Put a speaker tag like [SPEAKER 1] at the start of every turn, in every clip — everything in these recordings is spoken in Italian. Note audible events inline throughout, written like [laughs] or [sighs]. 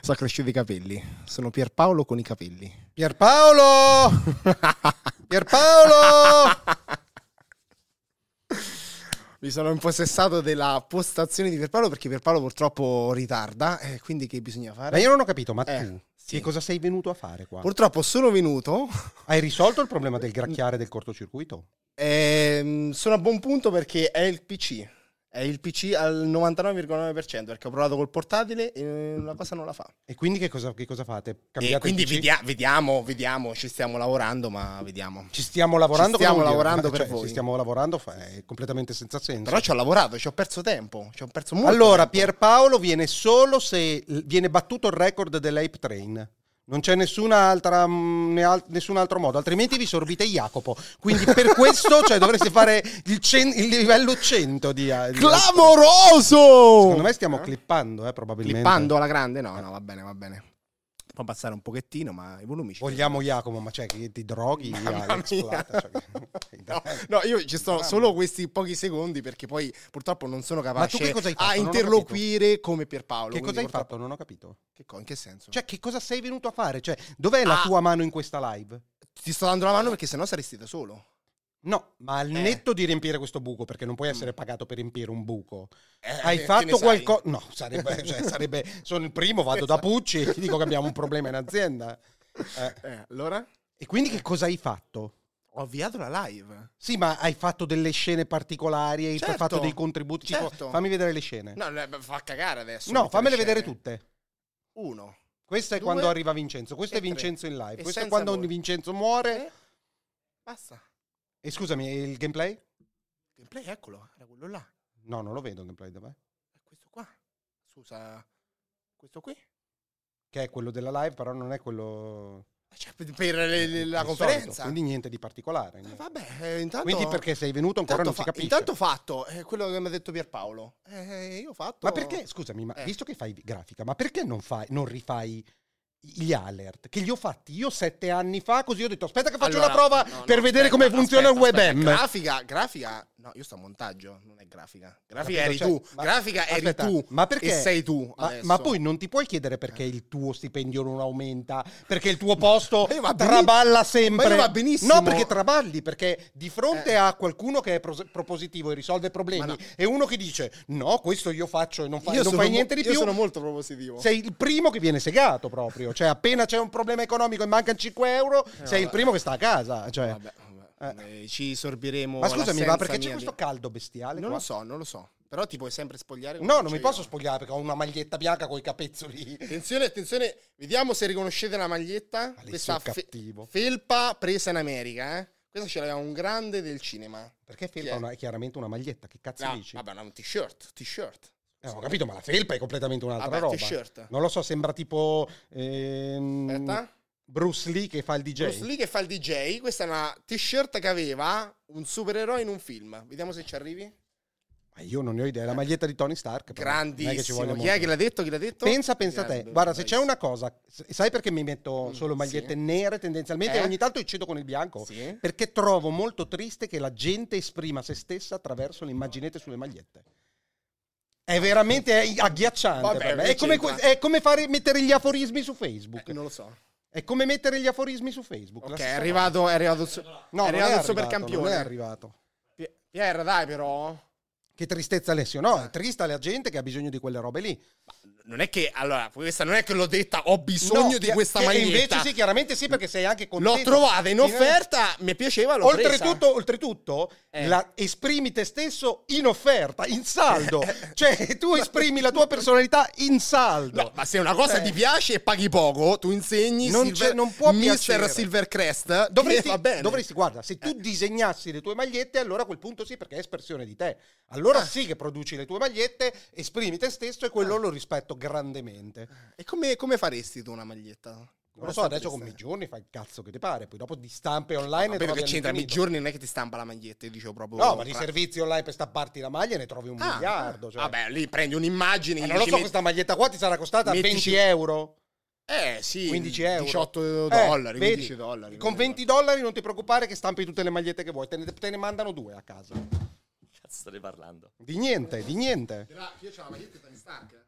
[SPEAKER 1] Sta crescendo i capelli. Sono Pierpaolo con i capelli. [laughs]
[SPEAKER 2] Pierpaolo! Pierpaolo!
[SPEAKER 1] Mi sono impossessato della postazione di Pierpaolo perché Pierpaolo purtroppo ritarda, eh, quindi che bisogna fare?
[SPEAKER 2] [laughs] Ma io non ho capito, ma
[SPEAKER 1] Eh,
[SPEAKER 2] tu
[SPEAKER 1] sì.
[SPEAKER 2] che cosa sei venuto a fare qua?
[SPEAKER 1] Purtroppo sono venuto,
[SPEAKER 2] Hai risolto il problema del gracchiare del cortocircuito?
[SPEAKER 1] ehm, sono a buon punto perché è il PC. È il PC al 99,9% perché ho provato col portatile e la cosa non la fa.
[SPEAKER 2] E quindi che cosa, che cosa fate?
[SPEAKER 1] E
[SPEAKER 2] Cambiate
[SPEAKER 1] quindi
[SPEAKER 2] il PC?
[SPEAKER 1] vedia- vediamo, vediamo, ci stiamo lavorando, ma vediamo.
[SPEAKER 2] Ci stiamo lavorando,
[SPEAKER 1] Ci stiamo
[SPEAKER 2] cosa vuol dire?
[SPEAKER 1] lavorando
[SPEAKER 2] Ma-
[SPEAKER 1] per
[SPEAKER 2] cioè,
[SPEAKER 1] voi.
[SPEAKER 2] Ci stiamo lavorando, fa- è completamente senza senso.
[SPEAKER 1] Però ci ho lavorato, ci ho perso tempo, ci ho perso molto
[SPEAKER 2] allora,
[SPEAKER 1] tempo.
[SPEAKER 2] Pierpaolo viene solo se l- viene battuto il record dell'Ape Train. Non c'è nessun'altra, mm, ne al- nessun altro modo, altrimenti vi sorbite Jacopo. Quindi
[SPEAKER 1] [laughs]
[SPEAKER 2] per questo cioè, dovreste fare il, cen- il livello 100 di, di-
[SPEAKER 1] Clamoroso!
[SPEAKER 2] Secondo me stiamo
[SPEAKER 1] Eh?
[SPEAKER 2] Oh. clippando, eh, probabilmente.
[SPEAKER 1] Clippando alla grande? No, no, va bene, va bene. Può passare un pochettino, ma i volumi ci
[SPEAKER 2] Vogliamo Jacopo, ma cioè che ti droghi
[SPEAKER 1] Mamma
[SPEAKER 2] Alex
[SPEAKER 1] mia.
[SPEAKER 2] Plata, cioè, [laughs] che-
[SPEAKER 1] No, no, io ci sto solo questi pochi secondi perché poi purtroppo non sono
[SPEAKER 2] tu
[SPEAKER 1] capace
[SPEAKER 2] che cosa hai fatto?
[SPEAKER 1] a
[SPEAKER 2] Non ho
[SPEAKER 1] interloquire come Pierpaolo.
[SPEAKER 2] Che
[SPEAKER 1] quindi
[SPEAKER 2] cosa hai
[SPEAKER 1] purtroppo-
[SPEAKER 2] fatto? Non ho capito.
[SPEAKER 1] Che co- in che senso?
[SPEAKER 2] Cioè, che cosa sei venuto a fare? Cioè, dov'è la
[SPEAKER 1] Ah.
[SPEAKER 2] tua mano in questa live?
[SPEAKER 1] ti sto dando la mano perché sennò saresti da solo.
[SPEAKER 2] No, ma al
[SPEAKER 1] Eh.
[SPEAKER 2] netto di riempire questo buco, perché non puoi essere pagato per riempire un buco.
[SPEAKER 1] Eh,
[SPEAKER 2] Hai
[SPEAKER 1] che ne
[SPEAKER 2] fatto
[SPEAKER 1] sai?
[SPEAKER 2] qualcosa? No, sarebbe, [laughs] cioè, sarebbe- Sono il primo, vado da Pucci e ti dico che abbiamo un problema in [laughs] azienda. Eh,
[SPEAKER 1] Eh, allora?
[SPEAKER 2] E quindi che cosa hai fatto?
[SPEAKER 1] Ho avviato la live.
[SPEAKER 2] Sì, ma hai fatto delle scene particolari, hai
[SPEAKER 1] Certo.
[SPEAKER 2] fatto dei contributi. tipo,
[SPEAKER 1] Certo.
[SPEAKER 2] fammi vedere le scene.
[SPEAKER 1] No, le- fa cagare adesso.
[SPEAKER 2] No,
[SPEAKER 1] mettere
[SPEAKER 2] fammele
[SPEAKER 1] scene.
[SPEAKER 2] vedere tutte.
[SPEAKER 1] Uno.
[SPEAKER 2] Questo è
[SPEAKER 1] Due
[SPEAKER 2] quando arriva Vincenzo, questo
[SPEAKER 1] e
[SPEAKER 2] è Vincenzo in live,
[SPEAKER 1] E
[SPEAKER 2] questo è
[SPEAKER 1] senza
[SPEAKER 2] quando
[SPEAKER 1] voi.
[SPEAKER 2] Vincenzo muore.
[SPEAKER 1] Tre. Basta.
[SPEAKER 2] E scusami, e il gameplay?
[SPEAKER 1] Gameplay, eccolo. Era quello là.
[SPEAKER 2] No, non lo vedo il gameplay, dov'è?
[SPEAKER 1] È questo qua. Scusa. Questo qui. Eh,
[SPEAKER 2] Che è quello della live, però non è quello
[SPEAKER 1] Cioè, per per le- le- la
[SPEAKER 2] il
[SPEAKER 1] conferenza.
[SPEAKER 2] solito, quindi niente di particolare.
[SPEAKER 1] Eh,
[SPEAKER 2] niente.
[SPEAKER 1] vabbè, eh, intanto...
[SPEAKER 2] Quindi perché sei venuto ancora
[SPEAKER 1] Intanto,
[SPEAKER 2] non
[SPEAKER 1] fa-
[SPEAKER 2] si capisce.
[SPEAKER 1] intanto fatto, è quello che mi ha detto Pierpaolo. Eh, io ho fatto...
[SPEAKER 2] Ma perché, scusami, ma
[SPEAKER 1] Eh.
[SPEAKER 2] visto che fai grafica, ma perché non, fai, non rifai gli alert? Che li ho fatti io sette anni fa, così ho detto aspetta che faccio
[SPEAKER 1] Allora,
[SPEAKER 2] la prova
[SPEAKER 1] no, no,
[SPEAKER 2] per vedere
[SPEAKER 1] aspetta,
[SPEAKER 2] come funziona il
[SPEAKER 1] aspetta, aspetta,
[SPEAKER 2] WebM.
[SPEAKER 1] Grafica, grafica... No, io sto a montaggio, non è grafica. Grafica
[SPEAKER 2] Capito?
[SPEAKER 1] eri
[SPEAKER 2] Cioè,
[SPEAKER 1] tu,
[SPEAKER 2] ma-
[SPEAKER 1] grafica eri
[SPEAKER 2] aspetta,
[SPEAKER 1] tu.
[SPEAKER 2] ma perché?
[SPEAKER 1] E sei tu
[SPEAKER 2] Ma,
[SPEAKER 1] adesso. Eh.
[SPEAKER 2] ma poi non ti puoi chiedere perché il tuo stipendio non aumenta, perché il
[SPEAKER 1] [laughs]
[SPEAKER 2] tuo posto
[SPEAKER 1] Eh, Ma io va bene-
[SPEAKER 2] traballa sempre.
[SPEAKER 1] ma io va benissimo.
[SPEAKER 2] No, perché traballi, perché di fronte
[SPEAKER 1] Eh.
[SPEAKER 2] a qualcuno che è pros- propositivo e risolve
[SPEAKER 1] Ma
[SPEAKER 2] problemi,
[SPEAKER 1] no.
[SPEAKER 2] e uno che dice no, questo io faccio e non, fa-
[SPEAKER 1] Io
[SPEAKER 2] non
[SPEAKER 1] sono
[SPEAKER 2] fai
[SPEAKER 1] mo-
[SPEAKER 2] niente di più,
[SPEAKER 1] Io sono molto propositivo.
[SPEAKER 2] sei il primo che viene segato proprio. Cioè, appena c'è un problema economico e mancano 5 euro, sei il
[SPEAKER 1] Eh, vabbè.
[SPEAKER 2] primo che sta a casa. Cioè.
[SPEAKER 1] Vabbè, vabbè. Eh, ci sorbiremo
[SPEAKER 2] Ma scusami, ma
[SPEAKER 1] l'assenza
[SPEAKER 2] perché c'è
[SPEAKER 1] mia
[SPEAKER 2] questo
[SPEAKER 1] di-
[SPEAKER 2] caldo bestiale?
[SPEAKER 1] Non
[SPEAKER 2] qua?
[SPEAKER 1] lo so, non lo so. Però ti puoi sempre spogliare. come
[SPEAKER 2] No, non
[SPEAKER 1] faccio
[SPEAKER 2] mi posso
[SPEAKER 1] io.
[SPEAKER 2] spogliare perché ho una maglietta bianca con i capezzoli.
[SPEAKER 1] Attenzione, attenzione, vediamo se riconoscete la maglietta.
[SPEAKER 2] Alessio
[SPEAKER 1] Questa fe-
[SPEAKER 2] cattivo.
[SPEAKER 1] felpa presa in America, eh. Questa ce l'aveva un grande del cinema.
[SPEAKER 2] Perché
[SPEAKER 1] Chi
[SPEAKER 2] felpa
[SPEAKER 1] è?
[SPEAKER 2] è? è chiaramente una maglietta, che cazzo
[SPEAKER 1] No,
[SPEAKER 2] dici?
[SPEAKER 1] vabbè, no, un t-shirt, t-shirt.
[SPEAKER 2] Eh, ho capito, ma la felpa è completamente un'altra
[SPEAKER 1] Vabbè,
[SPEAKER 2] roba.
[SPEAKER 1] t-shirt.
[SPEAKER 2] Non lo so, sembra tipo ehm,
[SPEAKER 1] Aspetta.
[SPEAKER 2] Bruce Lee che fa il DJ.
[SPEAKER 1] Bruce Lee che fa il DJ, questa è una t-shirt che aveva un supereroe in un film. Vediamo se ci arrivi.
[SPEAKER 2] Ma io non ne ho idea, è la maglietta di Tony Stark. però non è che ci
[SPEAKER 1] Grandissimo.
[SPEAKER 2] voglia
[SPEAKER 1] Chi
[SPEAKER 2] molto.
[SPEAKER 1] è che l'ha detto? Chi l'ha detto?
[SPEAKER 2] Pensa, pensa a te.
[SPEAKER 1] Grande,
[SPEAKER 2] Guarda, se c'è
[SPEAKER 1] bravissimo.
[SPEAKER 2] una cosa, s- sai perché mi metto
[SPEAKER 1] Mm,
[SPEAKER 2] solo magliette
[SPEAKER 1] sì.
[SPEAKER 2] nere tendenzialmente
[SPEAKER 1] Eh?
[SPEAKER 2] e ogni tanto eccedo con il bianco?
[SPEAKER 1] Sì.
[SPEAKER 2] Perché trovo molto triste che la gente esprima se stessa attraverso le immaginette sulle magliette. È veramente eh, agghiacciante.
[SPEAKER 1] Vabbè,
[SPEAKER 2] per me.
[SPEAKER 1] che
[SPEAKER 2] È come,
[SPEAKER 1] c'entra?
[SPEAKER 2] que- è come fare, mettere gli aforismi su Facebook.
[SPEAKER 1] Eh, non lo so.
[SPEAKER 2] È come mettere gli aforismi su Facebook. la
[SPEAKER 1] Ok, è
[SPEAKER 2] stessa
[SPEAKER 1] arrivato, è arrivato, il su-
[SPEAKER 2] cosa. No,
[SPEAKER 1] è
[SPEAKER 2] non
[SPEAKER 1] arrivato il
[SPEAKER 2] arrivato,
[SPEAKER 1] supercampione.
[SPEAKER 2] Non è arrivato.
[SPEAKER 1] Pi- Pier, dai però.
[SPEAKER 2] Che tristezza Alessio.
[SPEAKER 1] Ah.
[SPEAKER 2] No, è trista la gente che ha bisogno di quelle robe lì.
[SPEAKER 1] Non è che, allora, questa non è che l'ho detta, ho bisogno
[SPEAKER 2] No,
[SPEAKER 1] di
[SPEAKER 2] che-
[SPEAKER 1] questa
[SPEAKER 2] che
[SPEAKER 1] maglietta.
[SPEAKER 2] Invece sì, chiaramente sì, perché sei anche contento.
[SPEAKER 1] L'ho trovata in
[SPEAKER 2] Finalmente.
[SPEAKER 1] offerta, mi piaceva, l'ho presa.
[SPEAKER 2] Oltretutto, oltretutto
[SPEAKER 1] Eh.
[SPEAKER 2] la- esprimi te stesso in offerta, in
[SPEAKER 1] [laughs]
[SPEAKER 2] saldo. cioè, tu esprimi la tua personalità in saldo.
[SPEAKER 1] No, ma se una cosa
[SPEAKER 2] Eh.
[SPEAKER 1] ti piace e paghi poco, tu insegni
[SPEAKER 2] Non
[SPEAKER 1] Silver-
[SPEAKER 2] c'è- non può
[SPEAKER 1] Mister
[SPEAKER 2] piacere.
[SPEAKER 1] Silvercrest,
[SPEAKER 2] Dovresti,
[SPEAKER 1] che va bene. Eh.
[SPEAKER 2] dovresti- guarda, se tu disegnassi le tue magliette, allora a quel punto sì, perché è espressione di te. Allora
[SPEAKER 1] Ah.
[SPEAKER 2] sì che produci le tue magliette, esprimi te stesso e quello
[SPEAKER 1] Ah.
[SPEAKER 2] lo rispetto grandemente.
[SPEAKER 1] E come, come faresti tu una maglietta?
[SPEAKER 2] Non lo so, adesso con Migiorni fai il cazzo che ti pare, poi dopo di stampe online...
[SPEAKER 1] Ma
[SPEAKER 2] ne
[SPEAKER 1] vedo
[SPEAKER 2] trovi
[SPEAKER 1] che c'entra, i
[SPEAKER 2] all'infinito.
[SPEAKER 1] giorni non è che ti stampa la maglietta, io dicevo proprio...
[SPEAKER 2] No, ma di
[SPEAKER 1] fra-
[SPEAKER 2] servizi online per stapparti la maglia ne trovi un
[SPEAKER 1] Ah,
[SPEAKER 2] miliardo.
[SPEAKER 1] ah.
[SPEAKER 2] Cioè.
[SPEAKER 1] Vabbè, lì prendi un'immagine...
[SPEAKER 2] Ma
[SPEAKER 1] gli
[SPEAKER 2] non lo
[SPEAKER 1] dici,
[SPEAKER 2] so,
[SPEAKER 1] metti-
[SPEAKER 2] questa maglietta qua ti sarà costata
[SPEAKER 1] mettici-
[SPEAKER 2] 20 euro.
[SPEAKER 1] Eh sì,
[SPEAKER 2] 15 euro.
[SPEAKER 1] 18
[SPEAKER 2] Eh,
[SPEAKER 1] dollari,
[SPEAKER 2] vedi,
[SPEAKER 1] 15 dollari.
[SPEAKER 2] Con 20 dollari non ti preoccupare che stampi tutte le magliette che vuoi, te ne, te ne mandano due a casa.
[SPEAKER 3] Cazzo state parlando?
[SPEAKER 2] Di niente, di niente.
[SPEAKER 1] Io ho la maglietta di Stark.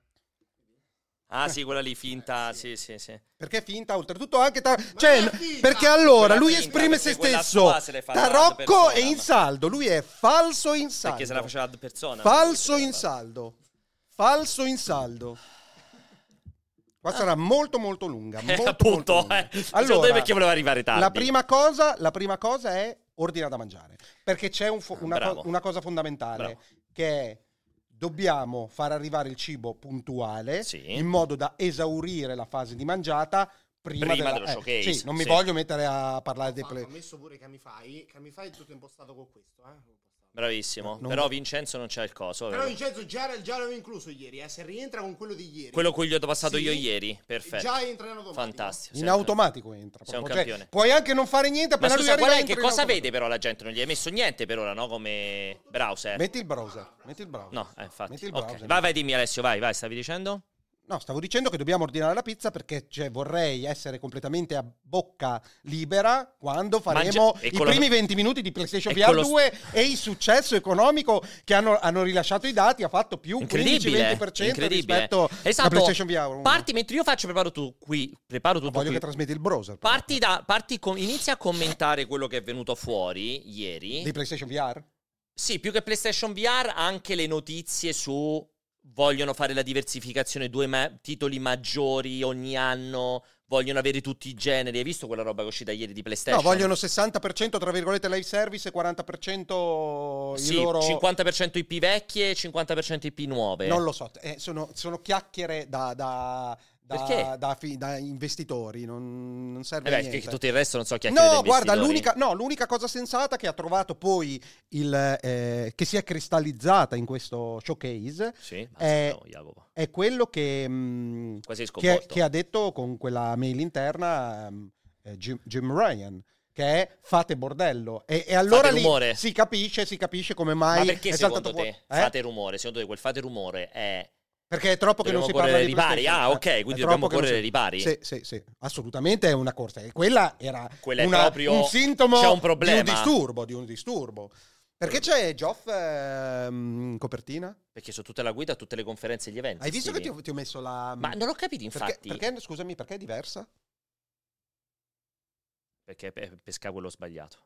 [SPEAKER 3] Ah
[SPEAKER 1] [laughs]
[SPEAKER 3] sì, quella lì finta,
[SPEAKER 1] Eh,
[SPEAKER 3] sì, sì, sì.
[SPEAKER 2] Perché è finta, oltretutto anche ta- cioè,
[SPEAKER 1] non è finta!
[SPEAKER 2] perché allora
[SPEAKER 3] Quella
[SPEAKER 2] lui
[SPEAKER 3] finta,
[SPEAKER 2] esprime se
[SPEAKER 3] perché quella
[SPEAKER 2] stesso.
[SPEAKER 3] sua se l'è fatta ad
[SPEAKER 2] Tarocco
[SPEAKER 3] persona,
[SPEAKER 2] è in
[SPEAKER 3] ma-
[SPEAKER 2] saldo, lui è falso in saldo.
[SPEAKER 3] Perché se la faceva ad persona.
[SPEAKER 2] Falso in saldo. Falso in saldo. Qua sarà molto molto lunga,
[SPEAKER 3] Eh,
[SPEAKER 2] molto,
[SPEAKER 3] appunto,
[SPEAKER 2] molto lunga.
[SPEAKER 3] eh. Secondo me perché voleva arrivare tardi.
[SPEAKER 2] La prima cosa, la prima cosa è ordina da mangiare, perché c'è un fo- una,
[SPEAKER 3] Bravo.
[SPEAKER 2] co- una cosa fondamentale
[SPEAKER 3] Bravo.
[SPEAKER 2] che è dobbiamo far arrivare il cibo puntuale
[SPEAKER 3] Sì.
[SPEAKER 2] in modo da esaurire la fase di mangiata prima,
[SPEAKER 3] Prima
[SPEAKER 2] della- eh,
[SPEAKER 3] dello showcase,
[SPEAKER 2] sì, non mi
[SPEAKER 3] sì.
[SPEAKER 2] voglio mettere a parlare dei
[SPEAKER 1] Ho
[SPEAKER 2] play.
[SPEAKER 1] messo pure Camify. Camify è tutto impostato con questo, eh.
[SPEAKER 3] Bravissimo.
[SPEAKER 2] Non-
[SPEAKER 3] Però Vincenzo non c'è il coso.
[SPEAKER 1] Però
[SPEAKER 3] vero?
[SPEAKER 1] Vincenzo già, era- già l'avevo incluso ieri, eh. se rientra con quello di ieri.
[SPEAKER 3] Quello cui gli ho passato
[SPEAKER 1] Sì.
[SPEAKER 3] io ieri. Perfetto.
[SPEAKER 1] Già entra in automatico.
[SPEAKER 3] Fantastico.
[SPEAKER 2] In
[SPEAKER 3] sempre.
[SPEAKER 2] automatico entra.
[SPEAKER 3] Sei un
[SPEAKER 2] proprio. Cioè,
[SPEAKER 3] campione.
[SPEAKER 2] puoi anche non fare niente
[SPEAKER 3] Ma
[SPEAKER 2] appena lui
[SPEAKER 3] scusa,
[SPEAKER 2] arriva.
[SPEAKER 3] qual è
[SPEAKER 2] entra
[SPEAKER 3] che
[SPEAKER 2] in
[SPEAKER 3] cosa
[SPEAKER 2] automatico.
[SPEAKER 3] vede però la gente? Non gli hai messo niente per ora, no? Come browser.
[SPEAKER 2] Metti il browser. Metti il browser.
[SPEAKER 3] No, eh, infatti.
[SPEAKER 2] Metti il
[SPEAKER 3] Ok.
[SPEAKER 2] browser.
[SPEAKER 3] Vai, vai, dimmi Alessio, vai, vai, stavi dicendo?
[SPEAKER 2] No, stavo dicendo che dobbiamo ordinare la pizza perché cioè, vorrei essere completamente a bocca libera quando faremo
[SPEAKER 3] e
[SPEAKER 2] i
[SPEAKER 3] con la-
[SPEAKER 2] primi 20 minuti di PlayStation
[SPEAKER 3] e
[SPEAKER 2] VR
[SPEAKER 3] con lo-
[SPEAKER 2] 2 e il successo economico che hanno, hanno rilasciato i dati ha fatto più 15-20%
[SPEAKER 3] Incredibile. incredibile.
[SPEAKER 2] rispetto
[SPEAKER 3] esatto.
[SPEAKER 2] a PlayStation VR 1.
[SPEAKER 3] Parti mentre io faccio, preparo tu qui. Preparo tutto
[SPEAKER 2] Voglio
[SPEAKER 3] qui.
[SPEAKER 2] che trasmetti il browser però,
[SPEAKER 3] Parti da, parti con- inizia a commentare quello che è venuto fuori ieri.
[SPEAKER 2] di PlayStation VR.
[SPEAKER 3] Sì, più che PlayStation VR, anche le notizie su vogliono fare la diversificazione, due ma- titoli maggiori ogni anno, vogliono avere tutti i generi. Hai visto quella roba che è uscita ieri di PlayStation?
[SPEAKER 2] No, vogliono 60% tra virgolette live service e 40% i
[SPEAKER 3] sì,
[SPEAKER 2] loro
[SPEAKER 3] 50% IP vecchie e 50% IP nuove.
[SPEAKER 2] Non lo so, eh, sono, sono chiacchiere da, da, da-
[SPEAKER 3] Perché?
[SPEAKER 2] da fi- da investitori, non, non serve
[SPEAKER 3] Eh
[SPEAKER 2] a
[SPEAKER 3] beh,
[SPEAKER 2] niente.
[SPEAKER 3] che tutto il resto non so chi ha
[SPEAKER 2] No, guarda, l'unica, no, l'unica cosa sensata che ha trovato poi il, eh, che si è cristallizzata in questo showcase
[SPEAKER 3] Sì, ma
[SPEAKER 2] Eh,
[SPEAKER 3] no, Jacopo.
[SPEAKER 2] è quello che, mh,
[SPEAKER 3] Quasi
[SPEAKER 2] che,
[SPEAKER 3] sconvolto.
[SPEAKER 2] che ha detto con quella mail interna mh, eh, Jim, Jim Ryan. Che è fate bordello. E, e allora
[SPEAKER 3] Fate
[SPEAKER 2] lì
[SPEAKER 3] rumore.
[SPEAKER 2] si capisce, si capisce come mai.
[SPEAKER 3] Ma perché
[SPEAKER 2] è
[SPEAKER 3] secondo
[SPEAKER 2] saltato
[SPEAKER 3] te
[SPEAKER 2] fuori- eh?
[SPEAKER 3] fate rumore? Secondo te quel fate rumore è
[SPEAKER 2] Perché è troppo che non
[SPEAKER 3] Dobbiamo
[SPEAKER 2] si parla
[SPEAKER 3] correre ai
[SPEAKER 2] di
[SPEAKER 3] ripari?
[SPEAKER 2] PlayStation,
[SPEAKER 3] Ah,
[SPEAKER 2] eh.
[SPEAKER 3] ok,
[SPEAKER 2] È troppo
[SPEAKER 3] quindi dobbiamo
[SPEAKER 2] che non
[SPEAKER 3] correre
[SPEAKER 2] si-
[SPEAKER 3] ai ripari?
[SPEAKER 2] Sì, sì, sì, assolutamente è una corsa. E quella era
[SPEAKER 3] Quella è
[SPEAKER 2] una-
[SPEAKER 3] proprio-
[SPEAKER 2] un sintomo
[SPEAKER 3] c'è un
[SPEAKER 2] di
[SPEAKER 3] problema.
[SPEAKER 2] un disturbo, di un disturbo. Perché c'è Geoff ehm, in copertina?
[SPEAKER 3] perché su tutta la guida, a tutte le conferenze e gli eventi.
[SPEAKER 2] Hai visto
[SPEAKER 3] Stevie?
[SPEAKER 2] che ti ho, ti ho messo la... mm,
[SPEAKER 3] Ma non ho
[SPEAKER 2] perché,
[SPEAKER 3] capito infatti perché,
[SPEAKER 2] perché, scusami, perché è diversa?
[SPEAKER 3] pe- pesca quello sbagliato.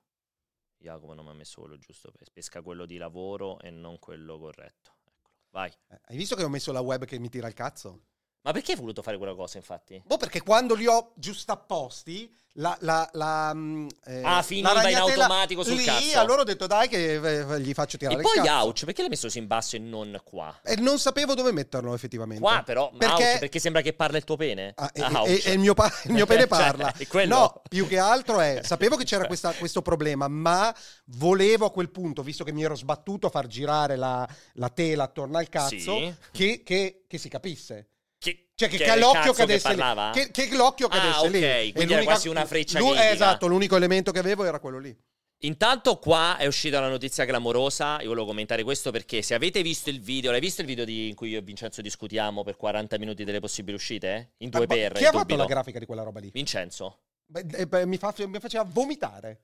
[SPEAKER 3] Jacopo non mi ha messo quello giusto, pe- pesca quello di lavoro e non quello corretto. Eccolo. Vai.
[SPEAKER 2] Eh, Hai visto che ho messo la web che mi tira il cazzo?
[SPEAKER 3] Ma perché hai voluto fare quella cosa infatti?
[SPEAKER 2] Boh, perché quando li ho giustapposti, la... la, la mm, eh,
[SPEAKER 3] Ah, finiva in
[SPEAKER 2] ragnatela
[SPEAKER 3] automatico sul
[SPEAKER 2] lì,
[SPEAKER 3] cazzo.
[SPEAKER 2] allora ho detto dai che eh, gli faccio tirare
[SPEAKER 3] e
[SPEAKER 2] il
[SPEAKER 3] poi
[SPEAKER 2] cazzo.
[SPEAKER 3] ouch, perché l'hai messo così in basso e non qua?
[SPEAKER 2] E non sapevo dove metterlo effettivamente.
[SPEAKER 3] Qua però, ma ouch,
[SPEAKER 2] Perché-
[SPEAKER 3] perché... sembra che parla il tuo pene.
[SPEAKER 2] Ah, e,
[SPEAKER 3] Ouch.
[SPEAKER 2] e- e il mio, pa- il mio pene
[SPEAKER 3] [laughs] Cioè,
[SPEAKER 2] parla.
[SPEAKER 3] è quello.
[SPEAKER 2] No, più che altro è, sapevo che c'era questa- questo problema, ma volevo a quel punto, visto che mi ero sbattuto a far girare la, la tela attorno al cazzo,
[SPEAKER 3] Sì.
[SPEAKER 2] che, che- che si capisse.
[SPEAKER 3] Che,
[SPEAKER 2] Cioè, che,
[SPEAKER 3] che
[SPEAKER 2] che l'occhio
[SPEAKER 3] cazzo che
[SPEAKER 2] cadesse
[SPEAKER 3] parlava?
[SPEAKER 2] lì. Che, che l'occhio
[SPEAKER 3] Ah,
[SPEAKER 2] cadesse lì.
[SPEAKER 3] ok,
[SPEAKER 2] E
[SPEAKER 3] quindi era
[SPEAKER 2] l'unica-
[SPEAKER 3] quasi una freccia
[SPEAKER 2] l'u- eh,
[SPEAKER 3] chimica.
[SPEAKER 2] Esatto, l'unico elemento che avevo era quello lì.
[SPEAKER 3] Intanto qua è uscita la notizia clamorosa, io volevo commentare questo perché se avete visto il video, l'hai visto il video di- in cui io e Vincenzo discutiamo per 40 minuti delle possibili uscite? In due
[SPEAKER 2] Ma-
[SPEAKER 3] per,
[SPEAKER 2] chi ha fatto
[SPEAKER 3] dubito.
[SPEAKER 2] la grafica di quella roba lì?
[SPEAKER 3] Vincenzo.
[SPEAKER 2] Beh, eh, beh, mi, fa- mi faceva vomitare.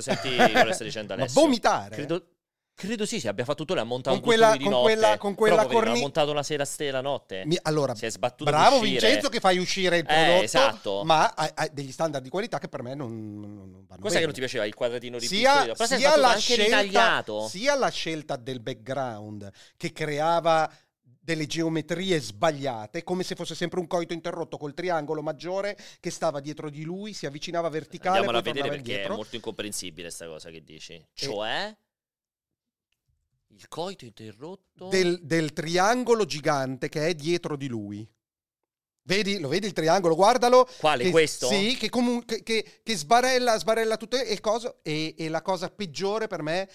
[SPEAKER 2] [laughs]
[SPEAKER 3] senti quello sta dicendo
[SPEAKER 2] Ma
[SPEAKER 3] Alessio.
[SPEAKER 2] vomitare?
[SPEAKER 3] Credo, credo sì, sì, abbia fatto tutto, l'ha montato
[SPEAKER 2] Con quella-
[SPEAKER 3] di
[SPEAKER 2] con
[SPEAKER 3] notte.
[SPEAKER 2] quella- con quella
[SPEAKER 3] Proprio perché
[SPEAKER 2] corni-
[SPEAKER 3] l'ha montato la sera stella notte.
[SPEAKER 2] Mi- allora,
[SPEAKER 3] si è sbattuto
[SPEAKER 2] bravo
[SPEAKER 3] ad uscire.
[SPEAKER 2] Vincenzo che fai uscire il
[SPEAKER 3] Eh,
[SPEAKER 2] prodotto,
[SPEAKER 3] esatto.
[SPEAKER 2] ma ha, ha degli standard di qualità che per me non, non- non vanno bene.
[SPEAKER 3] Cos'è che non ti piaceva? Il quadratino
[SPEAKER 2] Sia,
[SPEAKER 3] ripiccolo. Però si
[SPEAKER 2] sia
[SPEAKER 3] è sbattuto
[SPEAKER 2] la
[SPEAKER 3] anche
[SPEAKER 2] scelta,
[SPEAKER 3] ritagliato.
[SPEAKER 2] sia la scelta del background che creava delle geometrie sbagliate, come se fosse sempre un coito interrotto col triangolo maggiore che stava dietro di lui, si avvicinava verticale
[SPEAKER 3] Andiamola a
[SPEAKER 2] poi
[SPEAKER 3] vedere
[SPEAKER 2] tornava
[SPEAKER 3] perché
[SPEAKER 2] indietro.
[SPEAKER 3] è molto incomprensibile sta cosa che dici. Cioè, il coito interrotto...
[SPEAKER 2] del, del triangolo gigante che è dietro di lui. Vedi, lo vedi il triangolo, guardalo.
[SPEAKER 3] Quale,
[SPEAKER 2] Che-
[SPEAKER 3] questo?
[SPEAKER 2] Sì, che comunque che, che sbarella, sbarella tutte e cosa. E, e la cosa peggiore per me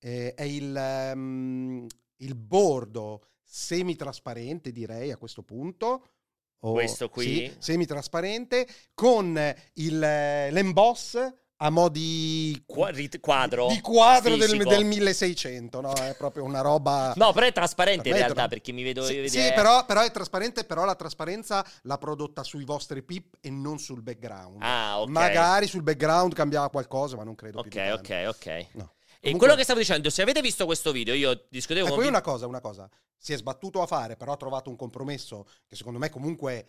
[SPEAKER 2] eh, è il, ehm, il bordo semitrasparente, direi a questo punto. O-
[SPEAKER 3] Questo qui?
[SPEAKER 2] Sì, semitrasparente con il, eh, l'emboss a mo' di
[SPEAKER 3] Qua- rit- quadro
[SPEAKER 2] di quadro del,
[SPEAKER 3] Oh, fisico.
[SPEAKER 2] del 1600, no? È proprio una
[SPEAKER 3] [laughs]
[SPEAKER 2] roba.
[SPEAKER 3] No, però è trasparente
[SPEAKER 2] Per
[SPEAKER 3] in
[SPEAKER 2] me è
[SPEAKER 3] realtà
[SPEAKER 2] tra-
[SPEAKER 3] perché mi vedo...
[SPEAKER 2] Sì,
[SPEAKER 3] vedere-
[SPEAKER 2] sì, però, però è trasparente, però la trasparenza l'ha prodotta sui vostri pip e non sul background.
[SPEAKER 3] Ah, ok.
[SPEAKER 2] Magari sul background cambiava qualcosa, ma non credo più.
[SPEAKER 3] Ok,
[SPEAKER 2] di tanto.
[SPEAKER 3] ok, ok.
[SPEAKER 2] No.
[SPEAKER 3] E quello che stavo dicendo, se avete visto questo video, io discutevo
[SPEAKER 2] E
[SPEAKER 3] con
[SPEAKER 2] poi
[SPEAKER 3] Vi-
[SPEAKER 2] una cosa, una cosa. Si è sbattuto a fare, però ha trovato un compromesso che secondo me comunque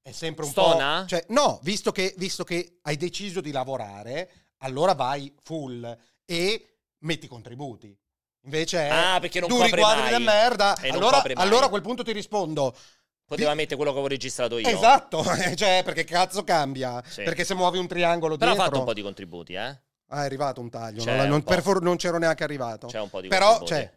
[SPEAKER 2] è sempre un
[SPEAKER 3] Stona?
[SPEAKER 2] po'... Cioè, no, visto che, visto che hai deciso di lavorare, allora vai full e metti i contributi. Invece è...
[SPEAKER 3] Ah, perché non
[SPEAKER 2] tu
[SPEAKER 3] copre
[SPEAKER 2] riguardi
[SPEAKER 3] mai.
[SPEAKER 2] la merda,
[SPEAKER 3] E non
[SPEAKER 2] allora,
[SPEAKER 3] copre mai.
[SPEAKER 2] allora a quel punto ti rispondo.
[SPEAKER 3] Poteva mettere quello che avevo registrato io.
[SPEAKER 2] Esatto, [laughs] cioè perché cazzo cambia?
[SPEAKER 3] Sì.
[SPEAKER 2] Perché se muovi un triangolo
[SPEAKER 3] Però ha
[SPEAKER 2] dietro...
[SPEAKER 3] fatto un po' di contributi, eh.
[SPEAKER 2] Ah, è arrivato un taglio,
[SPEAKER 3] C'è
[SPEAKER 2] non, la- non-
[SPEAKER 3] un po'.
[SPEAKER 2] per for- non c'ero neanche arrivato.
[SPEAKER 3] C'è un po' di
[SPEAKER 2] Però,
[SPEAKER 3] contributi.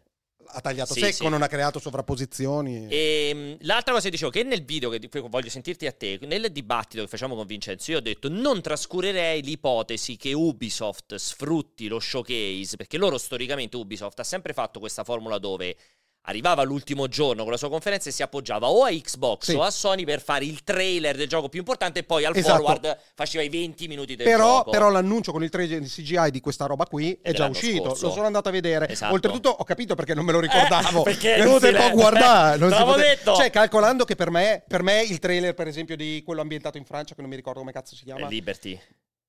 [SPEAKER 2] cioè, ha tagliato
[SPEAKER 3] Sì,
[SPEAKER 2] secco,
[SPEAKER 3] sì.
[SPEAKER 2] non ha creato sovrapposizioni.
[SPEAKER 3] Ehm, l'altra cosa che dicevo che nel video che di cui voglio sentirti a te, nel dibattito che facciamo con Vincenzo, io ho detto non trascurerei l'ipotesi che Ubisoft sfrutti lo showcase, perché loro storicamente Ubisoft ha sempre fatto questa formula dove arrivava l'ultimo giorno con la sua conferenza e si appoggiava o a Xbox
[SPEAKER 2] Sì.
[SPEAKER 3] o a Sony per fare il trailer del gioco più importante e poi al
[SPEAKER 2] Esatto.
[SPEAKER 3] forward faceva i 20 minuti del
[SPEAKER 2] Però,
[SPEAKER 3] gioco.
[SPEAKER 2] però l'annuncio con il trailer di CGI di questa roba qui è già
[SPEAKER 3] dell'anno
[SPEAKER 2] uscito,
[SPEAKER 3] scorso.
[SPEAKER 2] lo sono andato a vedere.
[SPEAKER 3] Esatto.
[SPEAKER 2] Oltretutto ho capito perché non me lo ricordavo.
[SPEAKER 3] Eh, [laughs] perché è
[SPEAKER 2] non si
[SPEAKER 3] inutile.
[SPEAKER 2] può guardare. non
[SPEAKER 3] Te
[SPEAKER 2] si
[SPEAKER 3] l'avevo
[SPEAKER 2] pote-
[SPEAKER 3] detto.
[SPEAKER 2] Cioè, calcolando che per me, per me il trailer, per esempio, di quello ambientato in Francia, che non mi ricordo come cazzo si
[SPEAKER 3] Eh,
[SPEAKER 2] chiama.
[SPEAKER 3] Liberty.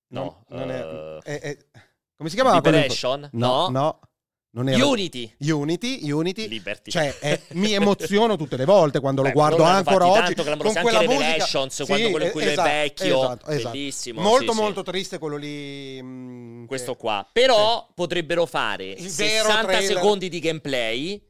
[SPEAKER 2] non-
[SPEAKER 3] No.
[SPEAKER 2] non è- è-
[SPEAKER 3] eh,
[SPEAKER 2] è- come si chiamava? quello in-
[SPEAKER 3] Liberation?
[SPEAKER 2] No,
[SPEAKER 3] No.
[SPEAKER 2] no. Non era...
[SPEAKER 3] Unity.
[SPEAKER 2] Unity, Unity.
[SPEAKER 3] Liberty.
[SPEAKER 2] Cioè, eh,
[SPEAKER 3] [laughs]
[SPEAKER 2] mi emoziono tutte le volte quando
[SPEAKER 3] Beh,
[SPEAKER 2] lo guardo
[SPEAKER 3] loro l'hanno
[SPEAKER 2] ancora
[SPEAKER 3] fatti
[SPEAKER 2] oggi.
[SPEAKER 3] tanto clamorosi,
[SPEAKER 2] con
[SPEAKER 3] anche
[SPEAKER 2] quella musica. esatto,
[SPEAKER 3] Revelations, quando quello in cui lui è vecchio. Bellissimo,
[SPEAKER 2] Molto,
[SPEAKER 3] sì, sì.
[SPEAKER 2] molto triste quello lì. mm,
[SPEAKER 3] questo
[SPEAKER 2] che-
[SPEAKER 3] qua. Però potrebbero fare
[SPEAKER 2] Il vero
[SPEAKER 3] 60
[SPEAKER 2] trailer.
[SPEAKER 3] secondi di gameplay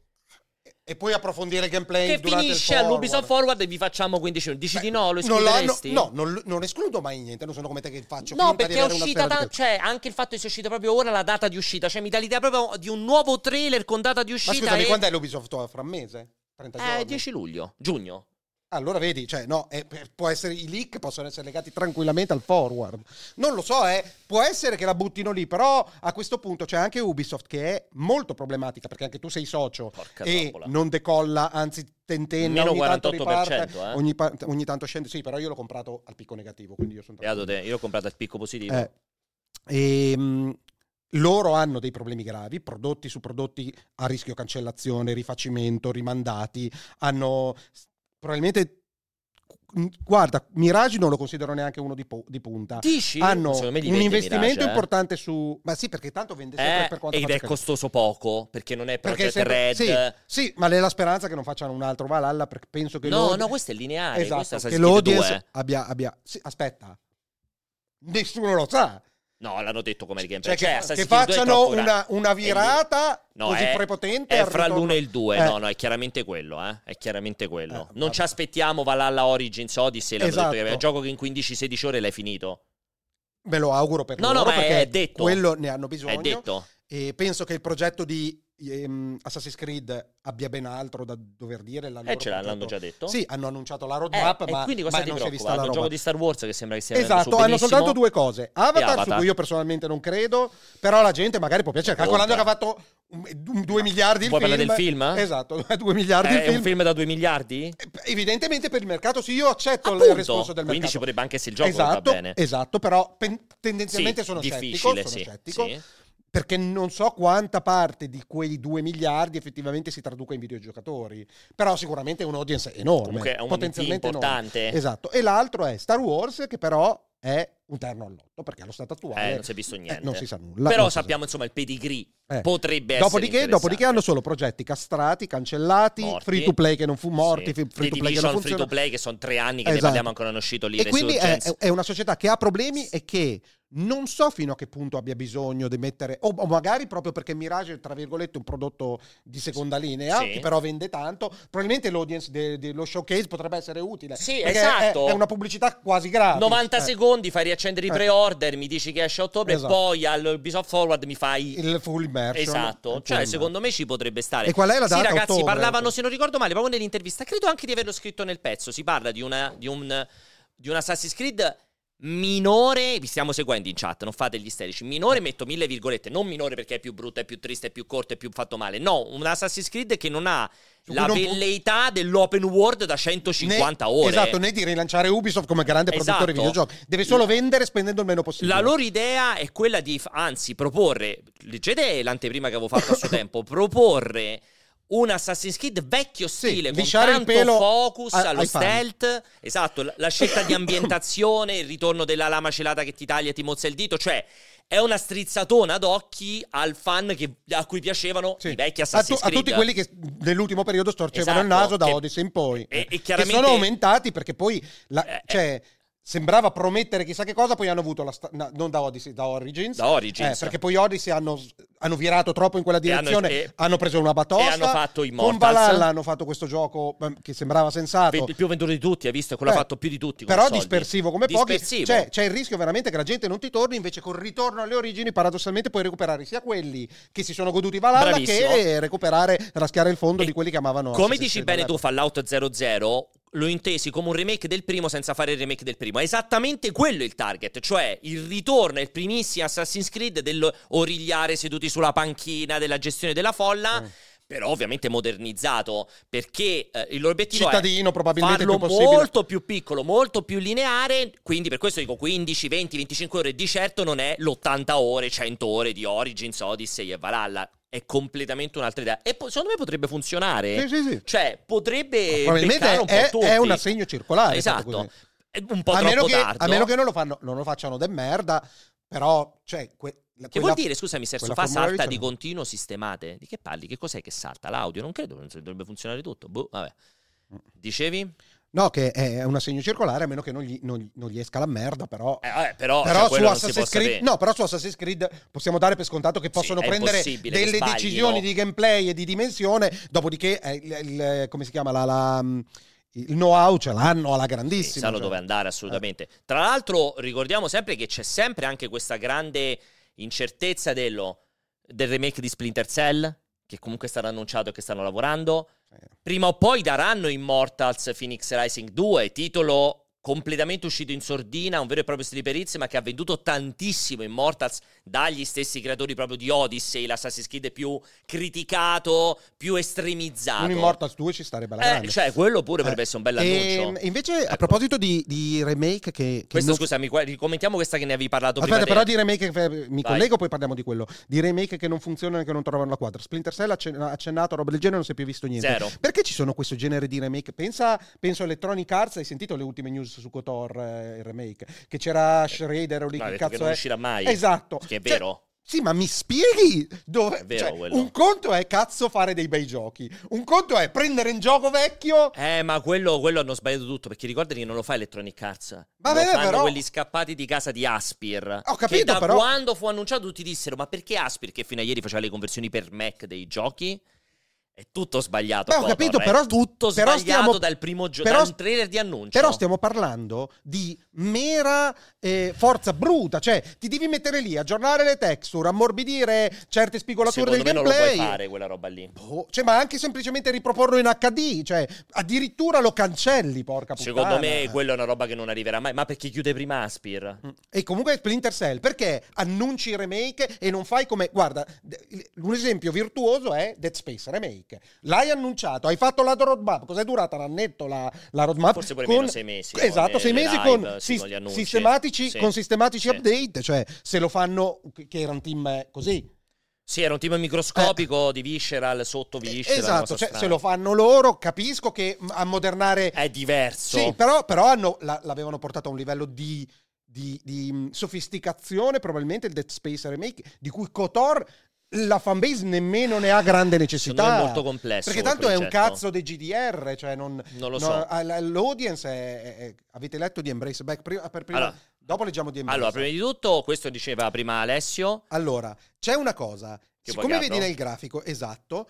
[SPEAKER 2] E poi approfondire il gameplay
[SPEAKER 3] che
[SPEAKER 2] durante
[SPEAKER 3] finisce
[SPEAKER 2] il forward.
[SPEAKER 3] all'Ubisoft Forward e vi facciamo 15 minuti. Dici
[SPEAKER 2] Beh,
[SPEAKER 3] di no, lo
[SPEAKER 2] non l'hanno-
[SPEAKER 3] escluderesti?
[SPEAKER 2] No, non, non escludo mai niente. Non sono come te che faccio.
[SPEAKER 3] No,
[SPEAKER 2] finta di
[SPEAKER 3] perché è
[SPEAKER 2] avere una
[SPEAKER 3] uscita,
[SPEAKER 2] sfera
[SPEAKER 3] da-
[SPEAKER 2] di
[SPEAKER 3] cioè anche il fatto che sia uscita proprio ora la data di uscita, cioè mi dà l'idea proprio di un nuovo trailer con data di
[SPEAKER 2] Ma
[SPEAKER 3] uscita.
[SPEAKER 2] scusami,
[SPEAKER 3] e-
[SPEAKER 2] quando è l'Ubisoft fra un mese? 30
[SPEAKER 3] Eh,
[SPEAKER 2] giorni.
[SPEAKER 3] 10 luglio, giugno.
[SPEAKER 2] Allora vedi, cioè, no, è- per- può essere, i leak possono essere legati tranquillamente al forward. Non lo so, eh, può essere che la buttino lì, però a questo punto c'è anche Ubisoft che è molto problematica perché anche tu sei socio
[SPEAKER 3] Porca
[SPEAKER 2] e
[SPEAKER 3] trappola.
[SPEAKER 2] non decolla, anzi tentenna,
[SPEAKER 3] Meno
[SPEAKER 2] ogni tanto
[SPEAKER 3] 48%,
[SPEAKER 2] riparte,
[SPEAKER 3] eh.
[SPEAKER 2] ogni, pa- ogni tanto scende. Sì, però io l'ho comprato al picco negativo, quindi io sono
[SPEAKER 3] Beato
[SPEAKER 2] tranquillo.
[SPEAKER 3] te, io ho comprato il picco positivo.
[SPEAKER 2] Eh, e, mh, loro hanno dei problemi gravi, prodotti su prodotti a rischio cancellazione, rifacimento, rimandati, hanno s- probabilmente... mh, Guarda, Mirage non lo considero neanche uno di, po- di punta.
[SPEAKER 3] Dici?
[SPEAKER 2] Hanno
[SPEAKER 3] Secondo
[SPEAKER 2] un
[SPEAKER 3] me gli vende
[SPEAKER 2] investimento
[SPEAKER 3] Mirage, eh.
[SPEAKER 2] importante su... Ma sì, perché tanto vende sempre
[SPEAKER 3] Eh,
[SPEAKER 2] per quanto
[SPEAKER 3] ed
[SPEAKER 2] faccia
[SPEAKER 3] è
[SPEAKER 2] capire.
[SPEAKER 3] costoso poco perché non è
[SPEAKER 2] Perché
[SPEAKER 3] Project
[SPEAKER 2] sempre-
[SPEAKER 3] Red.
[SPEAKER 2] Sì, sì, ma è la speranza che non facciano un altro Valhalla perché penso che...
[SPEAKER 3] No,
[SPEAKER 2] l'audience-
[SPEAKER 3] no, questo è lineare. questo
[SPEAKER 2] Esatto,
[SPEAKER 3] è
[SPEAKER 2] che
[SPEAKER 3] Assassin's Creed
[SPEAKER 2] l'audience
[SPEAKER 3] 2.
[SPEAKER 2] abbia... abbia... Sì, aspetta. Nessuno lo sa.
[SPEAKER 3] No, l'hanno detto come il gameplay.
[SPEAKER 2] Cioè,
[SPEAKER 3] Cioè,
[SPEAKER 2] che, che
[SPEAKER 3] Assassin's Creed 2 è
[SPEAKER 2] facciano
[SPEAKER 3] troppo gra-
[SPEAKER 2] una, una virata
[SPEAKER 3] No,
[SPEAKER 2] così
[SPEAKER 3] è-
[SPEAKER 2] prepotente
[SPEAKER 3] È
[SPEAKER 2] al
[SPEAKER 3] fra
[SPEAKER 2] ritorno-
[SPEAKER 3] l'1 e il 2,
[SPEAKER 2] Eh,
[SPEAKER 3] no, no, è chiaramente quello, eh. È chiaramente quello.
[SPEAKER 2] Eh,
[SPEAKER 3] non ci
[SPEAKER 2] vabbè.
[SPEAKER 3] aspettiamo Valhalla Origins Odyssey, l'hanno
[SPEAKER 2] Esatto.
[SPEAKER 3] detto che è un gioco che in 15-16 ore l'hai finito.
[SPEAKER 2] Me lo auguro per
[SPEAKER 3] No, no,
[SPEAKER 2] loro
[SPEAKER 3] ma è
[SPEAKER 2] perché
[SPEAKER 3] detto.
[SPEAKER 2] quello ne hanno
[SPEAKER 3] È
[SPEAKER 2] bisogno.
[SPEAKER 3] detto. Eh,
[SPEAKER 2] E penso che il progetto di ehm, Assassin's Creed abbia ben altro da dover dire. l'hanno
[SPEAKER 3] E Eh, ce l'ha-
[SPEAKER 2] raccontato.
[SPEAKER 3] l'hanno già detto.
[SPEAKER 2] Sì, hanno annunciato la
[SPEAKER 3] Eh,
[SPEAKER 2] roadmap,
[SPEAKER 3] e
[SPEAKER 2] ma,
[SPEAKER 3] quindi cosa
[SPEAKER 2] ma
[SPEAKER 3] ti
[SPEAKER 2] non si è vista
[SPEAKER 3] preoccupa?
[SPEAKER 2] la
[SPEAKER 3] Un
[SPEAKER 2] roba.
[SPEAKER 3] giogo di Star Wars che sembra che sia andato su
[SPEAKER 2] Esatto, hanno
[SPEAKER 3] benissimo.
[SPEAKER 2] soltanto due cose. Avatar, su
[SPEAKER 3] Avatar.
[SPEAKER 2] cui io personalmente non credo, però la gente magari può piacere. Calcolando che ha fatto 2 miliardi il
[SPEAKER 3] Vuoi
[SPEAKER 2] film.
[SPEAKER 3] parlare del film?
[SPEAKER 2] Esatto, [laughs] 2 miliardi
[SPEAKER 3] Eh,
[SPEAKER 2] il
[SPEAKER 3] È un film da 2 miliardi?
[SPEAKER 2] Evidentemente per il mercato sì, io accetto
[SPEAKER 3] Appunto,
[SPEAKER 2] il responso del mercato.
[SPEAKER 3] quindi ci potrebbe anche essere il gioco,
[SPEAKER 2] esatto,
[SPEAKER 3] va bene.
[SPEAKER 2] Esatto, però pen- tendenzialmente
[SPEAKER 3] Sì,
[SPEAKER 2] sono scettico,
[SPEAKER 3] difficile,
[SPEAKER 2] sono
[SPEAKER 3] sì,
[SPEAKER 2] scettico,
[SPEAKER 3] sì.
[SPEAKER 2] perché non so quanta parte di quei 2 miliardi effettivamente si traduca in videogiocatori, però sicuramente è un'audience enorme,
[SPEAKER 3] Comunque è un
[SPEAKER 2] potenzialmente
[SPEAKER 3] team importante.
[SPEAKER 2] enorme. Esatto, e l'altro è Star Wars che però è un terno all'otto perché allo stato attuale
[SPEAKER 3] Eh, non si è visto
[SPEAKER 2] eh,
[SPEAKER 3] niente.
[SPEAKER 2] non si sa nulla.
[SPEAKER 3] Però
[SPEAKER 2] non si sa
[SPEAKER 3] sappiamo, insomma, il pedigree
[SPEAKER 2] Eh.
[SPEAKER 3] potrebbe
[SPEAKER 2] Dopodiché,
[SPEAKER 3] essere
[SPEAKER 2] dopodiché hanno
[SPEAKER 3] interessante.
[SPEAKER 2] solo progetti castrati, cancellati,
[SPEAKER 3] Morti.
[SPEAKER 2] free to play che non fu morti,
[SPEAKER 3] Sì.
[SPEAKER 2] free
[SPEAKER 3] The
[SPEAKER 2] to play che non
[SPEAKER 3] Division, free
[SPEAKER 2] funziona.
[SPEAKER 3] to play che sono tre anni che ne
[SPEAKER 2] Esatto.
[SPEAKER 3] parliamo ancora non è uscito lì
[SPEAKER 2] E quindi è,
[SPEAKER 3] Resurgence.
[SPEAKER 2] è una società che ha problemi e che non so fino a che punto abbia bisogno di mettere, o, o magari proprio perché Mirage è tra virgolette un prodotto di seconda linea,
[SPEAKER 3] Sì.
[SPEAKER 2] che però vende tanto, probabilmente l'audience de- dello showcase potrebbe essere utile.
[SPEAKER 3] Sì,
[SPEAKER 2] perché
[SPEAKER 3] esatto.
[SPEAKER 2] È, è una pubblicità quasi grave.
[SPEAKER 3] 90 secondi, fai riaccendere i
[SPEAKER 2] Ah, Eh.
[SPEAKER 3] pre-order, mi dici che esce a ottobre,
[SPEAKER 2] Esatto.
[SPEAKER 3] e poi al Ubisoft Forward mi fai...
[SPEAKER 2] Il full immersion.
[SPEAKER 3] Esatto,
[SPEAKER 2] Il full
[SPEAKER 3] cioè
[SPEAKER 2] immersion.
[SPEAKER 3] secondo me ci potrebbe stare.
[SPEAKER 2] E qual è la data?
[SPEAKER 3] Sì, ragazzi,
[SPEAKER 2] Ottobre? ecco.
[SPEAKER 3] parlavano, se non ricordo male, proprio nell'intervista, credo anche di averlo scritto nel pezzo, si parla di, una, di, un, di un Assassin's Creed minore, vi stiamo seguendo in chat, non fate gli isterici,
[SPEAKER 2] Eh.
[SPEAKER 3] minore metto mille virgolette, non minore perché è più brutto, è più triste, è più corto, è più fatto male, no, un Assassin's Creed che non ha
[SPEAKER 2] Su cui
[SPEAKER 3] la
[SPEAKER 2] non pu-
[SPEAKER 3] velleità dell'open world da 150
[SPEAKER 2] Né-
[SPEAKER 3] ore.
[SPEAKER 2] Esatto, né di rilanciare Ubisoft come grande produttore di
[SPEAKER 3] Esatto.
[SPEAKER 2] videogiochi. Deve solo vendere spendendo il meno possibile.
[SPEAKER 3] La loro idea è
[SPEAKER 2] [laughs]
[SPEAKER 3] quella di, f- anzi, proporre, leggete l'anteprima che avevo fatto a suo tempo, proporre un Assassin's Creed vecchio stile, con
[SPEAKER 2] lisciare il
[SPEAKER 3] tanto
[SPEAKER 2] pelo
[SPEAKER 3] focus
[SPEAKER 2] a-
[SPEAKER 3] allo
[SPEAKER 2] ai fan.
[SPEAKER 3] stealth, esatto, la, la
[SPEAKER 2] [coughs]
[SPEAKER 3] scelta di ambientazione, il ritorno della lama celata che ti taglia e ti mozza il dito, cioè è una strizzatona d'occhi al fan che- a cui piacevano
[SPEAKER 2] Sì.
[SPEAKER 3] i vecchi
[SPEAKER 2] A tu-
[SPEAKER 3] Assassin's
[SPEAKER 2] a,
[SPEAKER 3] Creed.
[SPEAKER 2] tutti quelli che nell'ultimo periodo storcevano il
[SPEAKER 3] Esatto,
[SPEAKER 2] naso da
[SPEAKER 3] che-
[SPEAKER 2] Odyssey in poi
[SPEAKER 3] e- e
[SPEAKER 2] che
[SPEAKER 3] chiaramente-
[SPEAKER 2] sono aumentati perché poi la-
[SPEAKER 3] Eh, eh.
[SPEAKER 2] cioè, sembrava promettere chissà che cosa poi hanno avuto la sta- no, non da Odyssey da Origins
[SPEAKER 3] Da Origins.
[SPEAKER 2] Eh, perché poi Odyssey hanno, hanno virato troppo in quella
[SPEAKER 3] E hanno-
[SPEAKER 2] direzione, hanno,
[SPEAKER 3] e-
[SPEAKER 2] preso una batosta.
[SPEAKER 3] e hanno fatto
[SPEAKER 2] Con
[SPEAKER 3] Immortals.
[SPEAKER 2] Valhalla hanno fatto questo gioco ehm, che sembrava sensato.
[SPEAKER 3] Ve- il più venduto di tutti, hai visto? Quello ha
[SPEAKER 2] Eh,
[SPEAKER 3] fatto più di tutti. come
[SPEAKER 2] Però
[SPEAKER 3] soldi.
[SPEAKER 2] dispersivo come
[SPEAKER 3] Dispersivo.
[SPEAKER 2] pochi. Cioè, c'è il rischio veramente che la gente non ti torni, invece col ritorno alle origini paradossalmente puoi recuperare sia quelli che si sono goduti Valhalla
[SPEAKER 3] Bravissimo.
[SPEAKER 2] che recuperare, raschiare il fondo
[SPEAKER 3] E
[SPEAKER 2] di quelli che amavano.
[SPEAKER 3] Come
[SPEAKER 2] Assassin's
[SPEAKER 3] dici
[SPEAKER 2] Creed
[SPEAKER 3] bene tu,
[SPEAKER 2] all'epoca.
[SPEAKER 3] Fallout 00 lo intesi come un remake del primo senza fare il remake del primo. È esattamente quello il target, cioè il ritorno ai primissimi Assassin's Creed dell'origliare seduti sulla panchina, della gestione della folla.
[SPEAKER 2] Mm.
[SPEAKER 3] Però ovviamente modernizzato, perché eh, il loro obiettivo
[SPEAKER 2] Cittadino,
[SPEAKER 3] è
[SPEAKER 2] probabilmente, il
[SPEAKER 3] farlo
[SPEAKER 2] più possibile.
[SPEAKER 3] molto più piccolo, molto più lineare, quindi per questo dico 15, 20, 25 ore, di certo non è l'80 ore, 100 ore di Origins, Odyssey e Valhalla, è completamente un'altra idea. E po- secondo me potrebbe funzionare.
[SPEAKER 2] Sì, sì, sì.
[SPEAKER 3] Cioè, potrebbe
[SPEAKER 2] Probabilmente
[SPEAKER 3] beccare un po'
[SPEAKER 2] è,
[SPEAKER 3] tutti.
[SPEAKER 2] è un assegno circolare. fatto
[SPEAKER 3] Esatto.
[SPEAKER 2] così.
[SPEAKER 3] È Un po'
[SPEAKER 2] a, meno
[SPEAKER 3] troppo
[SPEAKER 2] che,
[SPEAKER 3] tardo.
[SPEAKER 2] a meno che non lo, fanno- non lo facciano de merda, però... Cioè, que- la-
[SPEAKER 3] Che
[SPEAKER 2] quella-
[SPEAKER 3] vuol dire, scusami, se
[SPEAKER 2] quella
[SPEAKER 3] fa
[SPEAKER 2] formula
[SPEAKER 3] salta
[SPEAKER 2] lì
[SPEAKER 3] di
[SPEAKER 2] c'è-
[SPEAKER 3] continuo sistemate? Di che parli? Che cos'è che salta? L'audio? Non credo, non so, dovrebbe funzionare tutto. Boh, vabbè.
[SPEAKER 2] Mm.
[SPEAKER 3] Dicevi? Eh,
[SPEAKER 2] No, che è un assegno circolare, a meno che non gli, non gli- non gli esca la merda, però...
[SPEAKER 3] Eh, vabbè, però,
[SPEAKER 2] Però
[SPEAKER 3] cioè,
[SPEAKER 2] su,
[SPEAKER 3] quello non si può
[SPEAKER 2] Assassin's Creed,
[SPEAKER 3] sapere.
[SPEAKER 2] no, però su Assassin's Creed possiamo dare per scontato che possono
[SPEAKER 3] è
[SPEAKER 2] prendere
[SPEAKER 3] impossibile che
[SPEAKER 2] delle
[SPEAKER 3] sbagli,
[SPEAKER 2] decisioni
[SPEAKER 3] no?
[SPEAKER 2] di gameplay e di dimensione, dopodiché eh, il, il- come si chiama la- la- mm, il know-how ce l'hanno alla
[SPEAKER 3] Sì,
[SPEAKER 2] grandissima.
[SPEAKER 3] sanno
[SPEAKER 2] cioè.
[SPEAKER 3] dove andare assolutamente. Tra l'altro, ricordiamo sempre che c'è sempre anche questa grande incertezza dello- del remake di Splinter Cell, che comunque è stato annunciato e che stanno lavorando.
[SPEAKER 2] Sì.
[SPEAKER 3] Prima o poi daranno Immortals Phoenix Rising 2, titolo completamente uscito in sordina, un vero e proprio sliperizio, ma che ha venduto tantissimo Immortals dagli stessi creatori proprio di Odyssey, l'Assassin's Creed più criticato, più estremizzato.
[SPEAKER 2] Un Immortals 2 ci starebbe alla
[SPEAKER 3] Eh,
[SPEAKER 2] grande.
[SPEAKER 3] cioè, quello pure potrebbe
[SPEAKER 2] Eh,
[SPEAKER 3] essere un bel
[SPEAKER 2] E
[SPEAKER 3] annuncio.
[SPEAKER 2] invece,
[SPEAKER 3] Ecco.
[SPEAKER 2] a proposito di, di remake che... che
[SPEAKER 3] Questo,
[SPEAKER 2] non-
[SPEAKER 3] scusami, qua- ricommentiamo questa che ne avevi parlato
[SPEAKER 2] Aspetta,
[SPEAKER 3] prima.
[SPEAKER 2] però
[SPEAKER 3] te.
[SPEAKER 2] di remake che- mi
[SPEAKER 3] Vai.
[SPEAKER 2] collego, poi parliamo di quello. Di remake che non funzionano e che non trovano la quadra. Splinter Cell ha accen- ha accennato, roba del genere, non si è più visto niente.
[SPEAKER 3] Zero.
[SPEAKER 2] Perché ci sono questo genere di remake? Pensa, penso a Electronic Arts, hai sentito le ultime news su Kotor, eh, il remake? Che c'era Shredder o lì
[SPEAKER 3] Eh, No, ha
[SPEAKER 2] che
[SPEAKER 3] detto che
[SPEAKER 2] cazzo
[SPEAKER 3] non
[SPEAKER 2] è?
[SPEAKER 3] uscirà mai.
[SPEAKER 2] Esatto.
[SPEAKER 3] Che
[SPEAKER 2] Cioè,
[SPEAKER 3] è vero.
[SPEAKER 2] sì, ma mi spieghi dove...
[SPEAKER 3] È vero
[SPEAKER 2] cioè,
[SPEAKER 3] quello.
[SPEAKER 2] un conto è cazzo fare dei bei giochi. Un conto è prendere in gioco vecchio...
[SPEAKER 3] Eh, ma quello, quello hanno sbagliato tutto, perché ricordati che non lo fa Electronic Arts.
[SPEAKER 2] Va
[SPEAKER 3] lo
[SPEAKER 2] bene,
[SPEAKER 3] fanno
[SPEAKER 2] però-
[SPEAKER 3] quelli scappati di casa di Aspir.
[SPEAKER 2] Ho
[SPEAKER 3] che
[SPEAKER 2] capito,
[SPEAKER 3] da
[SPEAKER 2] però-
[SPEAKER 3] quando fu annunciato tutti dissero, ma perché Aspir, che fino a ieri faceva le conversioni per Mac dei giochi... È tutto sbagliato.
[SPEAKER 2] Beh, Eh, ho
[SPEAKER 3] Kotor,
[SPEAKER 2] capito,
[SPEAKER 3] è
[SPEAKER 2] però-
[SPEAKER 3] eh. tutto
[SPEAKER 2] però
[SPEAKER 3] sbagliato
[SPEAKER 2] stiamo-
[SPEAKER 3] dal primo gioco,
[SPEAKER 2] però-
[SPEAKER 3] dal trailer di annuncio.
[SPEAKER 2] Però stiamo parlando di mera eh, forza bruta, cioè ti devi mettere lì, aggiornare le texture, ammorbidire certe spigolature
[SPEAKER 3] Secondo me
[SPEAKER 2] del
[SPEAKER 3] non lo
[SPEAKER 2] gameplay.
[SPEAKER 3] puoi fare quella roba lì.
[SPEAKER 2] Boh, cioè, ma anche semplicemente riproporlo in HD, cioè addirittura lo cancelli, porca puttana.
[SPEAKER 3] Secondo me quella è una roba che non arriverà mai. Ma perché chiude prima Aspir?
[SPEAKER 2] E comunque Splinter Cell, perché annunci il remake e non fai come... Guarda, d- un esempio virtuoso è Dead Space Remake. L'hai annunciato, hai fatto la roadmap, cos'è durata? Un annetto la, la roadmap?
[SPEAKER 3] Forse pure
[SPEAKER 2] con-
[SPEAKER 3] meno, sei mesi, con
[SPEAKER 2] Esatto,
[SPEAKER 3] le-
[SPEAKER 2] sei
[SPEAKER 3] le
[SPEAKER 2] mesi
[SPEAKER 3] live,
[SPEAKER 2] con,
[SPEAKER 3] sì,
[SPEAKER 2] sis-
[SPEAKER 3] con gli annunci.
[SPEAKER 2] sistematici,
[SPEAKER 3] Sì.
[SPEAKER 2] con sistematici
[SPEAKER 3] Sì.
[SPEAKER 2] update, cioè se lo fanno, che era un team eh, così,
[SPEAKER 3] Sì, era un tipo microscopico di Visceral sotto Visceral. una
[SPEAKER 2] Eh. esatto,
[SPEAKER 3] cosa
[SPEAKER 2] cioè,
[SPEAKER 3] strana.
[SPEAKER 2] se lo fanno loro capisco che m- a modernare...
[SPEAKER 3] È diverso.
[SPEAKER 2] Sì, però, però hanno- la- l'avevano portato a un livello di, di- di, mh, sofisticazione, probabilmente il Dead Space Remake, di cui Kotor la fanbase nemmeno ne ha grande
[SPEAKER 3] Secondo
[SPEAKER 2] necessità.
[SPEAKER 3] me è molto complesso.
[SPEAKER 2] perché
[SPEAKER 3] quel
[SPEAKER 2] tanto è un
[SPEAKER 3] progetto.
[SPEAKER 2] cazzo dei GDR, cioè non,
[SPEAKER 3] Non lo
[SPEAKER 2] no,
[SPEAKER 3] so.
[SPEAKER 2] all- l'audience è, è- è- avete letto di Embrace Back prima, per prima-
[SPEAKER 3] Allora.
[SPEAKER 2] dopo leggiamo di Embrace.
[SPEAKER 3] Allora, prima di tutto, questo diceva prima Alessio.
[SPEAKER 2] Allora, c'è una cosa,
[SPEAKER 3] Che
[SPEAKER 2] siccome
[SPEAKER 3] bugato.
[SPEAKER 2] vedi nel grafico, esatto,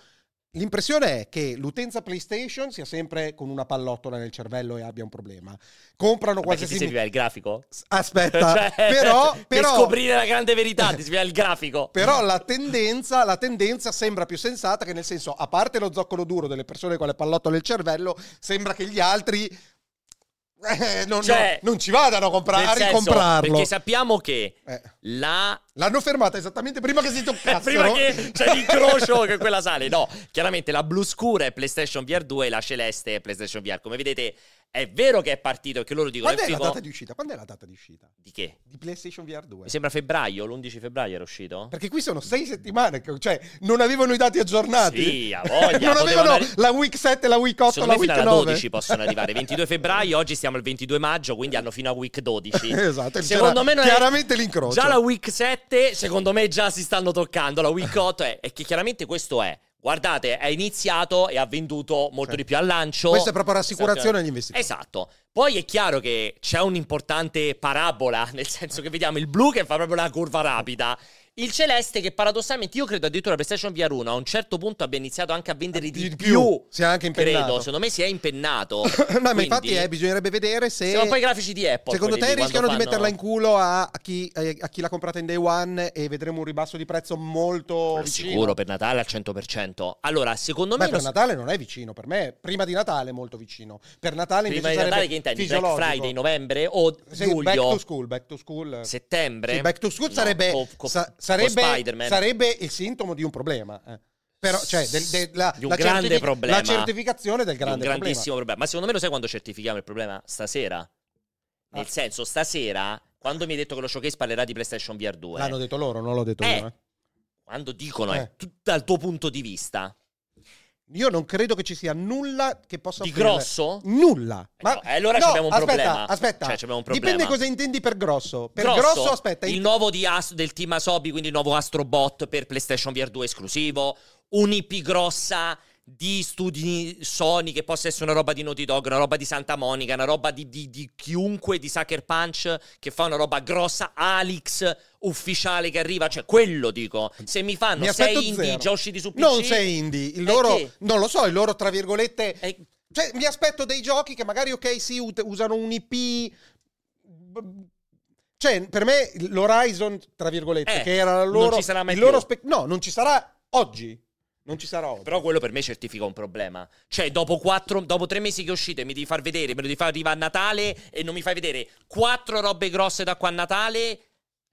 [SPEAKER 2] l'impressione è che l'utenza PlayStation sia sempre con una pallottola nel cervello e abbia un problema. Comprano
[SPEAKER 3] Perché ti
[SPEAKER 2] qualsiasi
[SPEAKER 3] serviva il grafico?
[SPEAKER 2] Aspetta,
[SPEAKER 3] [laughs] Cioè,
[SPEAKER 2] però,
[SPEAKER 3] per
[SPEAKER 2] però-
[SPEAKER 3] scoprire la grande
[SPEAKER 2] [laughs]
[SPEAKER 3] verità, ti serviva il grafico.
[SPEAKER 2] però la tendenza, la tendenza sembra più sensata che nel senso, a parte lo zoccolo duro delle persone con le pallottole nel cervello, sembra che gli altri eh, non,
[SPEAKER 3] Cioè,
[SPEAKER 2] non- non ci vadano a, comprare,
[SPEAKER 3] Nel
[SPEAKER 2] a
[SPEAKER 3] senso,
[SPEAKER 2] ricomprarlo.
[SPEAKER 3] Perché sappiamo che
[SPEAKER 2] Eh,
[SPEAKER 3] la
[SPEAKER 2] L'hanno fermata esattamente prima che si toccassero.
[SPEAKER 3] [laughs] Prima che c'è l'incrocio che quella
[SPEAKER 2] [laughs]
[SPEAKER 3] sale. No, chiaramente la blu scura è PlayStation VR 2 e la celeste è PlayStation VR. Come vedete, è vero che è partito e che loro dicono...
[SPEAKER 2] Quando è
[SPEAKER 3] è
[SPEAKER 2] la
[SPEAKER 3] figo-
[SPEAKER 2] data di uscita? Quando è la data di uscita?
[SPEAKER 3] Di che?
[SPEAKER 2] Di PlayStation VR 2.
[SPEAKER 3] Mi sembra febbraio, l'11 febbraio era uscito.
[SPEAKER 2] Perché qui sono sei settimane, che- cioè non avevano i dati aggiornati.
[SPEAKER 3] Sì, ha voglia,
[SPEAKER 2] non avevano
[SPEAKER 3] potevano arri-
[SPEAKER 2] la week 7, la week 8,
[SPEAKER 3] Secondo
[SPEAKER 2] la
[SPEAKER 3] me fino
[SPEAKER 2] week
[SPEAKER 3] alla
[SPEAKER 2] 9. [laughs]
[SPEAKER 3] 12 possono arrivare. 22 febbraio, oggi siamo al 22 maggio, quindi hanno fino a week 12.
[SPEAKER 2] [laughs] Esatto, e c'era
[SPEAKER 3] secondo me non è-
[SPEAKER 2] chiaramente l'incrocio.
[SPEAKER 3] Già la week 7, secondo me già si stanno toccando. La week 8 è, è che chiaramente questo è. Guardate, è iniziato e ha venduto molto
[SPEAKER 2] Sì.
[SPEAKER 3] di più al lancio.
[SPEAKER 2] Questa è proprio rassicurazione agli investitori.
[SPEAKER 3] Esatto. Poi è chiaro che c'è un'importante parabola, [laughs] nel senso che vediamo il blu che fa proprio una curva rapida. Il celeste che paradossalmente io credo addirittura la PlayStation VR 1 a un certo punto abbia iniziato anche a vendere di,
[SPEAKER 2] Ah, Di
[SPEAKER 3] più.
[SPEAKER 2] più. Si è anche impennato.
[SPEAKER 3] Credo, secondo me si è impennato.
[SPEAKER 2] [coughs] no, ma infatti
[SPEAKER 3] Quindi,
[SPEAKER 2] eh, bisognerebbe vedere se...
[SPEAKER 3] Sono poi i grafici di Apple.
[SPEAKER 2] Secondo
[SPEAKER 3] quelli
[SPEAKER 2] te
[SPEAKER 3] lì, quando
[SPEAKER 2] rischiano di
[SPEAKER 3] fanno-
[SPEAKER 2] metterla in culo a a chi, eh, a chi l'ha comprata in day one e vedremo un ribasso di prezzo molto
[SPEAKER 3] Quello
[SPEAKER 2] vicino?
[SPEAKER 3] Sicuro per Natale al 100%. Allora, secondo
[SPEAKER 2] Beh,
[SPEAKER 3] me lo
[SPEAKER 2] per Natale non è vicino, per me prima di Natale è molto vicino. Per Natale invece
[SPEAKER 3] prima di
[SPEAKER 2] sarebbe
[SPEAKER 3] Natale che intendi Black
[SPEAKER 2] fisiologico.
[SPEAKER 3] Friday, novembre o
[SPEAKER 2] Sì,
[SPEAKER 3] luglio?
[SPEAKER 2] back to school, back to school.
[SPEAKER 3] settembre.
[SPEAKER 2] Sì, back to school
[SPEAKER 3] No,
[SPEAKER 2] sarebbe,
[SPEAKER 3] co- co-
[SPEAKER 2] sa-
[SPEAKER 3] co-
[SPEAKER 2] sarebbe,
[SPEAKER 3] Spider-Man.
[SPEAKER 2] sarebbe il sintomo di un problema. eh. Però, cioè, del- del- la,
[SPEAKER 3] Di un
[SPEAKER 2] la
[SPEAKER 3] grande
[SPEAKER 2] certifi-
[SPEAKER 3] problema.
[SPEAKER 2] La certificazione del grande
[SPEAKER 3] un grandissimo problema. Ma secondo me lo sai quando certifichiamo il problema? Stasera. Nel
[SPEAKER 2] Ah.
[SPEAKER 3] senso, stasera, quando mi hai detto che lo showcase parlerà di PlayStation VR 2,
[SPEAKER 2] problema. L'hanno detto loro, non l'ho detto
[SPEAKER 3] Eh.
[SPEAKER 2] io. eh.
[SPEAKER 3] quando dicono
[SPEAKER 2] Eh.
[SPEAKER 3] è tutto dal tuo punto di vista,
[SPEAKER 2] Io non credo che ci sia nulla che possa
[SPEAKER 3] di
[SPEAKER 2] offrire-
[SPEAKER 3] grosso,
[SPEAKER 2] Nulla. Ma
[SPEAKER 3] no, eh, allora
[SPEAKER 2] no,
[SPEAKER 3] abbiamo un
[SPEAKER 2] aspetta,
[SPEAKER 3] problema.
[SPEAKER 2] Aspetta,
[SPEAKER 3] Cioè, abbiamo un problema.
[SPEAKER 2] dipende cosa intendi per grosso. Per grosso, aspetta,
[SPEAKER 3] il
[SPEAKER 2] in-
[SPEAKER 3] nuovo di As- del team Asobi, quindi il nuovo Astrobot per PlayStation VR 2 esclusivo, un'IP grossa di studi Sony che possa essere una roba di Naughty Dog, una roba di Santa Monica, una roba di, di- di chiunque di Sucker Punch che fa una roba grossa, Alex ufficiale che arriva, cioè quello dico. Se mi fanno
[SPEAKER 2] mi aspetto
[SPEAKER 3] sei indie
[SPEAKER 2] zero.
[SPEAKER 3] già usciti su PC,
[SPEAKER 2] Non sei indie, il
[SPEAKER 3] E
[SPEAKER 2] loro
[SPEAKER 3] che?
[SPEAKER 2] non lo so, il loro tra virgolette
[SPEAKER 3] eh,
[SPEAKER 2] Cioè, mi aspetto dei giochi che magari, ok, sì, ut- usano un IP. b- Cioè, per me l'Horizon, tra virgolette,
[SPEAKER 3] Eh,
[SPEAKER 2] che era la
[SPEAKER 3] non
[SPEAKER 2] loro,
[SPEAKER 3] ci sarà mai
[SPEAKER 2] il loro
[SPEAKER 3] più.
[SPEAKER 2] spe- No, non ci sarà oggi. Non ci sarà oggi.
[SPEAKER 3] Però quello per me certifica un problema. Cioè, dopo, quattro, dopo tre mesi che uscite, mi devi far vedere, me lo devi far arrivare a Natale e non mi fai vedere quattro robe grosse da qua a Natale.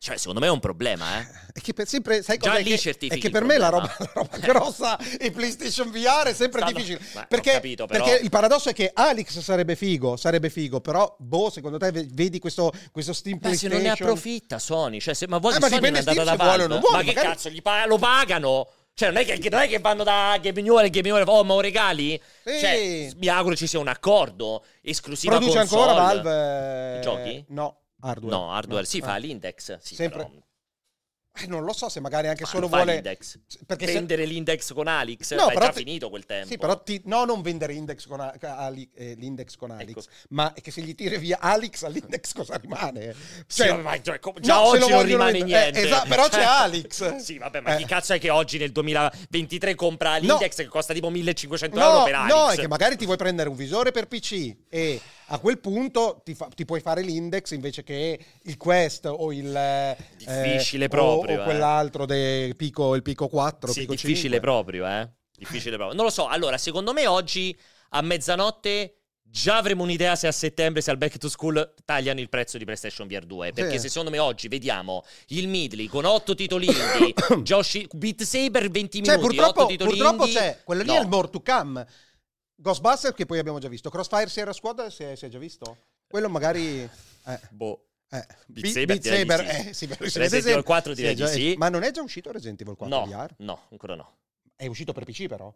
[SPEAKER 3] Cioè, secondo me è un problema,
[SPEAKER 2] [laughs]
[SPEAKER 3] eh.
[SPEAKER 2] è che per sempre, sai
[SPEAKER 3] Già
[SPEAKER 2] cos'è
[SPEAKER 3] lì
[SPEAKER 2] che-
[SPEAKER 3] certifichi
[SPEAKER 2] È che
[SPEAKER 3] il
[SPEAKER 2] per me la roba,
[SPEAKER 3] problema.
[SPEAKER 2] la roba grossa e PlayStation VR è sempre
[SPEAKER 3] Stanno-
[SPEAKER 2] difficile.
[SPEAKER 3] Ma,
[SPEAKER 2] perché,
[SPEAKER 3] ho capito, però-
[SPEAKER 2] perché il paradosso è che Alex sarebbe figo, sarebbe figo, però, boh, secondo te ve- vedi questo, questo Steam
[SPEAKER 3] Ma se
[SPEAKER 2] PlayStation?
[SPEAKER 3] non ne approfitta Sony, cioè, se, ma vuoi
[SPEAKER 2] Eh,
[SPEAKER 3] che
[SPEAKER 2] ma
[SPEAKER 3] Sony non è
[SPEAKER 2] dipende
[SPEAKER 3] andata da
[SPEAKER 2] Steam se vuole o
[SPEAKER 3] Valve?
[SPEAKER 2] non vuole,
[SPEAKER 3] ma che
[SPEAKER 2] magari-
[SPEAKER 3] cazzo, gli pa- lo pagano? Cioè, non è che, non è che vanno da Game Newell e Game Newell, oh, ma ho regali?
[SPEAKER 2] Sì.
[SPEAKER 3] Cioè, mi auguro ci sia un accordo esclusiva
[SPEAKER 2] Produce
[SPEAKER 3] console.
[SPEAKER 2] ancora Valve? eh,
[SPEAKER 3] Giochi?
[SPEAKER 2] No, hardware.
[SPEAKER 3] No, hardware, si
[SPEAKER 2] Ah.
[SPEAKER 3] fa l'index. Sì,
[SPEAKER 2] Sempre-
[SPEAKER 3] però-
[SPEAKER 2] Eh, non lo so se magari anche
[SPEAKER 3] Ma
[SPEAKER 2] solo
[SPEAKER 3] non fa
[SPEAKER 2] vuole
[SPEAKER 3] l'index.
[SPEAKER 2] perché se-
[SPEAKER 3] vendere l'index con Alex
[SPEAKER 2] No,
[SPEAKER 3] ma è
[SPEAKER 2] però
[SPEAKER 3] già
[SPEAKER 2] ti-
[SPEAKER 3] finito quel tempo
[SPEAKER 2] Sì, però ti- no, non vendere index con A- Ali- eh, l'index con Alex,
[SPEAKER 3] Ecco.
[SPEAKER 2] ma è che se gli tiri via Alex all'index cosa rimane?
[SPEAKER 3] Sì,
[SPEAKER 2] Cioè,
[SPEAKER 3] vabbè, ma già- com-
[SPEAKER 2] no,
[SPEAKER 3] già
[SPEAKER 2] se lo
[SPEAKER 3] oggi non
[SPEAKER 2] vogliono
[SPEAKER 3] rimane
[SPEAKER 2] vendere- eh,
[SPEAKER 3] niente
[SPEAKER 2] esatto, però
[SPEAKER 3] Cioè- [laughs]
[SPEAKER 2] c'è Alex.
[SPEAKER 3] sì vabbè ma
[SPEAKER 2] Eh.
[SPEAKER 3] chi cazzo è che oggi nel 2023 compra l'index che costa tipo 1500 euro
[SPEAKER 2] No,
[SPEAKER 3] per Alex
[SPEAKER 2] no, è che magari ti vuoi prendere un visore per PC e a quel punto ti, fa- ti puoi fare l'index invece che il Quest o il... eh,
[SPEAKER 3] Difficile
[SPEAKER 2] o-
[SPEAKER 3] proprio,
[SPEAKER 2] O,
[SPEAKER 3] eh.
[SPEAKER 2] quell'altro, del Pico, il Pico 4,
[SPEAKER 3] sì,
[SPEAKER 2] Pico 5.
[SPEAKER 3] difficile proprio eh difficile proprio non lo so allora secondo me oggi a mezzanotte Già avremo un'idea se a settembre, se al back to school tagliano il prezzo di PlayStation VR 2. Perché
[SPEAKER 2] Sì.
[SPEAKER 3] se secondo me oggi vediamo il Midley con 8 titoli indie,
[SPEAKER 2] [coughs]
[SPEAKER 3] Josh Beat Saber 20
[SPEAKER 2] Cioè,
[SPEAKER 3] minuti,
[SPEAKER 2] purtroppo,
[SPEAKER 3] 8 titoli
[SPEAKER 2] purtroppo
[SPEAKER 3] indie.
[SPEAKER 2] c'è. Quello lì
[SPEAKER 3] No.
[SPEAKER 2] è il more to come. Ghostbusters, che poi abbiamo già visto. Crossfire Sierra Squad, si è, si è già visto? Quello magari. Eh.
[SPEAKER 3] Boh.
[SPEAKER 2] Eh,
[SPEAKER 3] Beat Saber
[SPEAKER 2] Beat
[SPEAKER 3] direi di
[SPEAKER 2] Saber,
[SPEAKER 3] sì.
[SPEAKER 2] eh, sì, però si
[SPEAKER 3] Resident
[SPEAKER 2] vede
[SPEAKER 3] Evil
[SPEAKER 2] sempre.
[SPEAKER 3] 4 direi
[SPEAKER 2] è già-
[SPEAKER 3] di sì.
[SPEAKER 2] Ma non è già uscito Resident Evil 4
[SPEAKER 3] No,
[SPEAKER 2] VR?
[SPEAKER 3] no, ancora no.
[SPEAKER 2] È uscito per PC però.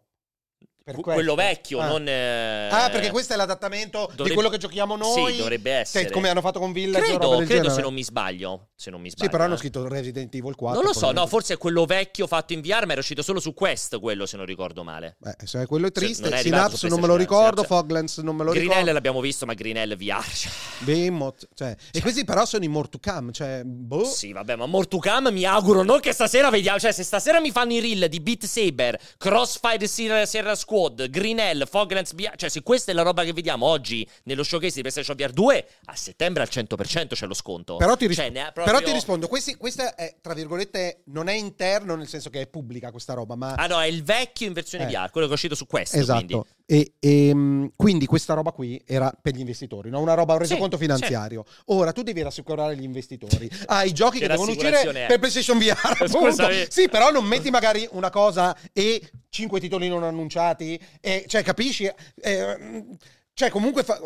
[SPEAKER 2] Per
[SPEAKER 3] Que-
[SPEAKER 2] questo.
[SPEAKER 3] quello vecchio,
[SPEAKER 2] Ah.
[SPEAKER 3] non. eh,
[SPEAKER 2] Ah, perché questo è l'adattamento di
[SPEAKER 3] dovrebbe-
[SPEAKER 2] quello che giochiamo noi.
[SPEAKER 3] Sì, dovrebbe
[SPEAKER 2] Sì,
[SPEAKER 3] essere.
[SPEAKER 2] come hanno fatto con Village o roba
[SPEAKER 3] credo,
[SPEAKER 2] del
[SPEAKER 3] credo
[SPEAKER 2] genere.
[SPEAKER 3] se non mi sbaglio. Se non mi sbaglio.
[SPEAKER 2] Sì, però hanno
[SPEAKER 3] eh.
[SPEAKER 2] scritto Resident Evil 4.
[SPEAKER 3] Non lo so, no,
[SPEAKER 2] probabilmente.
[SPEAKER 3] forse è quello vecchio fatto in VR, ma era uscito solo su Quest, quello se non ricordo male.
[SPEAKER 2] Eh, se quello è triste,
[SPEAKER 3] non è arrivato
[SPEAKER 2] Synapse
[SPEAKER 3] su
[SPEAKER 2] non me lo
[SPEAKER 3] PlayStation,
[SPEAKER 2] ricordo,
[SPEAKER 3] grazie.
[SPEAKER 2] Foglands non me lo ricordo.
[SPEAKER 3] Grinell l'abbiamo visto, ma Grinell VR. cioè,
[SPEAKER 2] Behemoth, cioè. E questi però sono i more to come, cioè, boh.
[SPEAKER 3] Sì, vabbè, ma Mortucam mi auguro non che stasera vediamo. Cioè, se stasera mi fanno i reel di Beat Saber, Crossfire Sierra, Sierra Squad, Grinell, Foglands VR. Cioè, se questa è la roba che vediamo oggi nello showcase di PlayStation VR 2, a settembre al 100% c'è lo sconto.
[SPEAKER 2] Però ti, ris-
[SPEAKER 3] Cioè, ne ha
[SPEAKER 2] però
[SPEAKER 3] proprio-
[SPEAKER 2] ti rispondo, questi- questa è, tra virgolette, non è interno nel senso che è pubblica questa roba, ma...
[SPEAKER 3] Ah no, è il vecchio in versione
[SPEAKER 2] Eh.
[SPEAKER 3] VR, quello che è uscito su questo.
[SPEAKER 2] esatto.
[SPEAKER 3] Quindi.
[SPEAKER 2] E, e, mh, quindi questa roba qui era per gli investitori, no? una roba, un
[SPEAKER 3] Sì,
[SPEAKER 2] resoconto
[SPEAKER 3] sì.
[SPEAKER 2] finanziario. Ora tu devi rassicurare gli investitori. Hai i giochi
[SPEAKER 3] Che
[SPEAKER 2] che devono uscire
[SPEAKER 3] rassicurazione è?
[SPEAKER 2] per PlayStation
[SPEAKER 3] [laughs]
[SPEAKER 2] VR. Appunto.
[SPEAKER 3] Scusami.
[SPEAKER 2] Sì, però non metti magari una cosa e cinque titoli non annunciati, e, cioè capisci? Eh, mh, cioè comunque fa-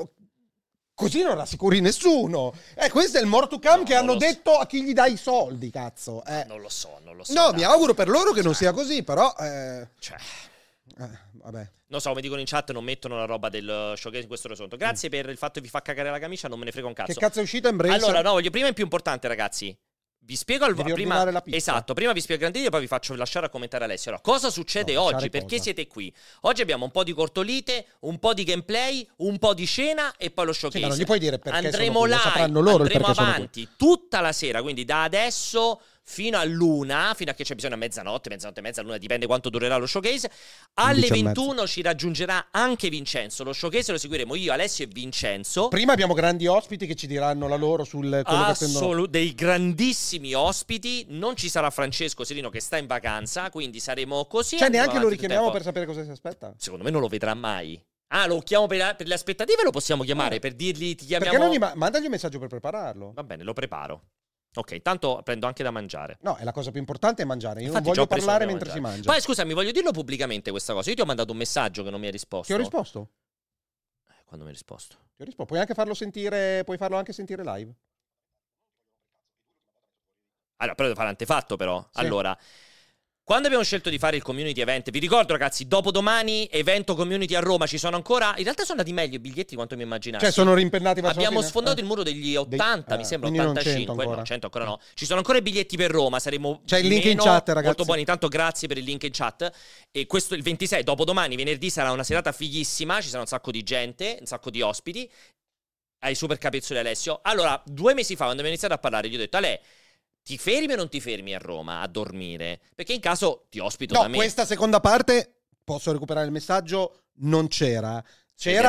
[SPEAKER 2] Così non rassicuri nessuno. Eh, questo è il more to come
[SPEAKER 3] No,
[SPEAKER 2] che
[SPEAKER 3] non
[SPEAKER 2] hanno
[SPEAKER 3] lo so.
[SPEAKER 2] detto a chi gli dai i soldi, cazzo. eh.
[SPEAKER 3] Non lo so, non lo so.
[SPEAKER 2] No,
[SPEAKER 3] dai.
[SPEAKER 2] mi auguro per loro che non sia così, però... eh,
[SPEAKER 3] Cioè,
[SPEAKER 2] eh, vabbè.
[SPEAKER 3] non so, come dicono in chat, non mettono la roba del eh, showcase in questo resoconto. Grazie per il fatto che vi fa cagare la camicia, non me ne frega un cazzo.
[SPEAKER 2] Che cazzo è uscita Embrace?
[SPEAKER 3] Allora, no, voglio prima è più importante, ragazzi. Vi spiego al
[SPEAKER 2] Devi
[SPEAKER 3] prima,
[SPEAKER 2] ordinare la pizza.
[SPEAKER 3] Esatto, prima vi spiego il grandino e poi vi faccio lasciare a commentare Alessio. Allora, cosa succede
[SPEAKER 2] No,
[SPEAKER 3] oggi?
[SPEAKER 2] lasciare
[SPEAKER 3] Perché
[SPEAKER 2] cosa?
[SPEAKER 3] siete qui? Oggi abbiamo un po' di cortolite, un po' di gameplay, un po' di scena e poi lo
[SPEAKER 2] Sì,
[SPEAKER 3] showcase.
[SPEAKER 2] ma non gli puoi dire perché sono
[SPEAKER 3] andremo
[SPEAKER 2] qui, lo
[SPEAKER 3] live,
[SPEAKER 2] sapranno loro il
[SPEAKER 3] andremo
[SPEAKER 2] perché sono qui.
[SPEAKER 3] avanti tutta la sera, quindi da adesso fino a luna, fino a che c'è bisogno a mezzanotte, mezzanotte e mezza, luna, dipende quanto durerà lo showcase. Alle
[SPEAKER 2] 11 e mezza.
[SPEAKER 3] 21 ci raggiungerà anche Vincenzo. Lo showcase lo seguiremo io, Alessio e Vincenzo.
[SPEAKER 2] Prima abbiamo grandi ospiti che ci diranno la loro sul quello che prendono.
[SPEAKER 3] Assolu- dei grandissimi ospiti. Non ci sarà Francesco Serino che sta in vacanza, quindi saremo così.
[SPEAKER 2] Cioè,
[SPEAKER 3] Andiamo
[SPEAKER 2] neanche lo
[SPEAKER 3] avanti tutto il
[SPEAKER 2] richiamiamo per
[SPEAKER 3] tempo.
[SPEAKER 2] sapere cosa si aspetta.
[SPEAKER 3] Secondo me non lo vedrà mai. Ah, lo chiamo per, per le aspettative? Lo possiamo chiamare per dirgli ti chiamiamo.
[SPEAKER 2] Perché non gli ma- mandagli un messaggio per prepararlo.
[SPEAKER 3] Va bene, lo preparo. Ok, tanto prendo anche da mangiare.
[SPEAKER 2] No, è la cosa più importante è mangiare. Io
[SPEAKER 3] Infatti,
[SPEAKER 2] non
[SPEAKER 3] già ho
[SPEAKER 2] voglio
[SPEAKER 3] preso
[SPEAKER 2] parlare
[SPEAKER 3] da
[SPEAKER 2] mentre si
[SPEAKER 3] mangiare.
[SPEAKER 2] mangia.
[SPEAKER 3] Poi scusami, voglio dirlo pubblicamente questa cosa. Io ti ho mandato un messaggio che non mi hai risposto.
[SPEAKER 2] Ti ho risposto.
[SPEAKER 3] Eh, Quando mi hai risposto?
[SPEAKER 2] Ti ho risposto. Puoi anche farlo sentire, puoi farlo anche sentire live.
[SPEAKER 3] Allora, però devo fare l'antefatto, però. Allora, quando abbiamo scelto di fare il community event, vi ricordo, ragazzi, dopodomani, evento community a Roma, ci sono ancora. In realtà sono andati meglio i biglietti di quanto mi immaginassi.
[SPEAKER 2] Cioè, sono rimpennati verso la
[SPEAKER 3] Ah, Abbiamo
[SPEAKER 2] fine?
[SPEAKER 3] sfondato
[SPEAKER 2] Eh.
[SPEAKER 3] il muro degli
[SPEAKER 2] Dei-
[SPEAKER 3] 80, mi
[SPEAKER 2] eh,
[SPEAKER 3] sembra
[SPEAKER 2] quindi non
[SPEAKER 3] 85,
[SPEAKER 2] 100 ancora.
[SPEAKER 3] no, 100 ancora no. Ci sono ancora i biglietti per Roma, saremo
[SPEAKER 2] C'è il link in
[SPEAKER 3] meno-
[SPEAKER 2] chat, ragazzi.
[SPEAKER 3] Molto buoni, intanto grazie per il link in chat. E questo il 26, dopodomani, venerdì sarà una serata fighissima, ci sarà un sacco di gente, un sacco di ospiti. Ai super capezzoli Alessio. Allora, due mesi fa quando abbiamo iniziato a parlare, gli ho detto Ale ti fermi o non ti fermi a Roma a dormire? Perché in caso ti ospito da
[SPEAKER 2] No,
[SPEAKER 3] me.
[SPEAKER 2] questa seconda parte posso recuperare il messaggio. Non c'era.
[SPEAKER 3] Sei
[SPEAKER 2] C'era.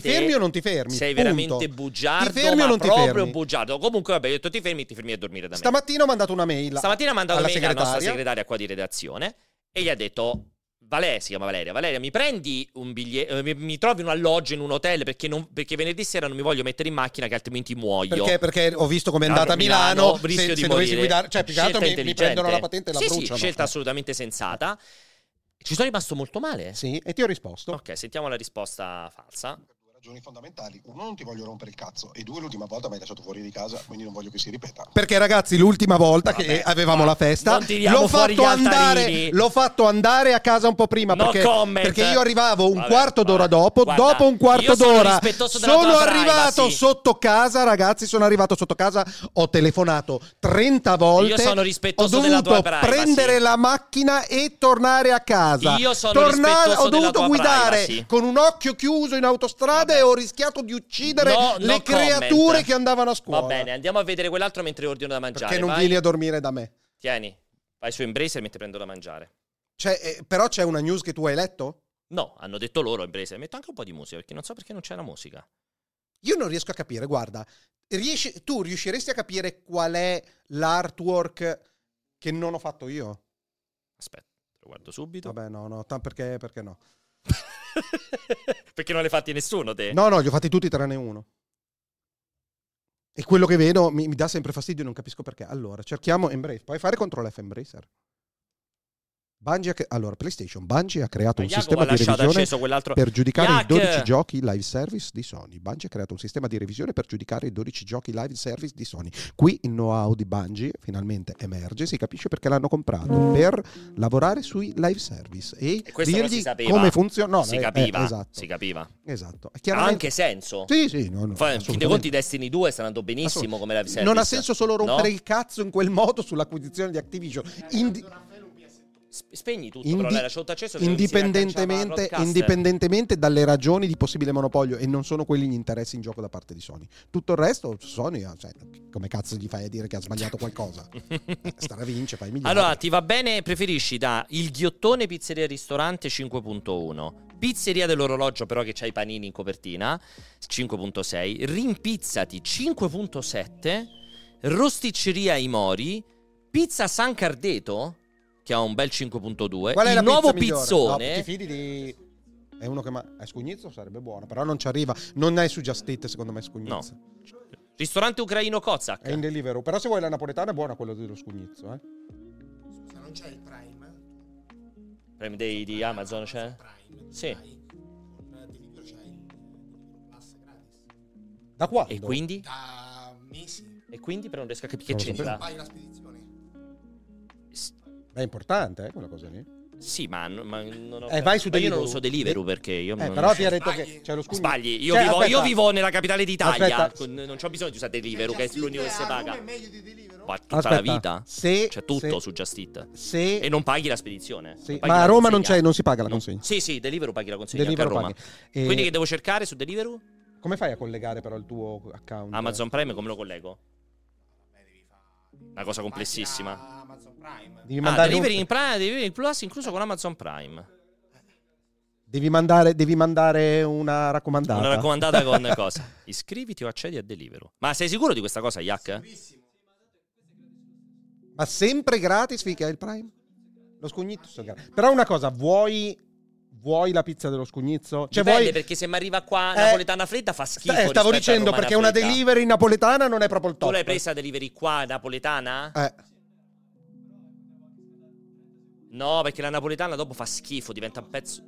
[SPEAKER 2] Ti fermi o non ti fermi?
[SPEAKER 3] Sei
[SPEAKER 2] Punto.
[SPEAKER 3] veramente bugiardo,
[SPEAKER 2] Ti fermi o
[SPEAKER 3] ma
[SPEAKER 2] non ti
[SPEAKER 3] proprio
[SPEAKER 2] fermi?
[SPEAKER 3] bugiardo. Comunque vabbè, ho detto ti fermi, ti fermi a dormire da me.
[SPEAKER 2] Stamattina ho mandato una mail.
[SPEAKER 3] Stamattina ha mandato
[SPEAKER 2] alla
[SPEAKER 3] mail alla nostra
[SPEAKER 2] segretaria.
[SPEAKER 3] segretaria qua di redazione e gli ha detto: Valeria, si chiama Valeria, Valeria, mi prendi un biglietto, mi, mi trovi un alloggio in un hotel perché, non- perché venerdì sera non mi voglio mettere in macchina che altrimenti muoio.
[SPEAKER 2] Perché, perché ho visto come è
[SPEAKER 3] Milano,
[SPEAKER 2] andata a Milano,
[SPEAKER 3] rischio
[SPEAKER 2] se,
[SPEAKER 3] di
[SPEAKER 2] se dovessi
[SPEAKER 3] morire.
[SPEAKER 2] guidare, cioè più che altro
[SPEAKER 3] Scelta
[SPEAKER 2] mi, mi
[SPEAKER 3] intelligente.
[SPEAKER 2] prendono la patente e la
[SPEAKER 3] Sì, sì,
[SPEAKER 2] bruciano.
[SPEAKER 3] scelta
[SPEAKER 2] Eh.
[SPEAKER 3] assolutamente sensata. Ci sono rimasto molto male.
[SPEAKER 2] Sì, e ti ho risposto.
[SPEAKER 3] Ok, sentiamo la risposta falsa.
[SPEAKER 4] per due ragioni fondamentali. Uno, non ti voglio rompere il cazzo. E due, l'ultima volta mi hai lasciato fuori di casa, quindi non voglio che si ripeta.
[SPEAKER 2] Perché ragazzi, l'ultima volta
[SPEAKER 3] Vabbè,
[SPEAKER 2] che avevamo
[SPEAKER 3] va-
[SPEAKER 2] la festa,
[SPEAKER 3] non tiriamo
[SPEAKER 2] l'ho
[SPEAKER 3] fuori
[SPEAKER 2] fatto,
[SPEAKER 3] gli altarini.
[SPEAKER 2] andare, l'ho fatto andare a casa un po' prima
[SPEAKER 3] No
[SPEAKER 2] perché,
[SPEAKER 3] comment.
[SPEAKER 2] perché io arrivavo un
[SPEAKER 3] Vabbè,
[SPEAKER 2] quarto
[SPEAKER 3] vabbè.
[SPEAKER 2] d'ora dopo,
[SPEAKER 3] Guarda,
[SPEAKER 2] dopo un quarto
[SPEAKER 3] io sono
[SPEAKER 2] d'ora
[SPEAKER 3] rispettoso della
[SPEAKER 2] sono
[SPEAKER 3] tua
[SPEAKER 2] arrivato
[SPEAKER 3] privacy.
[SPEAKER 2] sotto casa, ragazzi, sono arrivato sotto casa, ho telefonato 30 volte,
[SPEAKER 3] Io sono rispettoso
[SPEAKER 2] ho
[SPEAKER 3] della
[SPEAKER 2] dovuto
[SPEAKER 3] tua privacy.
[SPEAKER 2] prendere la macchina e tornare a casa.
[SPEAKER 3] Io sono
[SPEAKER 2] Tornare-
[SPEAKER 3] rispettoso
[SPEAKER 2] ho
[SPEAKER 3] della
[SPEAKER 2] dovuto
[SPEAKER 3] tua
[SPEAKER 2] guidare
[SPEAKER 3] privacy.
[SPEAKER 2] con un occhio chiuso in autostrada
[SPEAKER 3] Vabbè.
[SPEAKER 2] e ho rischiato di uccidere
[SPEAKER 3] No,
[SPEAKER 2] le
[SPEAKER 3] no
[SPEAKER 2] creature
[SPEAKER 3] comment.
[SPEAKER 2] che andavano a scuola.
[SPEAKER 3] Va bene, andiamo a vedere quell'altro mentre ordino da mangiare.
[SPEAKER 2] Perché non
[SPEAKER 3] vai.
[SPEAKER 2] vieni a dormire da me?
[SPEAKER 3] Tieni, vai su Embracer mentre prendo da mangiare.
[SPEAKER 2] Cioè, eh, però c'è una news che tu hai letto?
[SPEAKER 3] No, hanno detto loro Embracer. Metto anche un po' di musica perché non so perché non c'è la musica.
[SPEAKER 2] Io non riesco a capire, guarda, riesci- tu riusciresti a capire qual è l'artwork che non ho fatto io?
[SPEAKER 3] Aspetta, lo guardo subito.
[SPEAKER 2] Vabbè, no, no, ta- perché, perché no?
[SPEAKER 3] [laughs] Perché non le fatti nessuno te?
[SPEAKER 2] No, no, li ho fatti tutti tranne uno. E quello che vedo mi, mi dà sempre fastidio, non capisco perché. Allora, cerchiamo Embrace, puoi fare CTRL F Embracer? Bungie ha cre- allora, PlayStation, Bungie ha creato
[SPEAKER 3] Ma
[SPEAKER 2] un
[SPEAKER 3] Jacopo
[SPEAKER 2] sistema
[SPEAKER 3] ha
[SPEAKER 2] di
[SPEAKER 3] lasciato
[SPEAKER 2] revisione
[SPEAKER 3] acceso quell'altro.
[SPEAKER 2] per giudicare
[SPEAKER 3] Jack!
[SPEAKER 2] i 12 giochi live service di Sony. Bungie ha creato un sistema di revisione per giudicare i 12 giochi live service di Sony. Qui il know-how di Bungie finalmente emerge, si capisce perché l'hanno comprato, per lavorare sui live service e,
[SPEAKER 3] E questo non si
[SPEAKER 2] dirgli
[SPEAKER 3] sapeva.
[SPEAKER 2] come funziona.
[SPEAKER 3] si capiva,
[SPEAKER 2] esatto.
[SPEAKER 3] si capiva.
[SPEAKER 2] esatto. E
[SPEAKER 3] Ha
[SPEAKER 2] chiaramente-
[SPEAKER 3] anche senso.
[SPEAKER 2] Sì, sì, no, no,
[SPEAKER 3] Fa- in fin dei
[SPEAKER 2] assolutamente.
[SPEAKER 3] conti Destiny 2 sta andando benissimo
[SPEAKER 2] Assolut-
[SPEAKER 3] come la service.
[SPEAKER 2] Non ha senso solo rompere
[SPEAKER 3] No?
[SPEAKER 2] il cazzo in quel modo sull'acquisizione di Activision. Indi-
[SPEAKER 3] Sp- Spegni tutto,
[SPEAKER 2] Indi-
[SPEAKER 3] però l'hai lasciato acceso. se no si
[SPEAKER 2] indipendentemente,
[SPEAKER 3] riagganciava al broadcaster.
[SPEAKER 2] indipendentemente dalle ragioni di possibile monopolio e non sono quelli gli interessi in gioco da parte di Sony. Tutto il resto, Sony, ah, cioè, come cazzo gli fai a dire che ha sbagliato
[SPEAKER 3] [laughs]
[SPEAKER 2] qualcosa? Stara vince, fai migliore.
[SPEAKER 3] Allora, ti va bene? Preferisci da Il Ghiottone Pizzeria e Ristorante 5.1, Pizzeria dell'Orologio però che c'hai i panini in copertina 5.6, Rimpizzati 5.7, Rosticceria Imori, Pizza San Cardeto che ha un bel 5.2,
[SPEAKER 2] Qual è
[SPEAKER 3] il
[SPEAKER 2] la
[SPEAKER 3] nuovo
[SPEAKER 2] pizza migliore?
[SPEAKER 3] pizzone
[SPEAKER 2] No, ti fidi di... È uno che... Ma... È scugnizzo? Sarebbe buono, però non ci arriva. Non è su Just Eat, secondo me, scugnizzo.
[SPEAKER 3] Ristorante ucraino Kozak.
[SPEAKER 2] È Eh, in Deliveroo. Però se vuoi la napoletana è buona quella dello scugnizzo, eh.
[SPEAKER 5] Scusa, non c'è il Prime?
[SPEAKER 3] Prime Day di Amazon cioè. c'è?
[SPEAKER 5] Prime,
[SPEAKER 3] Sì.
[SPEAKER 5] dai. Con
[SPEAKER 1] eh,
[SPEAKER 5] Deliveroo c'è il Deliveroo Plus gratis.
[SPEAKER 2] Da quando?
[SPEAKER 3] E quindi?
[SPEAKER 5] Da mesi.
[SPEAKER 3] E quindi? Però non riesco a capire che
[SPEAKER 2] Non lo
[SPEAKER 3] c'entra.
[SPEAKER 5] Fai una spedizione.
[SPEAKER 3] S-
[SPEAKER 2] È importante, eh, quella cosa lì.
[SPEAKER 3] Sì, ma, ma non ho
[SPEAKER 2] Eh, vai su
[SPEAKER 3] ma io non
[SPEAKER 2] Deliveroo.
[SPEAKER 3] uso Deliveroo perché io
[SPEAKER 2] Eh,
[SPEAKER 3] non
[SPEAKER 2] però ti ha
[SPEAKER 5] c'è.
[SPEAKER 2] detto che
[SPEAKER 5] Sbagli.
[SPEAKER 2] c'è lo scugnizzo.
[SPEAKER 3] Sbagli, io,
[SPEAKER 2] Cioè,
[SPEAKER 3] vivo, io
[SPEAKER 2] aspetta.
[SPEAKER 3] vivo nella capitale d'Italia,
[SPEAKER 2] Aspetta.
[SPEAKER 3] con- non c'ho bisogno di usare Deliveroo,
[SPEAKER 5] Cioè,
[SPEAKER 3] che è
[SPEAKER 5] Just Eat
[SPEAKER 3] l'unico che si
[SPEAKER 5] ha
[SPEAKER 3] paga.
[SPEAKER 5] come meglio di Deliveroo?
[SPEAKER 3] Ma tutta
[SPEAKER 2] Aspetta,
[SPEAKER 3] la vita?
[SPEAKER 2] se-
[SPEAKER 3] C'è tutto
[SPEAKER 2] se-
[SPEAKER 3] su Just Eat.
[SPEAKER 2] Se...
[SPEAKER 3] E non paghi la spedizione.
[SPEAKER 2] Sì,
[SPEAKER 3] Non paghi
[SPEAKER 2] ma
[SPEAKER 3] la
[SPEAKER 2] a Roma non
[SPEAKER 3] consegna.
[SPEAKER 2] c'è, non si paga la
[SPEAKER 3] No.
[SPEAKER 2] consegna.
[SPEAKER 3] Sì, sì, Deliveroo paghi la consegna
[SPEAKER 2] Deliveroo
[SPEAKER 3] anche a Roma.
[SPEAKER 2] paghi. E
[SPEAKER 3] Quindi che devo cercare su Deliveroo?
[SPEAKER 2] Eh, Come fai a collegare però il tuo account?
[SPEAKER 3] Amazon Prime come lo collego?
[SPEAKER 5] Beh, devi fare-
[SPEAKER 3] Una cosa complessissima.
[SPEAKER 5] Amazon Prime.
[SPEAKER 2] Devi
[SPEAKER 3] Ah,
[SPEAKER 2] mandare, un-
[SPEAKER 3] Delivery in Prime, Delivery in Plus incluso con Amazon Prime.
[SPEAKER 2] devi mandare, devi mandare una raccomandata.
[SPEAKER 3] Una raccomandata
[SPEAKER 2] [laughs]
[SPEAKER 3] con cosa? [laughs] Iscriviti o accedi a Deliveroo. Ma sei sicuro di questa cosa, Yak?
[SPEAKER 5] Bellissimo.
[SPEAKER 2] Ma sempre gratis finché hai il Prime? Lo scugnizzo. è gratis. Però una cosa, vuoi, vuoi la pizza dello scugnizzo? Cioè,
[SPEAKER 3] Dipende
[SPEAKER 2] vuoi...
[SPEAKER 3] perché se mi arriva qua
[SPEAKER 2] Eh,
[SPEAKER 3] napoletana fredda fa
[SPEAKER 2] sta-
[SPEAKER 3] schifo.
[SPEAKER 2] eh,
[SPEAKER 3] rispetto
[SPEAKER 2] stavo
[SPEAKER 3] a
[SPEAKER 2] dicendo
[SPEAKER 3] romana
[SPEAKER 2] perché una
[SPEAKER 3] fredda.
[SPEAKER 2] delivery napoletana non è proprio il top.
[SPEAKER 3] Tu l'hai presa delivery qua napoletana?
[SPEAKER 2] Eh,
[SPEAKER 3] No, perché la napoletana dopo fa schifo, diventa un pezzo.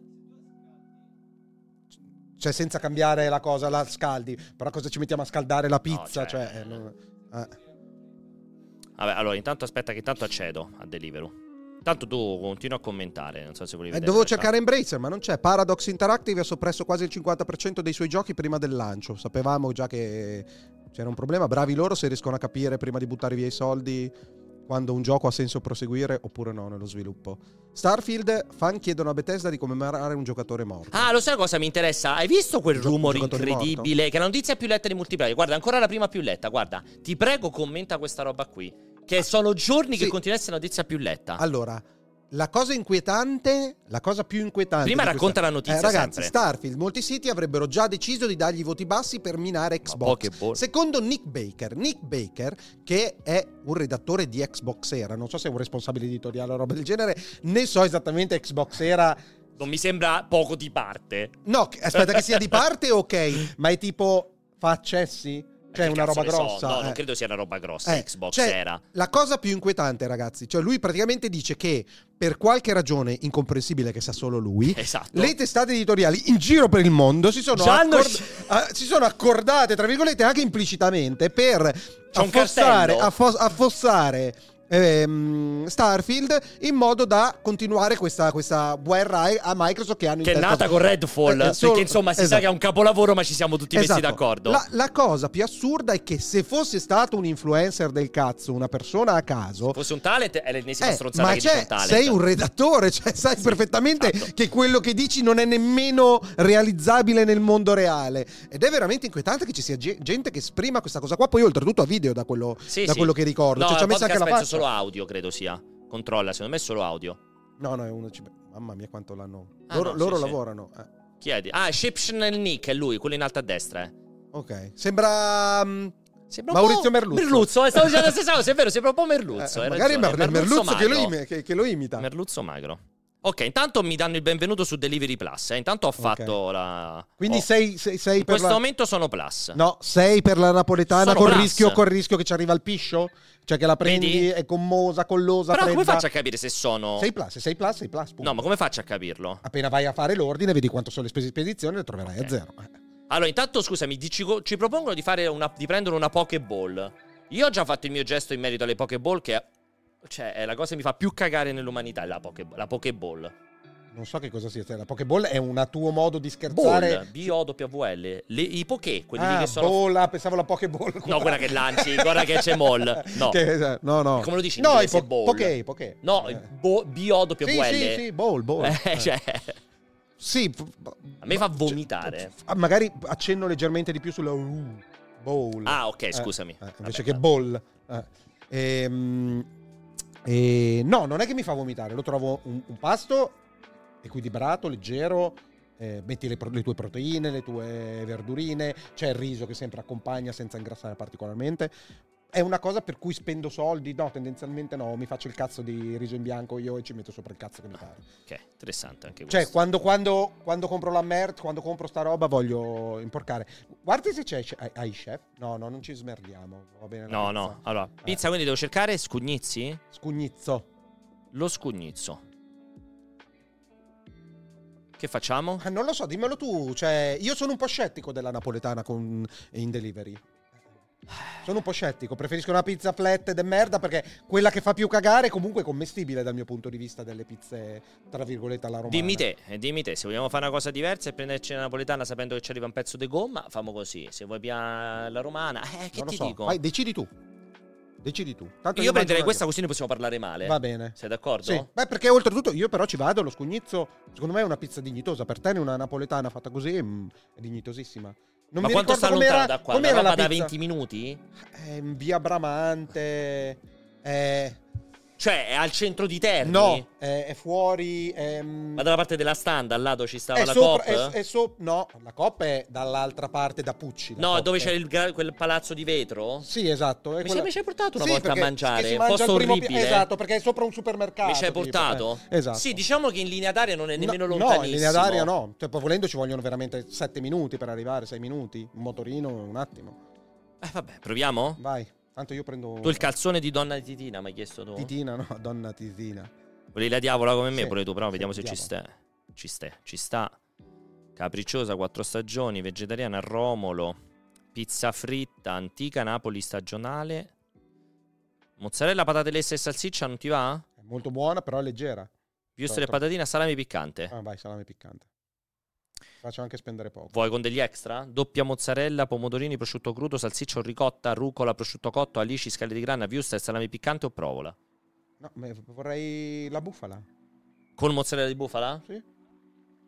[SPEAKER 2] cioè, senza cambiare la cosa, la scaldi. Però cosa ci mettiamo a scaldare la pizza?
[SPEAKER 3] No, cioè-
[SPEAKER 2] Cioè, eh, non- eh.
[SPEAKER 3] Vabbè, allora intanto aspetta che intanto accedo a Deliveroo. Intanto tu continua a commentare, non so se volevi
[SPEAKER 2] Eh,
[SPEAKER 3] vedere
[SPEAKER 2] dovevo
[SPEAKER 3] in realtà.
[SPEAKER 2] cercare Embracer, ma non c'è. Paradox Interactive ha soppresso quasi il 50% dei suoi giochi prima del lancio. Sapevamo già che c'era un problema. Bravi loro se riescono a capire prima di buttare via i soldi quando un gioco ha senso proseguire oppure no nello sviluppo. Starfield, fan chiedono a Bethesda di commemorare un giocatore morto.
[SPEAKER 3] Ah, lo sai cosa mi interessa? Hai visto quel
[SPEAKER 2] Gio-
[SPEAKER 3] rumore
[SPEAKER 2] giocatore
[SPEAKER 3] incredibile? Che è la notizia più letta di multiplayer. Guarda, ancora la prima più letta. Guarda, ti prego, commenta questa roba qui. Che sono giorni che
[SPEAKER 2] Sì. Ah.
[SPEAKER 3] continua a essere la notizia più letta.
[SPEAKER 2] Allora, la cosa inquietante, la cosa più inquietante...
[SPEAKER 3] Prima
[SPEAKER 2] di
[SPEAKER 3] racconta la notizia.
[SPEAKER 2] Eh, ragazzi,
[SPEAKER 3] sempre.
[SPEAKER 2] Starfield, molti siti avrebbero già deciso di dargli voti bassi per minare
[SPEAKER 3] Ma boh,
[SPEAKER 2] Xbox.
[SPEAKER 3] che bolle.
[SPEAKER 2] Secondo Nick Baker, Nick Baker, che è un redattore di Xbox Era, non so se è un responsabile editoriale o roba del genere, ne so esattamente Xbox Era.
[SPEAKER 3] Non mi sembra poco di parte.
[SPEAKER 2] No, che- aspetta che sia di
[SPEAKER 3] [laughs]
[SPEAKER 2] parte, ok, ma è tipo fa accessi? Cioè,
[SPEAKER 3] Che
[SPEAKER 2] una
[SPEAKER 3] cazzo
[SPEAKER 2] roba
[SPEAKER 3] ne so?
[SPEAKER 2] grossa.
[SPEAKER 3] No, non
[SPEAKER 2] eh.
[SPEAKER 3] credo sia una roba grossa.
[SPEAKER 2] Eh,
[SPEAKER 3] Xbox
[SPEAKER 2] cioè,
[SPEAKER 3] era.
[SPEAKER 2] La cosa più inquietante, ragazzi, cioè lui praticamente dice che per qualche ragione incomprensibile che sa solo lui,
[SPEAKER 3] Esatto.
[SPEAKER 2] le testate editoriali in giro per il mondo si sono,
[SPEAKER 3] Già hanno-
[SPEAKER 2] accord- ah, si sono accordate, tra virgolette, anche implicitamente per
[SPEAKER 3] un
[SPEAKER 2] affossare,
[SPEAKER 3] cartello.
[SPEAKER 2] affos- affossare, ehm, Starfield in modo da continuare questa, questa guerra ai- a Microsoft che hanno in
[SPEAKER 3] Che è
[SPEAKER 2] testa-
[SPEAKER 3] nata con Redfall.
[SPEAKER 2] Eh, eh, solo-
[SPEAKER 3] perché insomma si sa
[SPEAKER 2] esatto.
[SPEAKER 3] che è un capolavoro, ma ci siamo tutti messi
[SPEAKER 2] Esatto.
[SPEAKER 3] d'accordo.
[SPEAKER 2] La, la cosa più assurda è che se fosse stato un influencer del cazzo, una persona a caso.
[SPEAKER 3] Fosse un talent, è l'ennesima
[SPEAKER 2] eh,
[SPEAKER 3] strozzata
[SPEAKER 2] ma
[SPEAKER 3] che
[SPEAKER 2] c'è-
[SPEAKER 3] dice un talent.
[SPEAKER 2] sei un redattore, cioè sai perfettamente
[SPEAKER 3] esatto.
[SPEAKER 2] che quello che dici non è nemmeno realizzabile nel mondo reale. Ed è veramente inquietante che ci sia ge- gente che esprima questa cosa qua. Poi, oltretutto, a video da quello,
[SPEAKER 3] Sì,
[SPEAKER 2] da
[SPEAKER 3] sì.
[SPEAKER 2] quello che ricordo.
[SPEAKER 3] No,
[SPEAKER 2] cioè, ci ha
[SPEAKER 3] il
[SPEAKER 2] messo anche
[SPEAKER 3] podcast
[SPEAKER 2] la
[SPEAKER 3] penso
[SPEAKER 2] faccia.
[SPEAKER 3] solo audio, credo sia. Controlla, secondo me è solo audio.
[SPEAKER 2] No, no, è uno. ci- Mamma mia, quanto l'hanno.
[SPEAKER 3] Ah,
[SPEAKER 2] loro
[SPEAKER 3] no,
[SPEAKER 2] loro
[SPEAKER 3] sì, sì.
[SPEAKER 2] lavorano. eh.
[SPEAKER 3] Chiedi. Ah, Shipsnell Nick è lui, quello in alto a destra. eh.
[SPEAKER 2] Ok. Sembra. mm,
[SPEAKER 3] Sembra
[SPEAKER 2] Maurizio
[SPEAKER 3] un po'
[SPEAKER 2] Merluzzo.
[SPEAKER 3] Merluzzo, eh, stavo dicendo la stessa cosa, è vero, sembra un po' Merluzzo.
[SPEAKER 2] eh,
[SPEAKER 3] hai
[SPEAKER 2] magari
[SPEAKER 3] ragione,
[SPEAKER 2] Mer- Merluzzo che lo,
[SPEAKER 3] magro.
[SPEAKER 2] imi- che- che lo imita.
[SPEAKER 3] Merluzzo magro. Ok, intanto mi danno il benvenuto su Delivery Plus. eh. Intanto ho fatto la.
[SPEAKER 2] Quindi
[SPEAKER 3] oh.
[SPEAKER 2] sei, sei- sei
[SPEAKER 3] In
[SPEAKER 2] per
[SPEAKER 3] questo
[SPEAKER 2] la...
[SPEAKER 3] momento sono Plus.
[SPEAKER 2] No, sei per la napoletana
[SPEAKER 3] Sono
[SPEAKER 2] col
[SPEAKER 3] plus.
[SPEAKER 2] rischio, col rischio che ci arriva il piscio? Cioè che la prendi,
[SPEAKER 3] Vedi?
[SPEAKER 2] è commosa, collosa,
[SPEAKER 3] Però come
[SPEAKER 2] fredda.
[SPEAKER 3] faccio a capire se sono.
[SPEAKER 2] Sei plus, sei plus, sei plus, punto.
[SPEAKER 3] No, ma come faccio a capirlo?
[SPEAKER 2] Appena vai a fare l'ordine, vedi quanto sono le spese di spedizione e le troverai
[SPEAKER 3] Ok.
[SPEAKER 2] a zero. Eh.
[SPEAKER 3] Allora, intanto, scusami, di- ci, ci propongono di, fare una, di prendere una Pokéball. Io ho già fatto il mio gesto in merito alle Pokéball, che è, cioè, è la cosa che mi fa più cagare nell'umanità, è la, Poké- la Pokéball.
[SPEAKER 2] Non so che cosa sia, cioè, la Pokéball è un tuo modo di scherzare.
[SPEAKER 3] Ball, B-O-W-L. Le- I Poké, quelli lì
[SPEAKER 2] ah,
[SPEAKER 3] che sono...
[SPEAKER 2] bolla, pensavo la Pokéball.
[SPEAKER 3] No, quella
[SPEAKER 2] [laughs]
[SPEAKER 3] che lanci, quella che c'è mol. No.
[SPEAKER 2] Che- eh, no, no.
[SPEAKER 3] Come lo dici in
[SPEAKER 2] No, i
[SPEAKER 3] inglese,
[SPEAKER 2] po-
[SPEAKER 3] ball?
[SPEAKER 2] Poké, Poké.
[SPEAKER 3] No,
[SPEAKER 2] Eh.
[SPEAKER 3] bo- B-O-W-L.
[SPEAKER 2] Sì, sì, sì, ball, ball.
[SPEAKER 3] Eh,
[SPEAKER 2] Eh. [laughs]
[SPEAKER 3] cioè,
[SPEAKER 2] Sì. f-
[SPEAKER 3] A me fa
[SPEAKER 2] cioè,
[SPEAKER 3] vomitare.
[SPEAKER 2] f- magari accenno leggermente di più sulla uh, bowl.
[SPEAKER 3] Ah, ok,
[SPEAKER 2] Eh,
[SPEAKER 3] scusami.
[SPEAKER 2] eh, invece
[SPEAKER 3] Vabbè,
[SPEAKER 2] che
[SPEAKER 3] no.
[SPEAKER 2] bowl. eh. Ehm, eh, no, non è che mi fa vomitare. Lo trovo un, un pasto equilibrato, leggero. eh, metti le, pro- le tue proteine, le tue verdurine. C'è il riso che sempre accompagna senza ingrassare particolarmente. è una cosa per cui spendo soldi? No, tendenzialmente no, mi faccio il cazzo di riso in bianco io e ci metto sopra il cazzo che mi pare.
[SPEAKER 3] Ok, interessante anche questo.
[SPEAKER 2] Cioè, quando, quando- quando compro la merda, quando compro sta roba, voglio imporcare. Guardi se c'è ai, ai chef. No, no, non ci smerdiamo. Va bene. la
[SPEAKER 3] No,
[SPEAKER 2] pizza.
[SPEAKER 3] no. Allora,
[SPEAKER 2] Eh.
[SPEAKER 3] pizza quindi devo cercare scugnizzi?
[SPEAKER 2] Scugnizzo.
[SPEAKER 3] Lo scugnizzo. Che facciamo?
[SPEAKER 2] Ah, non lo so, dimmelo tu. Cioè, io sono un po' scettico della napoletana con, in delivery. Sono un po' scettico, preferisco una pizza flat de merda perché quella che fa più cagare è comunque commestibile dal mio punto di vista delle pizze, tra virgolette, alla romana.
[SPEAKER 3] Dimmi te, eh, dimmi te, se vogliamo fare una cosa diversa e prenderci la napoletana sapendo che ci arriva un pezzo di gomma, famo così. Se vuoi via la romana, eh, che
[SPEAKER 2] Non lo
[SPEAKER 3] ti
[SPEAKER 2] so.
[SPEAKER 3] dico?
[SPEAKER 2] Vai, decidi tu. Decidi tu. Tanto
[SPEAKER 3] Io prenderei
[SPEAKER 2] mangio
[SPEAKER 3] questa così ne possiamo parlare male.
[SPEAKER 2] una- Va bene.
[SPEAKER 3] Sei d'accordo?
[SPEAKER 2] Sì. Beh, perché oltretutto io però ci vado, lo scugnizzo, secondo me è una pizza dignitosa. Per te una napoletana fatta così mm, è dignitosissima. Non
[SPEAKER 3] Ma
[SPEAKER 2] mi
[SPEAKER 3] quanto
[SPEAKER 2] ricordo
[SPEAKER 3] sta lontano
[SPEAKER 2] com'era-
[SPEAKER 3] da qua? Una
[SPEAKER 2] com'era
[SPEAKER 3] roba
[SPEAKER 2] la
[SPEAKER 3] da
[SPEAKER 2] pizza?
[SPEAKER 3] 20 minuti?
[SPEAKER 2] Eh, in via Bramante. eh,
[SPEAKER 3] Cioè, è al centro di Terni?
[SPEAKER 2] no, eh, è fuori. ehm,
[SPEAKER 3] Ma dalla parte della stand, al lato ci stava
[SPEAKER 2] è
[SPEAKER 3] la
[SPEAKER 2] sopra-
[SPEAKER 3] COP?
[SPEAKER 2] è- è so- no, la coppa è dall'altra parte da Pucci. la
[SPEAKER 3] No,
[SPEAKER 2] Coop
[SPEAKER 3] dove
[SPEAKER 2] è-
[SPEAKER 3] c'è il gra- quel palazzo di vetro?
[SPEAKER 2] Sì, esatto. è
[SPEAKER 3] Mi
[SPEAKER 2] quella-
[SPEAKER 3] sa- mi ci hai portato una
[SPEAKER 2] Sì,
[SPEAKER 3] volta a
[SPEAKER 2] perché-
[SPEAKER 3] mangiare,
[SPEAKER 2] che si
[SPEAKER 3] un
[SPEAKER 2] mangia
[SPEAKER 3] posto
[SPEAKER 2] al primo pi-
[SPEAKER 3] orribile.
[SPEAKER 2] esatto, perché è sopra un supermercato.
[SPEAKER 3] Mi ci hai
[SPEAKER 2] tipo,
[SPEAKER 3] portato?
[SPEAKER 2] eh, esatto.
[SPEAKER 3] Sì, diciamo che in linea d'aria non è nemmeno
[SPEAKER 2] no,
[SPEAKER 3] lontanissimo.
[SPEAKER 2] No, in linea d'aria no. Cioè, poi volendo ci vogliono veramente 7 minuti per arrivare, 6 minuti. Un motorino, un attimo.
[SPEAKER 3] Eh, vabbè, proviamo?
[SPEAKER 2] Vai. Tanto io prendo.
[SPEAKER 3] Tu il calzone di donna di Titina mi hai chiesto tu?
[SPEAKER 2] Titina, no, donna Titina.
[SPEAKER 3] Volevi la diavola come me,
[SPEAKER 2] Sì,
[SPEAKER 3] pure tu, però
[SPEAKER 2] sì,
[SPEAKER 3] vediamo se ci
[SPEAKER 2] diavola.
[SPEAKER 3] sta. Ci sta, ci sta. Capricciosa, quattro stagioni, vegetariana, a romolo, pizza fritta, antica Napoli stagionale. Mozzarella, patate lesse e salsiccia, non ti va?
[SPEAKER 2] È molto buona, però è leggera.
[SPEAKER 3] Viustole e
[SPEAKER 2] Troppo.
[SPEAKER 3] patatina, salami piccante.
[SPEAKER 2] Ah, vai, salame piccante. Faccio anche spendere poco.
[SPEAKER 3] Vuoi con degli extra? Doppia mozzarella, pomodorini, prosciutto crudo, salsiccia o ricotta, rucola, prosciutto cotto, alici, scale di grana, viusta e salami piccante o provola.
[SPEAKER 2] No, ma vorrei la bufala.
[SPEAKER 3] Con mozzarella di bufala?
[SPEAKER 2] Sì.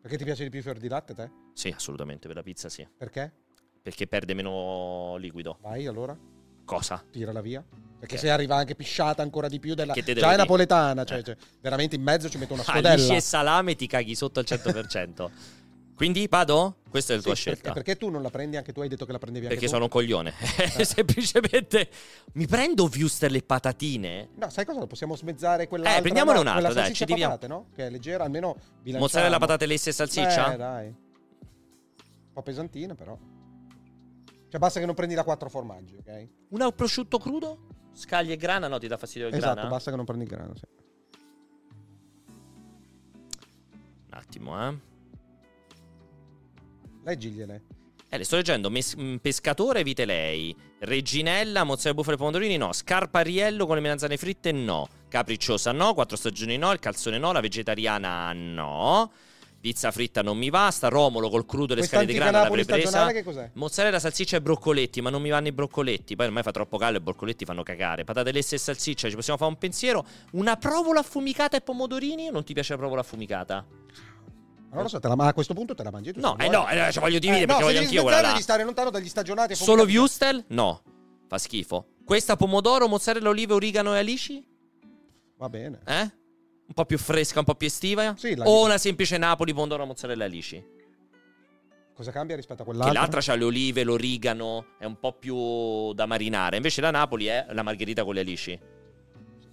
[SPEAKER 2] Perché ti piace di più il fior di latte, te?
[SPEAKER 3] Sì, assolutamente, per la pizza sì.
[SPEAKER 2] Perché?
[SPEAKER 3] Perché perde meno liquido.
[SPEAKER 2] Vai allora,
[SPEAKER 3] Cosa?
[SPEAKER 2] tirala via. Perché
[SPEAKER 3] Ok.
[SPEAKER 2] se arriva anche pisciata ancora di più della.
[SPEAKER 3] Che te devo
[SPEAKER 2] Già è
[SPEAKER 3] dire?
[SPEAKER 2] napoletana, cioè,
[SPEAKER 3] Eh. Ah,
[SPEAKER 2] cioè, veramente in mezzo ci
[SPEAKER 3] [laughs]
[SPEAKER 2] metto una
[SPEAKER 3] Alici
[SPEAKER 2] scodella.
[SPEAKER 3] e salame ti caghi sotto al
[SPEAKER 2] [laughs]
[SPEAKER 3] 100%. Quindi, Pado, questa è la
[SPEAKER 2] Sì,
[SPEAKER 3] tua
[SPEAKER 2] perché-
[SPEAKER 3] scelta. Perché,
[SPEAKER 2] Perché tu non la prendi anche tu? Hai detto che la prendevi anche tu.
[SPEAKER 3] sono un coglione.
[SPEAKER 2] Eh.
[SPEAKER 3] [laughs] Semplicemente mi prendo Wuster e patatine.
[SPEAKER 2] No, sai cosa? Possiamo smezzare quella.
[SPEAKER 3] Eh, prendiamone un altro,
[SPEAKER 2] quella
[SPEAKER 3] dai, ci
[SPEAKER 2] salsiccia
[SPEAKER 3] diviamo.
[SPEAKER 2] patate, no? Che è leggera, almeno bilanciamo.
[SPEAKER 3] Mozzarella, patate lesse e salsiccia?
[SPEAKER 2] Eh, dai. Un po' pesantina, però. Cioè, basta che non prendi la quattro formaggi, ok?
[SPEAKER 3] Una prosciutto crudo? Scaglie e grana? No, ti dà fastidio il
[SPEAKER 2] Esatto,
[SPEAKER 3] grana?
[SPEAKER 2] basta che non prendi il grano. Sì.
[SPEAKER 3] Un attimo, eh.
[SPEAKER 2] Leggigliele.
[SPEAKER 3] Eh, le sto leggendo. Mes- mm, pescatore, vite lei. Reginella, mozzarella bufale e pomodorini, no. Scarpariello con le melanzane fritte, no. Capricciosa, no. Quattro stagioni, no. Il calzone, no. La vegetariana, no. Pizza fritta non mi basta. Romolo col crudo e le
[SPEAKER 2] Questa
[SPEAKER 3] scale di
[SPEAKER 2] antica
[SPEAKER 3] grana
[SPEAKER 2] Napoli
[SPEAKER 3] l'avrei presa.
[SPEAKER 2] stagionale che cos'è?
[SPEAKER 3] Mozzarella, salsiccia e broccoletti, ma non mi vanno i broccoletti. Poi ormai fa troppo caldo e i broccoletti fanno cagare. Patate lesse e salsiccia, ci possiamo fare un pensiero. Una provola affumicata e pomodorini? Non ti piace la provola affumicata?
[SPEAKER 2] Ma non lo so, te la- ma a questo punto te la mangi tu.
[SPEAKER 3] No,
[SPEAKER 2] se
[SPEAKER 3] eh
[SPEAKER 2] vuoi.
[SPEAKER 3] no, eh, ci voglio
[SPEAKER 2] Eh, no,
[SPEAKER 3] dividere perché
[SPEAKER 2] se
[SPEAKER 3] voglio
[SPEAKER 2] devi
[SPEAKER 3] anch'io quella
[SPEAKER 2] smezzare
[SPEAKER 3] là.
[SPEAKER 2] di stare lontano dagli stagionati. e
[SPEAKER 3] Solo
[SPEAKER 2] pomodori.
[SPEAKER 3] Viustel? No, fa schifo. Questa pomodoro, mozzarella, olive, origano e alici?
[SPEAKER 2] Va bene.
[SPEAKER 3] Eh? Un po' più fresca, un po' più estiva?
[SPEAKER 2] Sì, la-
[SPEAKER 3] o una semplice Napoli, pomodoro, mozzarella, e alici?
[SPEAKER 2] Cosa cambia rispetto a
[SPEAKER 3] Che
[SPEAKER 2] quell'altra?
[SPEAKER 3] l'altra c'ha le olive, l'origano, è un po' più da marinare. Invece la Napoli è la margherita con le alici.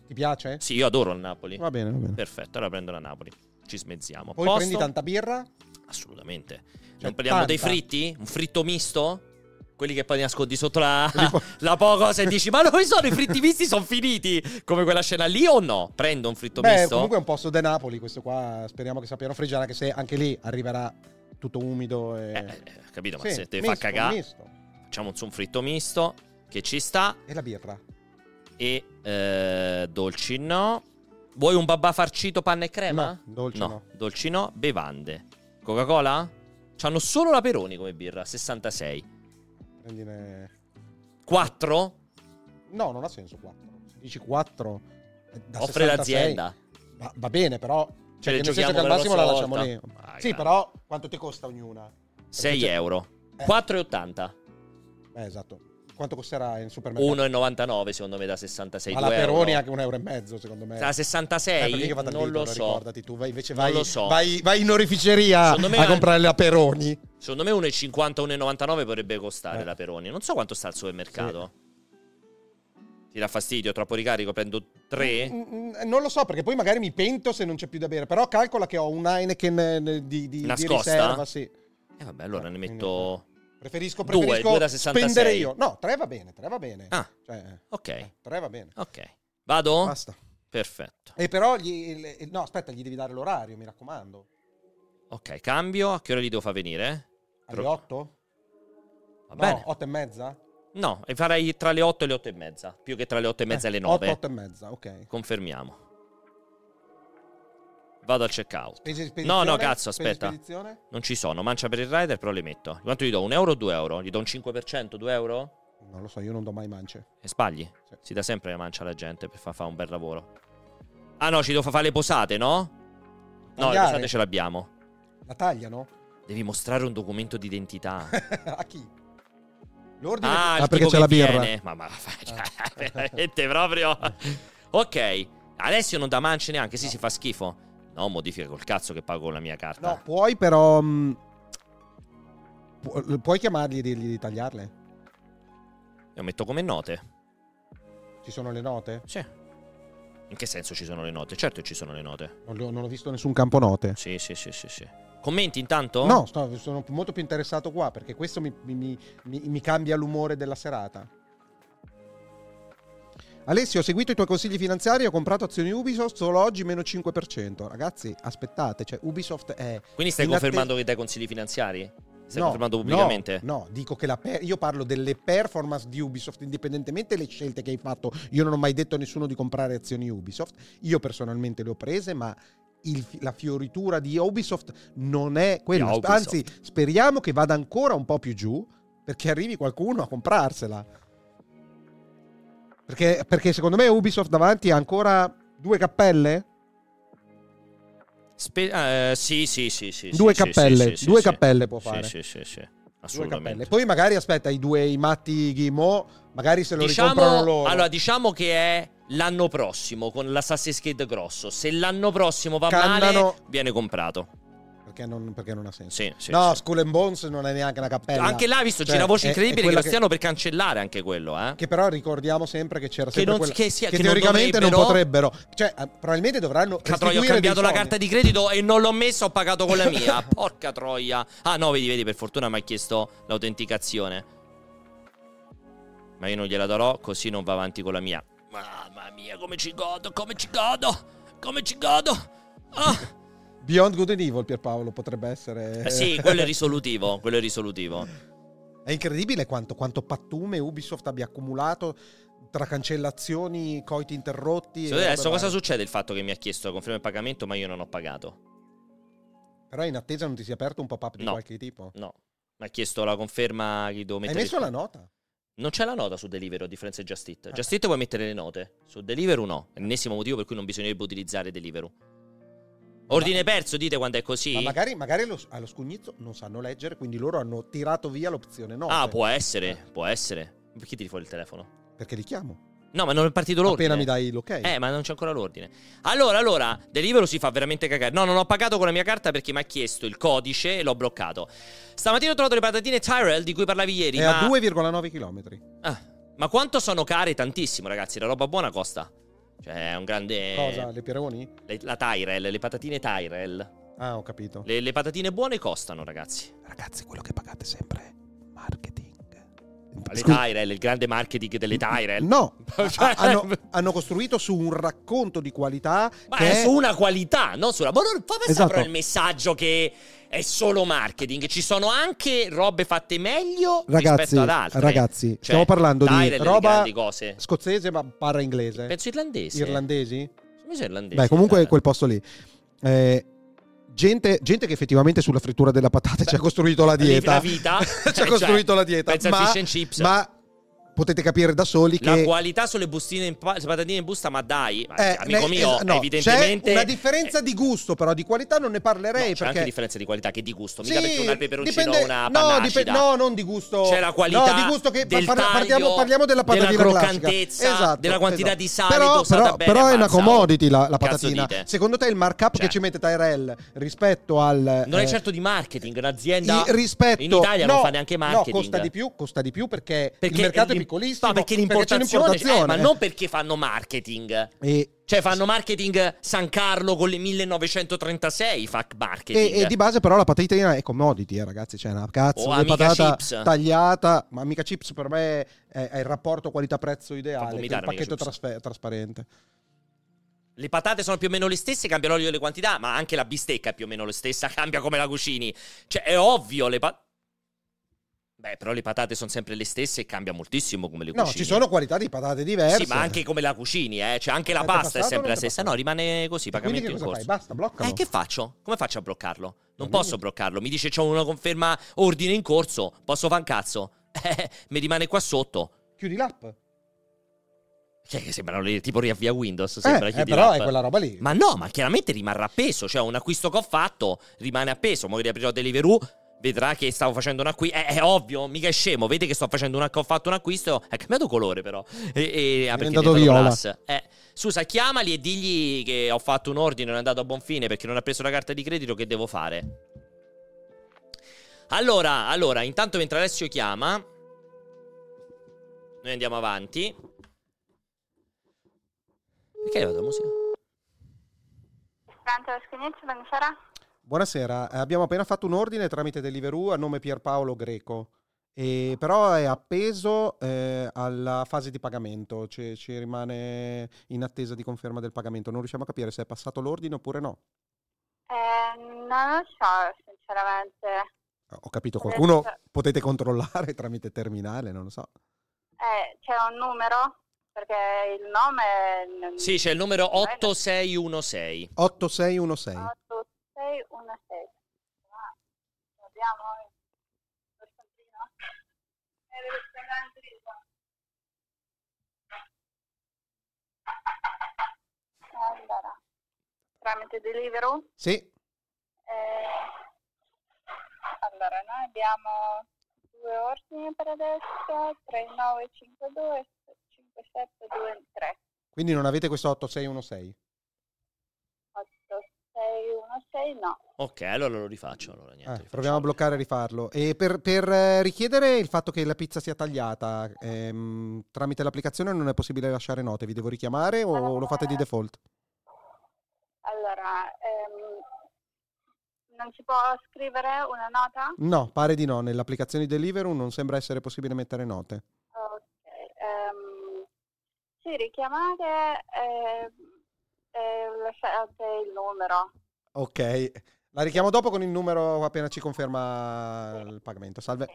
[SPEAKER 2] Ti piace?
[SPEAKER 3] Sì, io adoro il Napoli.
[SPEAKER 2] Va bene, va bene.
[SPEAKER 3] Perfetto, allora prendo la Napoli. Ci
[SPEAKER 2] Poi
[SPEAKER 3] smezziamo. Posto? Ah.
[SPEAKER 2] prendi tanta birra.
[SPEAKER 3] Assolutamente.
[SPEAKER 2] Cioè,
[SPEAKER 3] non prendiamo dei
[SPEAKER 2] tanta.
[SPEAKER 3] fritti? Un fritto misto? Quelli che poi ti nascondi sotto la,
[SPEAKER 2] Li po-
[SPEAKER 3] la poco e dici: Ma dove sono? I fritti misti sono finiti. Come quella scena lì o no? Prendo un fritto
[SPEAKER 2] Beh,
[SPEAKER 3] misto.
[SPEAKER 2] comunque è un posto de Napoli questo qua. Speriamo che sappiano freggiare, anche se anche lì arriverà tutto umido e...
[SPEAKER 3] Eh, eh, capito, ma
[SPEAKER 2] Sì,
[SPEAKER 3] se te fa
[SPEAKER 2] misto,
[SPEAKER 3] cagare,
[SPEAKER 2] misto.
[SPEAKER 3] facciamo su un fritto misto che ci sta.
[SPEAKER 2] E la birra?
[SPEAKER 3] E eh, dolci no. Vuoi un babà farcito, panna e crema?
[SPEAKER 2] No, dolci no.
[SPEAKER 3] dolci Eh, no. Bevande. Coca-Cola? C'hanno solo la Peroni come birra, 66.
[SPEAKER 2] Prendine...
[SPEAKER 3] 4?
[SPEAKER 2] No, non ha senso 4. Dici 4. Da
[SPEAKER 3] Offre
[SPEAKER 2] 66.
[SPEAKER 3] l'azienda.
[SPEAKER 2] Va, va bene, però.
[SPEAKER 3] Ce
[SPEAKER 2] Cioè,
[SPEAKER 3] le
[SPEAKER 2] nel senso
[SPEAKER 3] giochiamo
[SPEAKER 2] che al
[SPEAKER 3] per la
[SPEAKER 2] massimo la
[SPEAKER 3] prossima
[SPEAKER 2] lasciamo lì.
[SPEAKER 3] volta. Vai,
[SPEAKER 2] Sì,
[SPEAKER 3] dai.
[SPEAKER 2] però quanto ti costa ognuna?
[SPEAKER 3] 6
[SPEAKER 2] Perché-
[SPEAKER 3] euro.
[SPEAKER 2] Eh.
[SPEAKER 3] 4,80.
[SPEAKER 2] Eh, esatto. Quanto costerà in supermercato?
[SPEAKER 3] 1,99 secondo me da 66
[SPEAKER 2] Ma la
[SPEAKER 3] due
[SPEAKER 2] Peroni è
[SPEAKER 3] euro.
[SPEAKER 2] anche un euro e mezzo, secondo me.
[SPEAKER 3] Da
[SPEAKER 2] Eh,
[SPEAKER 3] 66
[SPEAKER 2] perché che vado al
[SPEAKER 3] non
[SPEAKER 2] Lidl,
[SPEAKER 3] lo so.
[SPEAKER 2] Ricordati tu, vai, invece
[SPEAKER 3] Non
[SPEAKER 2] vai,
[SPEAKER 3] lo so.
[SPEAKER 2] vai, vai in orificeria
[SPEAKER 3] Secondo me
[SPEAKER 2] a
[SPEAKER 3] anche-
[SPEAKER 2] comprare la Peroni.
[SPEAKER 3] Secondo me 1,50 1,99 potrebbe costare
[SPEAKER 2] Eh.
[SPEAKER 3] la Peroni. Non so quanto sta al supermercato. Ti dà fastidio, troppo ricarico, prendo tre.
[SPEAKER 2] Mm, mm, Non lo so, perché poi magari mi pento se non c'è più da bere. Però calcola che ho un Heineken eh, di, di, di
[SPEAKER 3] Nascosta?
[SPEAKER 2] riserva. Sì.
[SPEAKER 3] E Eh, vabbè, allora ne
[SPEAKER 2] Quindi-
[SPEAKER 3] metto...
[SPEAKER 2] Preferisco,
[SPEAKER 3] Due,
[SPEAKER 2] preferisco
[SPEAKER 3] due da 66.
[SPEAKER 2] spendere io. No, tre va bene, tre va bene.
[SPEAKER 3] Ah.
[SPEAKER 2] Cioè,
[SPEAKER 3] Ok, Oh.
[SPEAKER 2] tre va bene.
[SPEAKER 3] ok. Vado?
[SPEAKER 2] Basta.
[SPEAKER 3] Perfetto.
[SPEAKER 2] E però gli, il- no, aspetta, gli devi dare l'orario, mi raccomando.
[SPEAKER 3] Ok, cambio. A che ora li devo far venire?
[SPEAKER 2] Alle
[SPEAKER 3] Però-
[SPEAKER 2] 8?
[SPEAKER 3] Va
[SPEAKER 2] No,
[SPEAKER 3] bene.
[SPEAKER 2] 8 e mezza?
[SPEAKER 3] No, e farei tra le 8 e le 8 e mezza. Più che tra le 8 e mezza e le 9.
[SPEAKER 2] 8, 8 Eh, e mezza, ok.
[SPEAKER 3] Confermiamo. Vado al checkout.
[SPEAKER 2] Spese di
[SPEAKER 3] No,
[SPEAKER 2] spedizione?
[SPEAKER 3] no, cazzo,
[SPEAKER 2] Spese di
[SPEAKER 3] aspetta.
[SPEAKER 2] spedizione?
[SPEAKER 3] Non ci sono. Mancia per il rider, però le metto. Quanto gli do? Un euro o due euro? Gli do un 5%? Due euro?
[SPEAKER 2] Non lo so, io non do mai mance.
[SPEAKER 3] E sbagli.
[SPEAKER 2] Sì.
[SPEAKER 3] Si dà sempre la mancia alla gente per far fare un bel lavoro. Ah no, ci devo far fare le posate, no? No, le
[SPEAKER 2] Tagliare.
[SPEAKER 3] posate ce l'abbiamo.
[SPEAKER 2] La tagliano?
[SPEAKER 3] Devi mostrare un
[SPEAKER 2] [laughs]
[SPEAKER 3] documento d'identità.
[SPEAKER 2] A chi? L'ordine
[SPEAKER 3] Ah,
[SPEAKER 2] di-
[SPEAKER 3] il
[SPEAKER 2] perché
[SPEAKER 3] tipo
[SPEAKER 2] c'è la
[SPEAKER 3] che
[SPEAKER 2] birra. Ah.
[SPEAKER 3] viene. Ma, ma cioè, [laughs] veramente proprio. ok, Alessio non dà mance neanche. Sì, si fa schifo. No, modifica col cazzo che pago con la mia carta.
[SPEAKER 2] No, puoi però... mh, pu- puoi chiamarli e dirgli di tagliarle?
[SPEAKER 3] Io metto come note.
[SPEAKER 2] Ci sono le note?
[SPEAKER 3] Sì. In che senso ci sono le note? Certo che ci sono le note.
[SPEAKER 2] Non, le- non ho visto nessun campo note.
[SPEAKER 3] Sì, sì, sì, sì, sì. Commenti intanto?
[SPEAKER 2] No, sto- sono molto più interessato qua perché questo mi, mi- mi- mi- mi cambia l'umore della serata. Alessio, ho seguito i tuoi consigli finanziari e ho comprato azioni Ubisoft solo oggi meno 5%. Ragazzi, aspettate, cioè Ubisoft è...
[SPEAKER 3] Quindi stai
[SPEAKER 2] in
[SPEAKER 3] confermando
[SPEAKER 2] atte-
[SPEAKER 3] che dai consigli finanziari? Stai
[SPEAKER 2] No,
[SPEAKER 3] confermando
[SPEAKER 2] no,
[SPEAKER 3] pubblicamente?
[SPEAKER 2] No, dico che la per- io parlo delle performance di Ubisoft, indipendentemente dalle scelte che hai fatto. Io non ho mai detto a nessuno di comprare azioni Ubisoft. Io personalmente le ho prese, ma il fi- la fioritura di Ubisoft non è quella.
[SPEAKER 3] Di
[SPEAKER 2] Sp-
[SPEAKER 3] Ubisoft.
[SPEAKER 2] Anzi, speriamo che vada ancora un po' più giù, perché arrivi qualcuno a comprarsela. Perché, perché secondo me Ubisoft davanti ha ancora due cappelle.
[SPEAKER 3] Spe- eh, sì, sì, sì, sì.
[SPEAKER 2] Due
[SPEAKER 3] sì, sì,
[SPEAKER 2] cappelle,
[SPEAKER 3] sì, sì,
[SPEAKER 2] due
[SPEAKER 3] sì.
[SPEAKER 2] cappelle può
[SPEAKER 3] Sì,
[SPEAKER 2] fare.
[SPEAKER 3] Sì, sì, sì.
[SPEAKER 2] Due cappelle.
[SPEAKER 3] Assolutamente.
[SPEAKER 2] Poi magari aspetta i due i matti Ghimo, magari se lo ricomprano
[SPEAKER 3] Diciamo,
[SPEAKER 2] loro.
[SPEAKER 3] allora, diciamo che è l'anno prossimo con l'Assassin's Creed grosso. Se l'anno prossimo va
[SPEAKER 2] Cannano.
[SPEAKER 3] male, viene comprato.
[SPEAKER 2] perché, non, perché non ha senso.
[SPEAKER 3] Sì, sì,
[SPEAKER 2] no,
[SPEAKER 3] sì.
[SPEAKER 2] Skull and Bones non è neanche una cappella.
[SPEAKER 3] Anche là, visto
[SPEAKER 2] Cioè,
[SPEAKER 3] giravoci
[SPEAKER 2] è- è
[SPEAKER 3] incredibili che
[SPEAKER 2] quella
[SPEAKER 3] lo stiano per cancellare anche quello, eh.
[SPEAKER 2] Che però ricordiamo sempre che c'era sempre
[SPEAKER 3] non-
[SPEAKER 2] quella-
[SPEAKER 3] che sia- che non
[SPEAKER 2] teoricamente non,
[SPEAKER 3] dovrebbero-
[SPEAKER 2] potrebbero. Cioè, eh, probabilmente dovranno
[SPEAKER 3] Porca troia, ho
[SPEAKER 2] restituire
[SPEAKER 3] cambiato
[SPEAKER 2] dei
[SPEAKER 3] la
[SPEAKER 2] soldi.
[SPEAKER 3] carta di credito e non l'ho messa, ho pagato con la mia. [laughs] Porca troia. Ah no, vedi, vedi, per fortuna mi ha chiesto l'autenticazione. Ma io non gliela darò, così non va avanti con la mia. Mamma mia, come ci godo, come ci godo, come ci godo. Ah.
[SPEAKER 2] Beyond Good and Evil, Pierpaolo, potrebbe essere...
[SPEAKER 3] Eh
[SPEAKER 2] [laughs]
[SPEAKER 3] sì, quello è risolutivo, quello è risolutivo.
[SPEAKER 2] È incredibile quanto, quanto pattume Ubisoft abbia accumulato tra cancellazioni, coiti interrotti.
[SPEAKER 3] Sì,
[SPEAKER 2] e robe
[SPEAKER 3] adesso cosa
[SPEAKER 2] varie.
[SPEAKER 3] succede il fatto che mi ha chiesto la conferma di pagamento ma io non ho pagato?
[SPEAKER 2] Però in attesa non ti si è aperto un pop-up di
[SPEAKER 3] No.
[SPEAKER 2] qualche tipo?
[SPEAKER 3] No, mi ha chiesto la conferma che devo
[SPEAKER 2] Hai
[SPEAKER 3] mettere...
[SPEAKER 2] messo la nota?
[SPEAKER 3] Non c'è la nota su Deliveroo a differenza di Just Eat.
[SPEAKER 2] Ah.
[SPEAKER 3] Just Eat puoi mettere le note, su Deliveroo no. È l'ennesimo motivo per cui non bisognerebbe utilizzare Deliveroo. Ordine perso, dite quando è così.
[SPEAKER 2] Ma magari, magari allo, allo scugnizzo non sanno leggere, quindi loro hanno tirato via l'opzione no. cioè.
[SPEAKER 3] ah, può essere, può essere. Perché tiri fuori il telefono?
[SPEAKER 2] Perché li chiamo.
[SPEAKER 3] No, ma non è partito l'ordine.
[SPEAKER 2] Appena mi dai l'ok.
[SPEAKER 3] Eh, ma non c'è ancora l'ordine. Allora, allora, Deliveroo si fa veramente cagare. No, non ho pagato con la mia carta perché mi ha chiesto il codice e l'ho bloccato. Stamattina ho trovato le patatine Tyrell di cui parlavi ieri.
[SPEAKER 2] È
[SPEAKER 3] ma...
[SPEAKER 2] a 2,9 km.
[SPEAKER 3] Ah, ma quanto sono care? Tantissimo, ragazzi. La roba buona costa. Cioè, è un grande...
[SPEAKER 2] Cosa? Le Pieroni?
[SPEAKER 3] Le- la Tyrell, le patatine Tyrell.
[SPEAKER 2] Ah, ho capito.
[SPEAKER 3] Le, le patatine buone costano, ragazzi.
[SPEAKER 2] Ragazzi, quello che pagate sempre è marketing.
[SPEAKER 3] Le Tyrell, il grande marketing delle Tyrell.
[SPEAKER 2] No,
[SPEAKER 3] [laughs] Cioè-
[SPEAKER 2] ha- hanno, hanno costruito su un racconto di qualità
[SPEAKER 3] Ma
[SPEAKER 2] che
[SPEAKER 3] è
[SPEAKER 2] è-
[SPEAKER 3] su una qualità, non sulla. Ma non fa passare
[SPEAKER 2] Esatto.
[SPEAKER 3] però il messaggio che è solo marketing. Ci sono anche robe fatte meglio
[SPEAKER 2] Ragazzi,
[SPEAKER 3] rispetto ad altre.
[SPEAKER 2] ragazzi,
[SPEAKER 3] Cioè,
[SPEAKER 2] stiamo parlando di
[SPEAKER 3] Tyrell, le
[SPEAKER 2] roba
[SPEAKER 3] grandi cose.
[SPEAKER 2] scozzese ma parla inglese.
[SPEAKER 3] Penso irlandese.
[SPEAKER 2] Irlandesi?
[SPEAKER 3] Secondo me sono irlandesi.
[SPEAKER 2] Beh, comunque
[SPEAKER 3] Tyrell.
[SPEAKER 2] quel posto lì. Eh, gente, gente che effettivamente sulla frittura della patata ci ha costruito la dieta.
[SPEAKER 3] La vita.
[SPEAKER 2] [laughs] ci
[SPEAKER 3] Cioè,
[SPEAKER 2] ha costruito la dieta.
[SPEAKER 3] pensa al
[SPEAKER 2] ma,
[SPEAKER 3] fish and chips.
[SPEAKER 2] ma potete capire da soli
[SPEAKER 3] La
[SPEAKER 2] che.
[SPEAKER 3] qualità sulle bustine in pa- sulle patatine in busta, ma dai, ma-
[SPEAKER 2] eh,
[SPEAKER 3] amico
[SPEAKER 2] ne-
[SPEAKER 3] mio,
[SPEAKER 2] es- no,
[SPEAKER 3] evidentemente
[SPEAKER 2] C'è
[SPEAKER 3] Eh,
[SPEAKER 2] una differenza di gusto, però di qualità non ne
[SPEAKER 3] No,
[SPEAKER 2] parlerei. perché...
[SPEAKER 3] c'è anche differenza di qualità che di gusto. Esatto, Mica
[SPEAKER 2] Sì,
[SPEAKER 3] perché una al peperoncino
[SPEAKER 2] dipende-
[SPEAKER 3] o una
[SPEAKER 2] no,
[SPEAKER 3] panacida.
[SPEAKER 2] dipende- no, non di gusto.
[SPEAKER 3] C'è la qualità
[SPEAKER 2] No, di gusto che
[SPEAKER 3] del
[SPEAKER 2] par-
[SPEAKER 3] taglio,
[SPEAKER 2] parliamo, parliamo della
[SPEAKER 3] della
[SPEAKER 2] patatina classica. Esatto,
[SPEAKER 3] croccantezza, della quantità di sale
[SPEAKER 2] Però,
[SPEAKER 3] dosata
[SPEAKER 2] però,
[SPEAKER 3] bene
[SPEAKER 2] però
[SPEAKER 3] a
[SPEAKER 2] è una
[SPEAKER 3] mazza, oh.
[SPEAKER 2] commodity la, la
[SPEAKER 3] Cazzo
[SPEAKER 2] patatina.
[SPEAKER 3] dite?
[SPEAKER 2] Secondo te il markup
[SPEAKER 3] Cioè.
[SPEAKER 2] che ci mette Tyrell rispetto al
[SPEAKER 3] Non è
[SPEAKER 2] eh,
[SPEAKER 3] certo di marketing,
[SPEAKER 2] i-
[SPEAKER 3] un'azienda
[SPEAKER 2] rispetto
[SPEAKER 3] in Italia non
[SPEAKER 2] no,
[SPEAKER 3] fa neanche
[SPEAKER 2] No,
[SPEAKER 3] marketing.
[SPEAKER 2] costa di più, costa di più perché,
[SPEAKER 3] Perché
[SPEAKER 2] il mercato è piccolissimo.
[SPEAKER 3] No, perché
[SPEAKER 2] c'è
[SPEAKER 3] l'importazione,
[SPEAKER 2] un'importazione.
[SPEAKER 3] eh, ma non perché fanno marketing.
[SPEAKER 2] E-
[SPEAKER 3] Cioè, fanno marketing San Carlo con le 1936, fuck marketing.
[SPEAKER 2] E, e di base però la patatina è commodity, eh, ragazzi, c'è una cazzo
[SPEAKER 3] Oh,
[SPEAKER 2] di
[SPEAKER 3] Amica
[SPEAKER 2] patata
[SPEAKER 3] Chips.
[SPEAKER 2] tagliata, ma mica chips per me è, è il rapporto qualità-prezzo
[SPEAKER 3] Fa
[SPEAKER 2] ideale, che è
[SPEAKER 3] vomitare
[SPEAKER 2] il
[SPEAKER 3] Amica
[SPEAKER 2] pacchetto
[SPEAKER 3] Chips.
[SPEAKER 2] trasfe- trasparente.
[SPEAKER 3] Le patate sono più o meno le stesse, cambiano l'olio e le quantità, ma anche la bistecca è più o meno la stessa, [laughs] cambia come la cucini. Cioè, è ovvio, le patate... Beh, però le patate sono sempre le stesse e cambia moltissimo come le
[SPEAKER 2] No,
[SPEAKER 3] cucini.
[SPEAKER 2] ci sono qualità di patate diverse.
[SPEAKER 3] Sì, ma anche come la cucini, eh. Cioè, anche la
[SPEAKER 2] Avete
[SPEAKER 3] pasta è
[SPEAKER 2] passato o
[SPEAKER 3] sempre la
[SPEAKER 2] avete
[SPEAKER 3] stessa.
[SPEAKER 2] passato?
[SPEAKER 3] No, rimane così,
[SPEAKER 2] Quindi
[SPEAKER 3] pagamento
[SPEAKER 2] che
[SPEAKER 3] in
[SPEAKER 2] cosa fai?
[SPEAKER 3] corso.
[SPEAKER 2] Basta, bloccalo.
[SPEAKER 3] Eh, che faccio? Come faccio a bloccarlo? Non
[SPEAKER 2] Veramente?
[SPEAKER 3] posso bloccarlo. Mi dice c'ho una conferma ordine in corso. Posso fa un cazzo? [laughs] Eh, mi rimane qua sotto.
[SPEAKER 2] Chiudi l'app.
[SPEAKER 3] Che che sembrano le, tipo riavvia Windows. Sembra
[SPEAKER 2] eh, eh,
[SPEAKER 3] chiudi
[SPEAKER 2] però
[SPEAKER 3] l'app.
[SPEAKER 2] è quella roba lì.
[SPEAKER 3] Ma no, ma chiaramente rimarrà appeso. Cioè, un acquisto che ho fatto rimane appeso. Mo' riaprirò Deliveroo. Vedrà che stavo facendo un acquisto. È, ovvio, mica è scemo. Vede che sto facendo una- che ho fatto un acquisto. È cambiato colore, però. E, e- ah, perché è
[SPEAKER 2] diventato viola.
[SPEAKER 3] diventato plus. Eh, Scusa, chiamali e digli che ho fatto un ordine, non è andato a buon fine perché non ha preso la carta di credito. Che devo fare? Allora, allora, intanto mentre Alessio chiama, noi andiamo avanti. Perché è arrivata la musica?
[SPEAKER 6] Pronto, scrivete, buonasera.
[SPEAKER 2] Buonasera, eh, abbiamo appena fatto un ordine tramite Deliveroo a nome Pierpaolo Greco. E però è appeso eh, alla fase di pagamento, ci, ci rimane in attesa di conferma del pagamento. Non riusciamo a capire se è passato l'ordine oppure no.
[SPEAKER 6] Eh, non lo so, sinceramente.
[SPEAKER 2] Ah, Ho capito,
[SPEAKER 6] Vabbè,
[SPEAKER 2] qualcuno
[SPEAKER 6] cioè-
[SPEAKER 2] potete controllare [laughs] tramite terminale, non lo so.
[SPEAKER 6] Eh, c'è un numero? Perché il nome... non-
[SPEAKER 3] Sì, c'è il numero
[SPEAKER 6] non è-
[SPEAKER 3] 8616.
[SPEAKER 2] 8616.
[SPEAKER 6] Ah. 8616. Ah, lo abbiamo il portantino? È il ristorante di qua. Allora, tramite Deliveroo?
[SPEAKER 2] Sì,
[SPEAKER 6] Eh, allora, noi abbiamo due ordini per adesso, 3952 e 5723.
[SPEAKER 2] quindi non avete questo 8616.
[SPEAKER 6] 8616 no.
[SPEAKER 3] Ok, allora lo rifaccio. Allora, niente,
[SPEAKER 2] Eh,
[SPEAKER 3] rifaccio.
[SPEAKER 2] proviamo a bloccare e rifarlo. E per, per, eh, richiedere il fatto che la pizza sia tagliata ehm, tramite l'applicazione non è possibile lasciare note, vi devo richiamare o lo fate di default?
[SPEAKER 6] Allora, ehm, non si può scrivere una nota?
[SPEAKER 2] No, pare di no, nell'applicazione Deliveroo non sembra essere possibile mettere note.
[SPEAKER 6] Ok. ehm, sì, richiamate ehm, e lasciate il numero.
[SPEAKER 2] Ok, la richiamo dopo con il numero appena ci conferma il pagamento. Salve.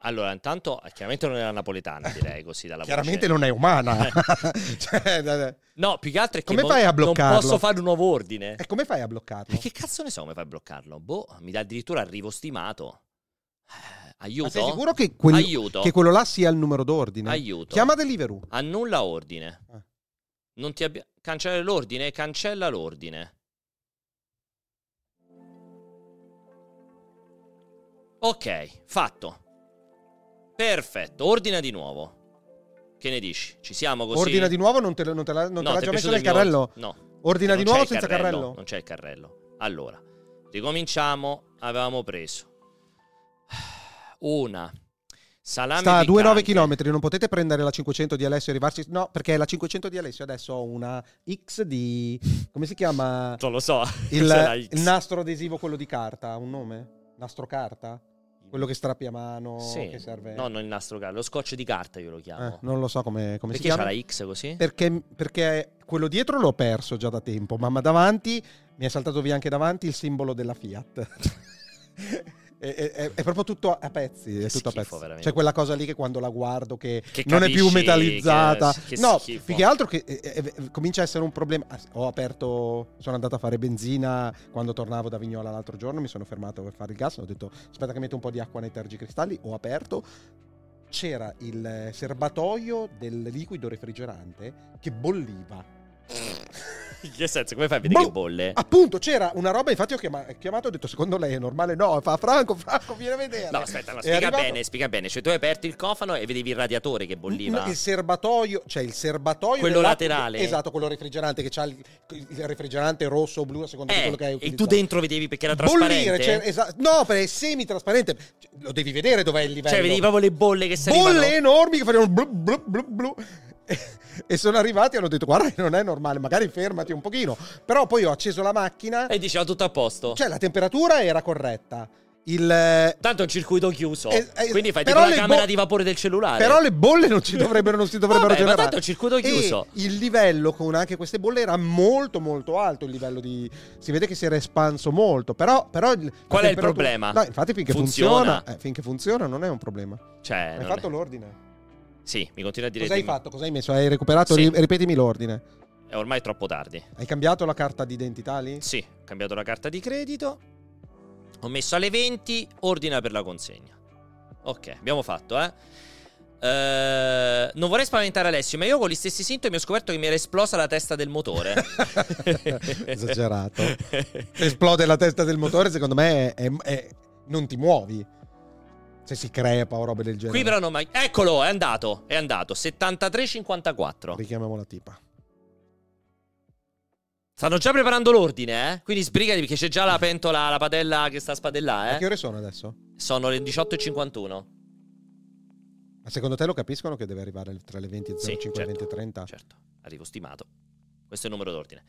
[SPEAKER 3] Allora, intanto, eh, chiaramente non era napoletana, direi così dalla
[SPEAKER 2] Chiaramente
[SPEAKER 3] voce.
[SPEAKER 2] non è
[SPEAKER 3] [laughs]
[SPEAKER 2] umana. [laughs] Cioè, da- da-
[SPEAKER 3] No, più che altro è che
[SPEAKER 2] Come
[SPEAKER 3] mo-
[SPEAKER 2] fai a
[SPEAKER 3] non
[SPEAKER 2] bloccarlo? Eh,
[SPEAKER 3] posso fare un nuovo ordine.
[SPEAKER 2] E come fai a
[SPEAKER 3] Ma
[SPEAKER 2] bloccarlo?
[SPEAKER 3] che cazzo ne so come fai a bloccarlo? Boh, mi dà addirittura arrivo stimato. Eh, Aiuto.
[SPEAKER 2] Ma sei sicuro che, quel-
[SPEAKER 3] Aiuto.
[SPEAKER 2] che quello là sia il numero d'ordine?
[SPEAKER 3] Aiuto.
[SPEAKER 2] Chiama Deliveroo.
[SPEAKER 3] Annulla ordine.
[SPEAKER 2] Eh.
[SPEAKER 3] Non ti abbia... Cancella l'ordine? Cancella l'ordine. Ok, fatto. Perfetto, ordina di nuovo. Che ne dici? Ci siamo così?
[SPEAKER 2] Ordina di nuovo, non te, non te l'ha, non te l'ha
[SPEAKER 3] No, ti è
[SPEAKER 2] già messo
[SPEAKER 3] piaciuto
[SPEAKER 2] nel
[SPEAKER 3] il mio
[SPEAKER 2] carrello?
[SPEAKER 3] ordine? No.
[SPEAKER 2] Ordina
[SPEAKER 3] Non
[SPEAKER 2] di
[SPEAKER 3] c'è
[SPEAKER 2] nuovo
[SPEAKER 3] il
[SPEAKER 2] senza carrello?
[SPEAKER 3] Non c'è il carrello. Allora, ricominciamo. Avevamo preso [sighs] una salame
[SPEAKER 2] Sta a 2,9
[SPEAKER 3] piccante.
[SPEAKER 2] km, non potete prendere la 500 di Alessio e arrivarci... No, perché la 500 di Alessio adesso ho una X di... come si
[SPEAKER 3] [laughs]
[SPEAKER 2] chiama?
[SPEAKER 3] Non lo so. Sarà
[SPEAKER 2] Il,
[SPEAKER 3] X.
[SPEAKER 2] il nastro adesivo, quello di carta, ha un nome? Nastro carta? Quello che strappi a mano,
[SPEAKER 3] Sì.
[SPEAKER 2] che serve...
[SPEAKER 3] No, non il nastro carta, lo scotch di carta io lo chiamo.
[SPEAKER 2] Eh, non lo so come, come si
[SPEAKER 3] Perché
[SPEAKER 2] chiama.
[SPEAKER 3] c'ha la X così?
[SPEAKER 2] perché, perché quello dietro l'ho perso già da tempo, ma, ma davanti mi è saltato via anche davanti il simbolo della Fiat. [laughs] È, è- è- è proprio tutto a- a pezzi, è tutto a
[SPEAKER 3] schifo,
[SPEAKER 2] pezzi.
[SPEAKER 3] veramente.
[SPEAKER 2] C'è quella cosa lì che quando la guardo che,
[SPEAKER 3] Che
[SPEAKER 2] non è più
[SPEAKER 3] capisci
[SPEAKER 2] metallizzata.
[SPEAKER 3] che- che
[SPEAKER 2] no,
[SPEAKER 3] schifo.
[SPEAKER 2] più che altro che eh, eh, eh, comincia a essere un problema. Ah, Ho aperto, sono andato a fare benzina quando tornavo da Vignola l'altro giorno, mi sono fermato per fare il gas, ho detto aspetta che metto un po' di acqua nei tergicristalli, ho aperto, c'era il eh, serbatoio del liquido refrigerante che bolliva.
[SPEAKER 3] In [laughs] che senso? Come fai a vedere
[SPEAKER 2] Boh.
[SPEAKER 3] che bolle?
[SPEAKER 2] Appunto, c'era una roba, infatti ho chiama- chiamato e ho detto, secondo lei è normale? No, fa Franco, Franco, vieni a vedere.
[SPEAKER 3] No, aspetta, no,
[SPEAKER 2] È
[SPEAKER 3] spiega
[SPEAKER 2] arrivato-
[SPEAKER 3] bene, spiega bene. Cioè, tu hai aperto il cofano e vedevi il radiatore che bolliva.
[SPEAKER 2] No, Il serbatoio, cioè il serbatoio...
[SPEAKER 3] Quello
[SPEAKER 2] della-
[SPEAKER 3] laterale.
[SPEAKER 2] Esatto, quello refrigerante che c'ha il, il refrigerante rosso o blu a seconda di
[SPEAKER 3] Eh,
[SPEAKER 2] quello che hai
[SPEAKER 3] e
[SPEAKER 2] utilizzato.
[SPEAKER 3] tu dentro vedevi perché era
[SPEAKER 2] Bollire,
[SPEAKER 3] trasparente.
[SPEAKER 2] cioè, esa- no, perché è semi-trasparente. Cioè, Lo devi vedere dov'è il livello.
[SPEAKER 3] Cioè, vedevi proprio le bolle che salivano.
[SPEAKER 2] bolle enormi che facevano blu blu blu blu. [laughs] E sono arrivati e hanno detto: Guarda, non è normale, magari fermati un pochino. Però poi ho acceso la macchina,
[SPEAKER 3] E diceva tutto a posto.
[SPEAKER 2] cioè la temperatura era corretta. Il, eh,
[SPEAKER 3] Tanto è un circuito chiuso.
[SPEAKER 2] Eh, eh,
[SPEAKER 3] quindi fai
[SPEAKER 2] però
[SPEAKER 3] tipo la
[SPEAKER 2] le bo-
[SPEAKER 3] camera di vapore del cellulare.
[SPEAKER 2] però le bolle non ci dovrebbero, non si dovrebbero
[SPEAKER 3] Vabbè, ma
[SPEAKER 2] generare.
[SPEAKER 3] tanto il circuito è chiuso.
[SPEAKER 2] E il livello con anche queste bolle era molto, molto alto. Il livello di. Si vede che si era espanso molto. Però. però il- la
[SPEAKER 3] Qual è il
[SPEAKER 2] temperatura-
[SPEAKER 3] problema?
[SPEAKER 2] No, infatti, finché funziona,
[SPEAKER 3] Funziona.
[SPEAKER 2] eh, finché funziona, non è un problema.
[SPEAKER 3] Cioè,
[SPEAKER 2] Hai
[SPEAKER 3] non
[SPEAKER 2] fatto
[SPEAKER 3] è-
[SPEAKER 2] l'ordine.
[SPEAKER 3] Sì, mi continua a dire.
[SPEAKER 2] Cosa hai
[SPEAKER 3] dimmi.
[SPEAKER 2] fatto? Cosa hai messo? Hai recuperato?
[SPEAKER 3] Sì.
[SPEAKER 2] Ri- Ripetimi l'ordine.
[SPEAKER 3] È ormai troppo tardi.
[SPEAKER 2] Hai cambiato la carta d'identità lì?
[SPEAKER 3] Sì, ho cambiato la carta di credito. Ho messo alle 20, ordina per la consegna. Ok, abbiamo fatto, eh. Eh, non vorrei spaventare Alessio, ma io con gli stessi sintomi ho scoperto che mi era esplosa la testa del motore.
[SPEAKER 2] [laughs] Esagerato. Esplode la testa del motore, secondo me è- è- è- non ti muovi. Se si crepa o robe del genere.
[SPEAKER 3] [laughs] Qui però non mai. Eccolo, è andato, è andato. 73-54.
[SPEAKER 2] Richiamiamo la tipa.
[SPEAKER 3] Stanno già preparando l'ordine, eh? Quindi sbrigati perché c'è già la pentola, la padella che sta a
[SPEAKER 2] A
[SPEAKER 3] spadellare,
[SPEAKER 2] che
[SPEAKER 3] eh?
[SPEAKER 2] ore sono adesso?
[SPEAKER 3] Sono le 18.51.
[SPEAKER 2] Ma secondo te lo capiscono che deve arrivare tra le 20.05
[SPEAKER 3] Sì,
[SPEAKER 2] e le 20.30?
[SPEAKER 3] Certo, arrivo stimato. Questo è il numero d'ordine.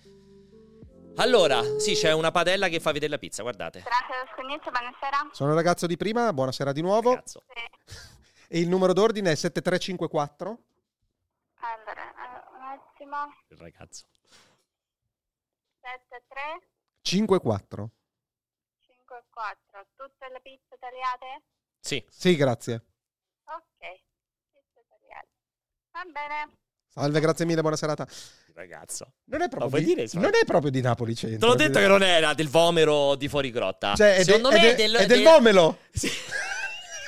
[SPEAKER 3] Allora, sì, c'è una padella che fa vedere la pizza, guardate.
[SPEAKER 6] Grazie, Scugnizio, buonasera.
[SPEAKER 2] Sono il ragazzo di prima, buonasera di nuovo.
[SPEAKER 3] Cazzo.
[SPEAKER 6] Sì.
[SPEAKER 2] E il numero d'ordine è 7354.
[SPEAKER 6] Allora, eh, un attimo.
[SPEAKER 3] Il ragazzo.
[SPEAKER 6] 7, 3,
[SPEAKER 2] 54.
[SPEAKER 6] 5, 4. Tutte le pizze tagliate?
[SPEAKER 3] Sì,
[SPEAKER 2] Sì, grazie.
[SPEAKER 6] Ok. Pizze tagliate. Va bene.
[SPEAKER 2] Salve, grazie mille, buona serata.
[SPEAKER 3] il ragazzo.
[SPEAKER 2] Non è
[SPEAKER 3] vuoi
[SPEAKER 2] proprio, di,
[SPEAKER 3] dire, sai?
[SPEAKER 2] non è proprio di Napoli Centro.
[SPEAKER 3] Te l'ho detto che non era del vomero di fuori grotta.
[SPEAKER 2] Cioè, è,
[SPEAKER 3] Secondo
[SPEAKER 2] de- è
[SPEAKER 3] me
[SPEAKER 2] de- è del vomelo.
[SPEAKER 3] Sì.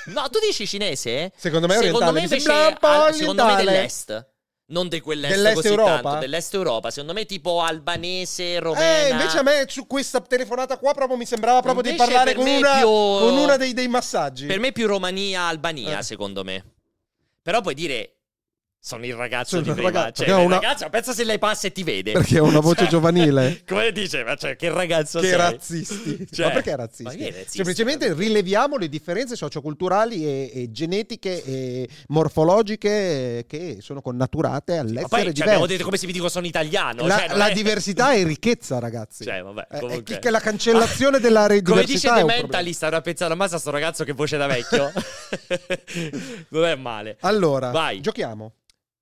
[SPEAKER 3] No, tu dici cinese?
[SPEAKER 2] Secondo me è orientale.
[SPEAKER 3] secondo me
[SPEAKER 2] Mi
[SPEAKER 3] invece
[SPEAKER 2] sembra un po'
[SPEAKER 3] al- secondo me
[SPEAKER 2] orientale.
[SPEAKER 3] dell'est. Non di quell'est
[SPEAKER 2] Dell'est
[SPEAKER 3] così
[SPEAKER 2] Europa?
[SPEAKER 3] tanto, dell'est Europa. Secondo me tipo albanese, romena.
[SPEAKER 2] Eh, invece a me su questa telefonata qua proprio mi sembrava proprio di
[SPEAKER 3] Invece
[SPEAKER 2] parlare
[SPEAKER 3] per
[SPEAKER 2] con
[SPEAKER 3] me
[SPEAKER 2] una,
[SPEAKER 3] più-
[SPEAKER 2] con una dei, dei massaggi.
[SPEAKER 3] Per me più Romania, Albania,
[SPEAKER 2] Eh.
[SPEAKER 3] secondo me. Però puoi dire sono il
[SPEAKER 2] Sono
[SPEAKER 3] ragazzo di
[SPEAKER 2] il
[SPEAKER 3] prima.
[SPEAKER 2] ragazzo,
[SPEAKER 3] cioè,
[SPEAKER 2] che ho
[SPEAKER 3] il
[SPEAKER 2] una-
[SPEAKER 3] ragazzo, pensa se lei passa e ti vede.
[SPEAKER 2] Perché ho una voce
[SPEAKER 3] Cioè,
[SPEAKER 2] giovanile.
[SPEAKER 3] [laughs] Come dice, ma cioè, che ragazzo
[SPEAKER 2] che
[SPEAKER 3] sei? [laughs]
[SPEAKER 2] razzisti.
[SPEAKER 3] Cioè,
[SPEAKER 2] ma perché razzisti?
[SPEAKER 3] ma che razzisti?
[SPEAKER 2] Semplicemente rileviamo le differenze socioculturali e, e genetiche e morfologiche che sono connaturate
[SPEAKER 3] Ma
[SPEAKER 2] all'essere
[SPEAKER 3] poi ci
[SPEAKER 2] diversi.
[SPEAKER 3] abbiamo detto come se vi dico sono italiano.
[SPEAKER 2] la,
[SPEAKER 3] cioè, non
[SPEAKER 2] la
[SPEAKER 3] è- [laughs]
[SPEAKER 2] diversità è ricchezza, ragazzi.
[SPEAKER 3] Cioè, vabbè,
[SPEAKER 2] Eh,
[SPEAKER 3] comunque.
[SPEAKER 2] è chi- che la cancellazione della re-
[SPEAKER 3] [laughs] Come dice
[SPEAKER 2] diversità è
[SPEAKER 3] The
[SPEAKER 2] un
[SPEAKER 3] Mentalist, avrà pensato, ma sa sto ragazzo che voce
[SPEAKER 2] [laughs]
[SPEAKER 3] da vecchio. [laughs] non è male.
[SPEAKER 2] Allora,
[SPEAKER 3] Vai.
[SPEAKER 2] giochiamo.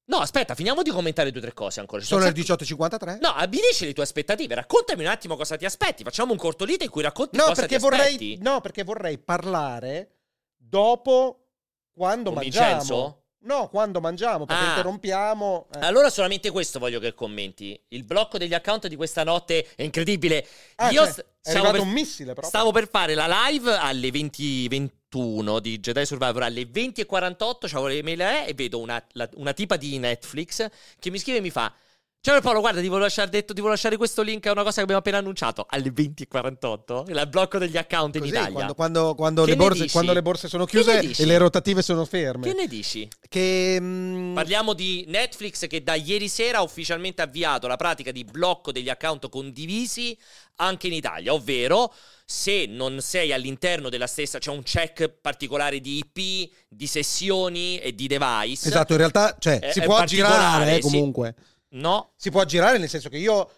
[SPEAKER 3] No, aspetta, finiamo di commentare due o tre cose ancora. Ci
[SPEAKER 2] Sono
[SPEAKER 3] un
[SPEAKER 2] le
[SPEAKER 3] sacco-
[SPEAKER 2] 18.53?
[SPEAKER 3] No, abbinisci le tue aspettative. Raccontami un attimo cosa ti aspetti. Facciamo un cortolito in cui racconti
[SPEAKER 2] No,
[SPEAKER 3] cosa
[SPEAKER 2] perché
[SPEAKER 3] ti aspetti.
[SPEAKER 2] vorrei, no, perché vorrei parlare dopo quando
[SPEAKER 3] Con
[SPEAKER 2] mangiamo.
[SPEAKER 3] Vincenzo?
[SPEAKER 2] No, quando mangiamo, perché
[SPEAKER 3] Ah.
[SPEAKER 2] interrompiamo. eh.
[SPEAKER 3] Allora solamente questo voglio che commenti. Il blocco degli account di questa notte è incredibile.
[SPEAKER 2] Ah,
[SPEAKER 3] Io
[SPEAKER 2] cioè,
[SPEAKER 3] st-
[SPEAKER 2] è
[SPEAKER 3] stavo,
[SPEAKER 2] arrivato
[SPEAKER 3] per,
[SPEAKER 2] un missile proprio.
[SPEAKER 3] stavo per fare la live alle 20.21 di Jedi Survivor alle 20.48, c'avevo le mail eh, e vedo una, la- una tipa di Netflix che mi scrive e mi fa Ciao Paolo, guarda, ti volevo lasciare detto, ti volevo lasciare questo link, è una cosa che abbiamo appena annunciato alle 20.48, il blocco degli account in
[SPEAKER 2] Così,
[SPEAKER 3] Italia.
[SPEAKER 2] quando, quando- quando
[SPEAKER 3] Che
[SPEAKER 2] le
[SPEAKER 3] ne
[SPEAKER 2] borse,
[SPEAKER 3] dici?
[SPEAKER 2] quando le borse sono
[SPEAKER 3] Che ne
[SPEAKER 2] chiuse
[SPEAKER 3] dici?
[SPEAKER 2] e le rotative sono ferme.
[SPEAKER 3] Che ne dici?
[SPEAKER 2] Che, mm,
[SPEAKER 3] Parliamo di Netflix che da ieri sera ha ufficialmente avviato la pratica di blocco degli account condivisi anche in Italia, ovvero se non sei all'interno della stessa, c'è un check particolare di IP, di sessioni e di device.
[SPEAKER 2] esatto, in realtà cioè,
[SPEAKER 3] È-
[SPEAKER 2] si
[SPEAKER 3] è
[SPEAKER 2] può
[SPEAKER 3] particolare,
[SPEAKER 2] girare eh,
[SPEAKER 3] sì.
[SPEAKER 2] comunque.
[SPEAKER 3] No,
[SPEAKER 2] Si può girare nel senso che io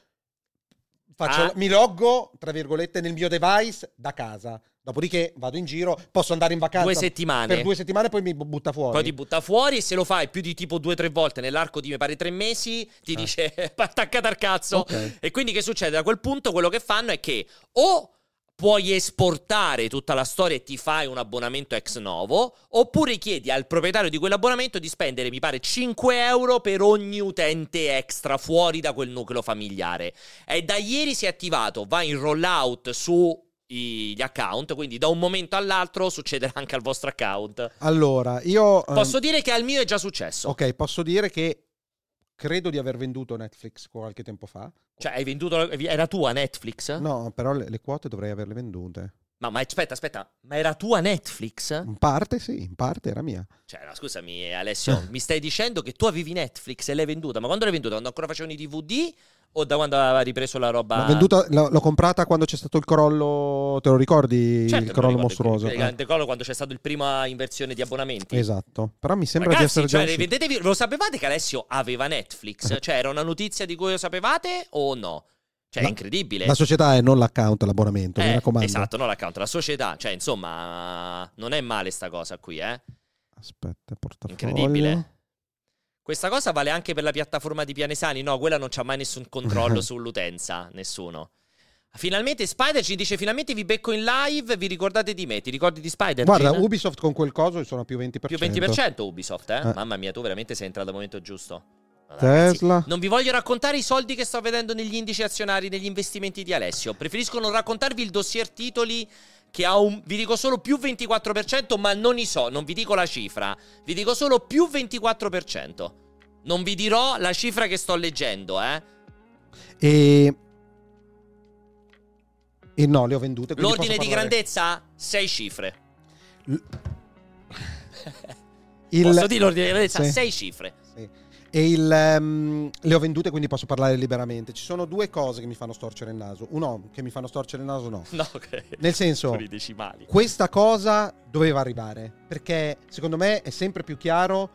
[SPEAKER 2] faccio-
[SPEAKER 3] Ah.
[SPEAKER 2] mi loggo, tra virgolette, nel mio device da casa. Dopodiché vado in giro, posso andare in vacanza
[SPEAKER 3] due settimane.
[SPEAKER 2] per due settimane poi mi bu- butta fuori.
[SPEAKER 3] Poi ti butta fuori e se lo fai più di tipo due o tre volte nell'arco di mi pare tre mesi, ti
[SPEAKER 2] Ah.
[SPEAKER 3] dice [laughs] attaccata al cazzo.
[SPEAKER 2] Ok.
[SPEAKER 3] E quindi che succede? A quel punto quello che fanno è che o puoi esportare tutta la storia e ti fai un abbonamento ex novo, oppure chiedi al proprietario di quell'abbonamento di spendere, mi pare, 5 euro per ogni utente extra fuori da quel nucleo familiare. E da ieri si è attivato, va in rollout su i- gli account, quindi da un momento all'altro succederà anche al vostro account.
[SPEAKER 2] Allora, io... ehm,
[SPEAKER 3] Posso dire che al mio è già successo.
[SPEAKER 2] Ok, posso dire che credo di aver venduto Netflix qualche tempo fa.
[SPEAKER 3] Cioè, hai venduto. Era tua Netflix?
[SPEAKER 2] No, però le, le quote dovrei averle vendute.
[SPEAKER 3] Ma, ma aspetta, aspetta, ma era tua Netflix?
[SPEAKER 2] In parte sì, in parte era mia.
[SPEAKER 3] Cioè, no, scusami, eh, Alessio, mi stai dicendo che tu avevi Netflix e l'hai venduta, ma quando l'hai venduta? Quando ancora facevano i DVD o da quando aveva ripreso la roba?
[SPEAKER 2] L'ho, venduta- l'ho- l'ho comprata quando c'è stato il crollo, te lo ricordi?
[SPEAKER 3] Certo,
[SPEAKER 2] il
[SPEAKER 3] me lo
[SPEAKER 2] crollo
[SPEAKER 3] ricordo,
[SPEAKER 2] mostruoso.
[SPEAKER 3] Il, il,
[SPEAKER 2] Eh,
[SPEAKER 3] il crollo quando c'è stata la prima inversione di abbonamenti.
[SPEAKER 2] Esatto, però mi sembra
[SPEAKER 3] Ragazzi,
[SPEAKER 2] di essere
[SPEAKER 3] cioè,
[SPEAKER 2] già... uscito. Eh.
[SPEAKER 3] rivedetevi- lo sapevate che Alessio aveva Netflix? Cioè, era una notizia di cui lo sapevate o no? Cioè,
[SPEAKER 2] La-
[SPEAKER 3] è incredibile.
[SPEAKER 2] La società è non l'account, l'abbonamento, mi
[SPEAKER 3] Eh,
[SPEAKER 2] raccomando.
[SPEAKER 3] esatto, non l'account, la società. Cioè, insomma, non è male sta cosa qui, eh?
[SPEAKER 2] Aspetta, portafoglio.
[SPEAKER 3] Incredibile. Questa cosa vale anche per la piattaforma di Pianesani? No, quella non c'ha mai nessun
[SPEAKER 2] [laughs]
[SPEAKER 3] controllo sull'utenza, nessuno. Finalmente Spider ci dice finalmente vi becco in live, vi ricordate di me? Ti ricordi di Spider?
[SPEAKER 2] Guarda,
[SPEAKER 3] Gin?
[SPEAKER 2] Ubisoft con quel coso sono a più 20%.
[SPEAKER 3] più 20% Ubisoft, eh?
[SPEAKER 2] Eh.
[SPEAKER 3] Mamma mia, tu veramente sei entrato al momento giusto. Madonna, ragazzi,
[SPEAKER 2] Tesla.
[SPEAKER 3] non vi voglio raccontare i soldi che sto vedendo negli indici azionari, negli investimenti di Alessio. Preferisco non raccontarvi il dossier titoli che ha un, vi dico solo più 24%, ma non i so, non vi dico la cifra, vi dico solo più 24%. Non vi dirò la cifra che sto leggendo, eh.
[SPEAKER 2] E... e no, le ho vendute. quindi
[SPEAKER 3] L'ordine
[SPEAKER 2] posso
[SPEAKER 3] di
[SPEAKER 2] parlare.
[SPEAKER 3] grandezza, 6 cifre.
[SPEAKER 2] Il-
[SPEAKER 3] Posso dire l'ordine di grandezza?
[SPEAKER 2] Sì.
[SPEAKER 3] 6 cifre. [laughs]
[SPEAKER 2] Sì. E il, ehm, le ho vendute, quindi posso parlare liberamente. Ci sono due cose che mi fanno storcere il naso. Uno, che mi fanno storcere il naso, no.
[SPEAKER 3] No, ok.
[SPEAKER 2] Nel senso,
[SPEAKER 3] Con i decimali.
[SPEAKER 2] questa cosa doveva arrivare. Perché secondo me è sempre più chiaro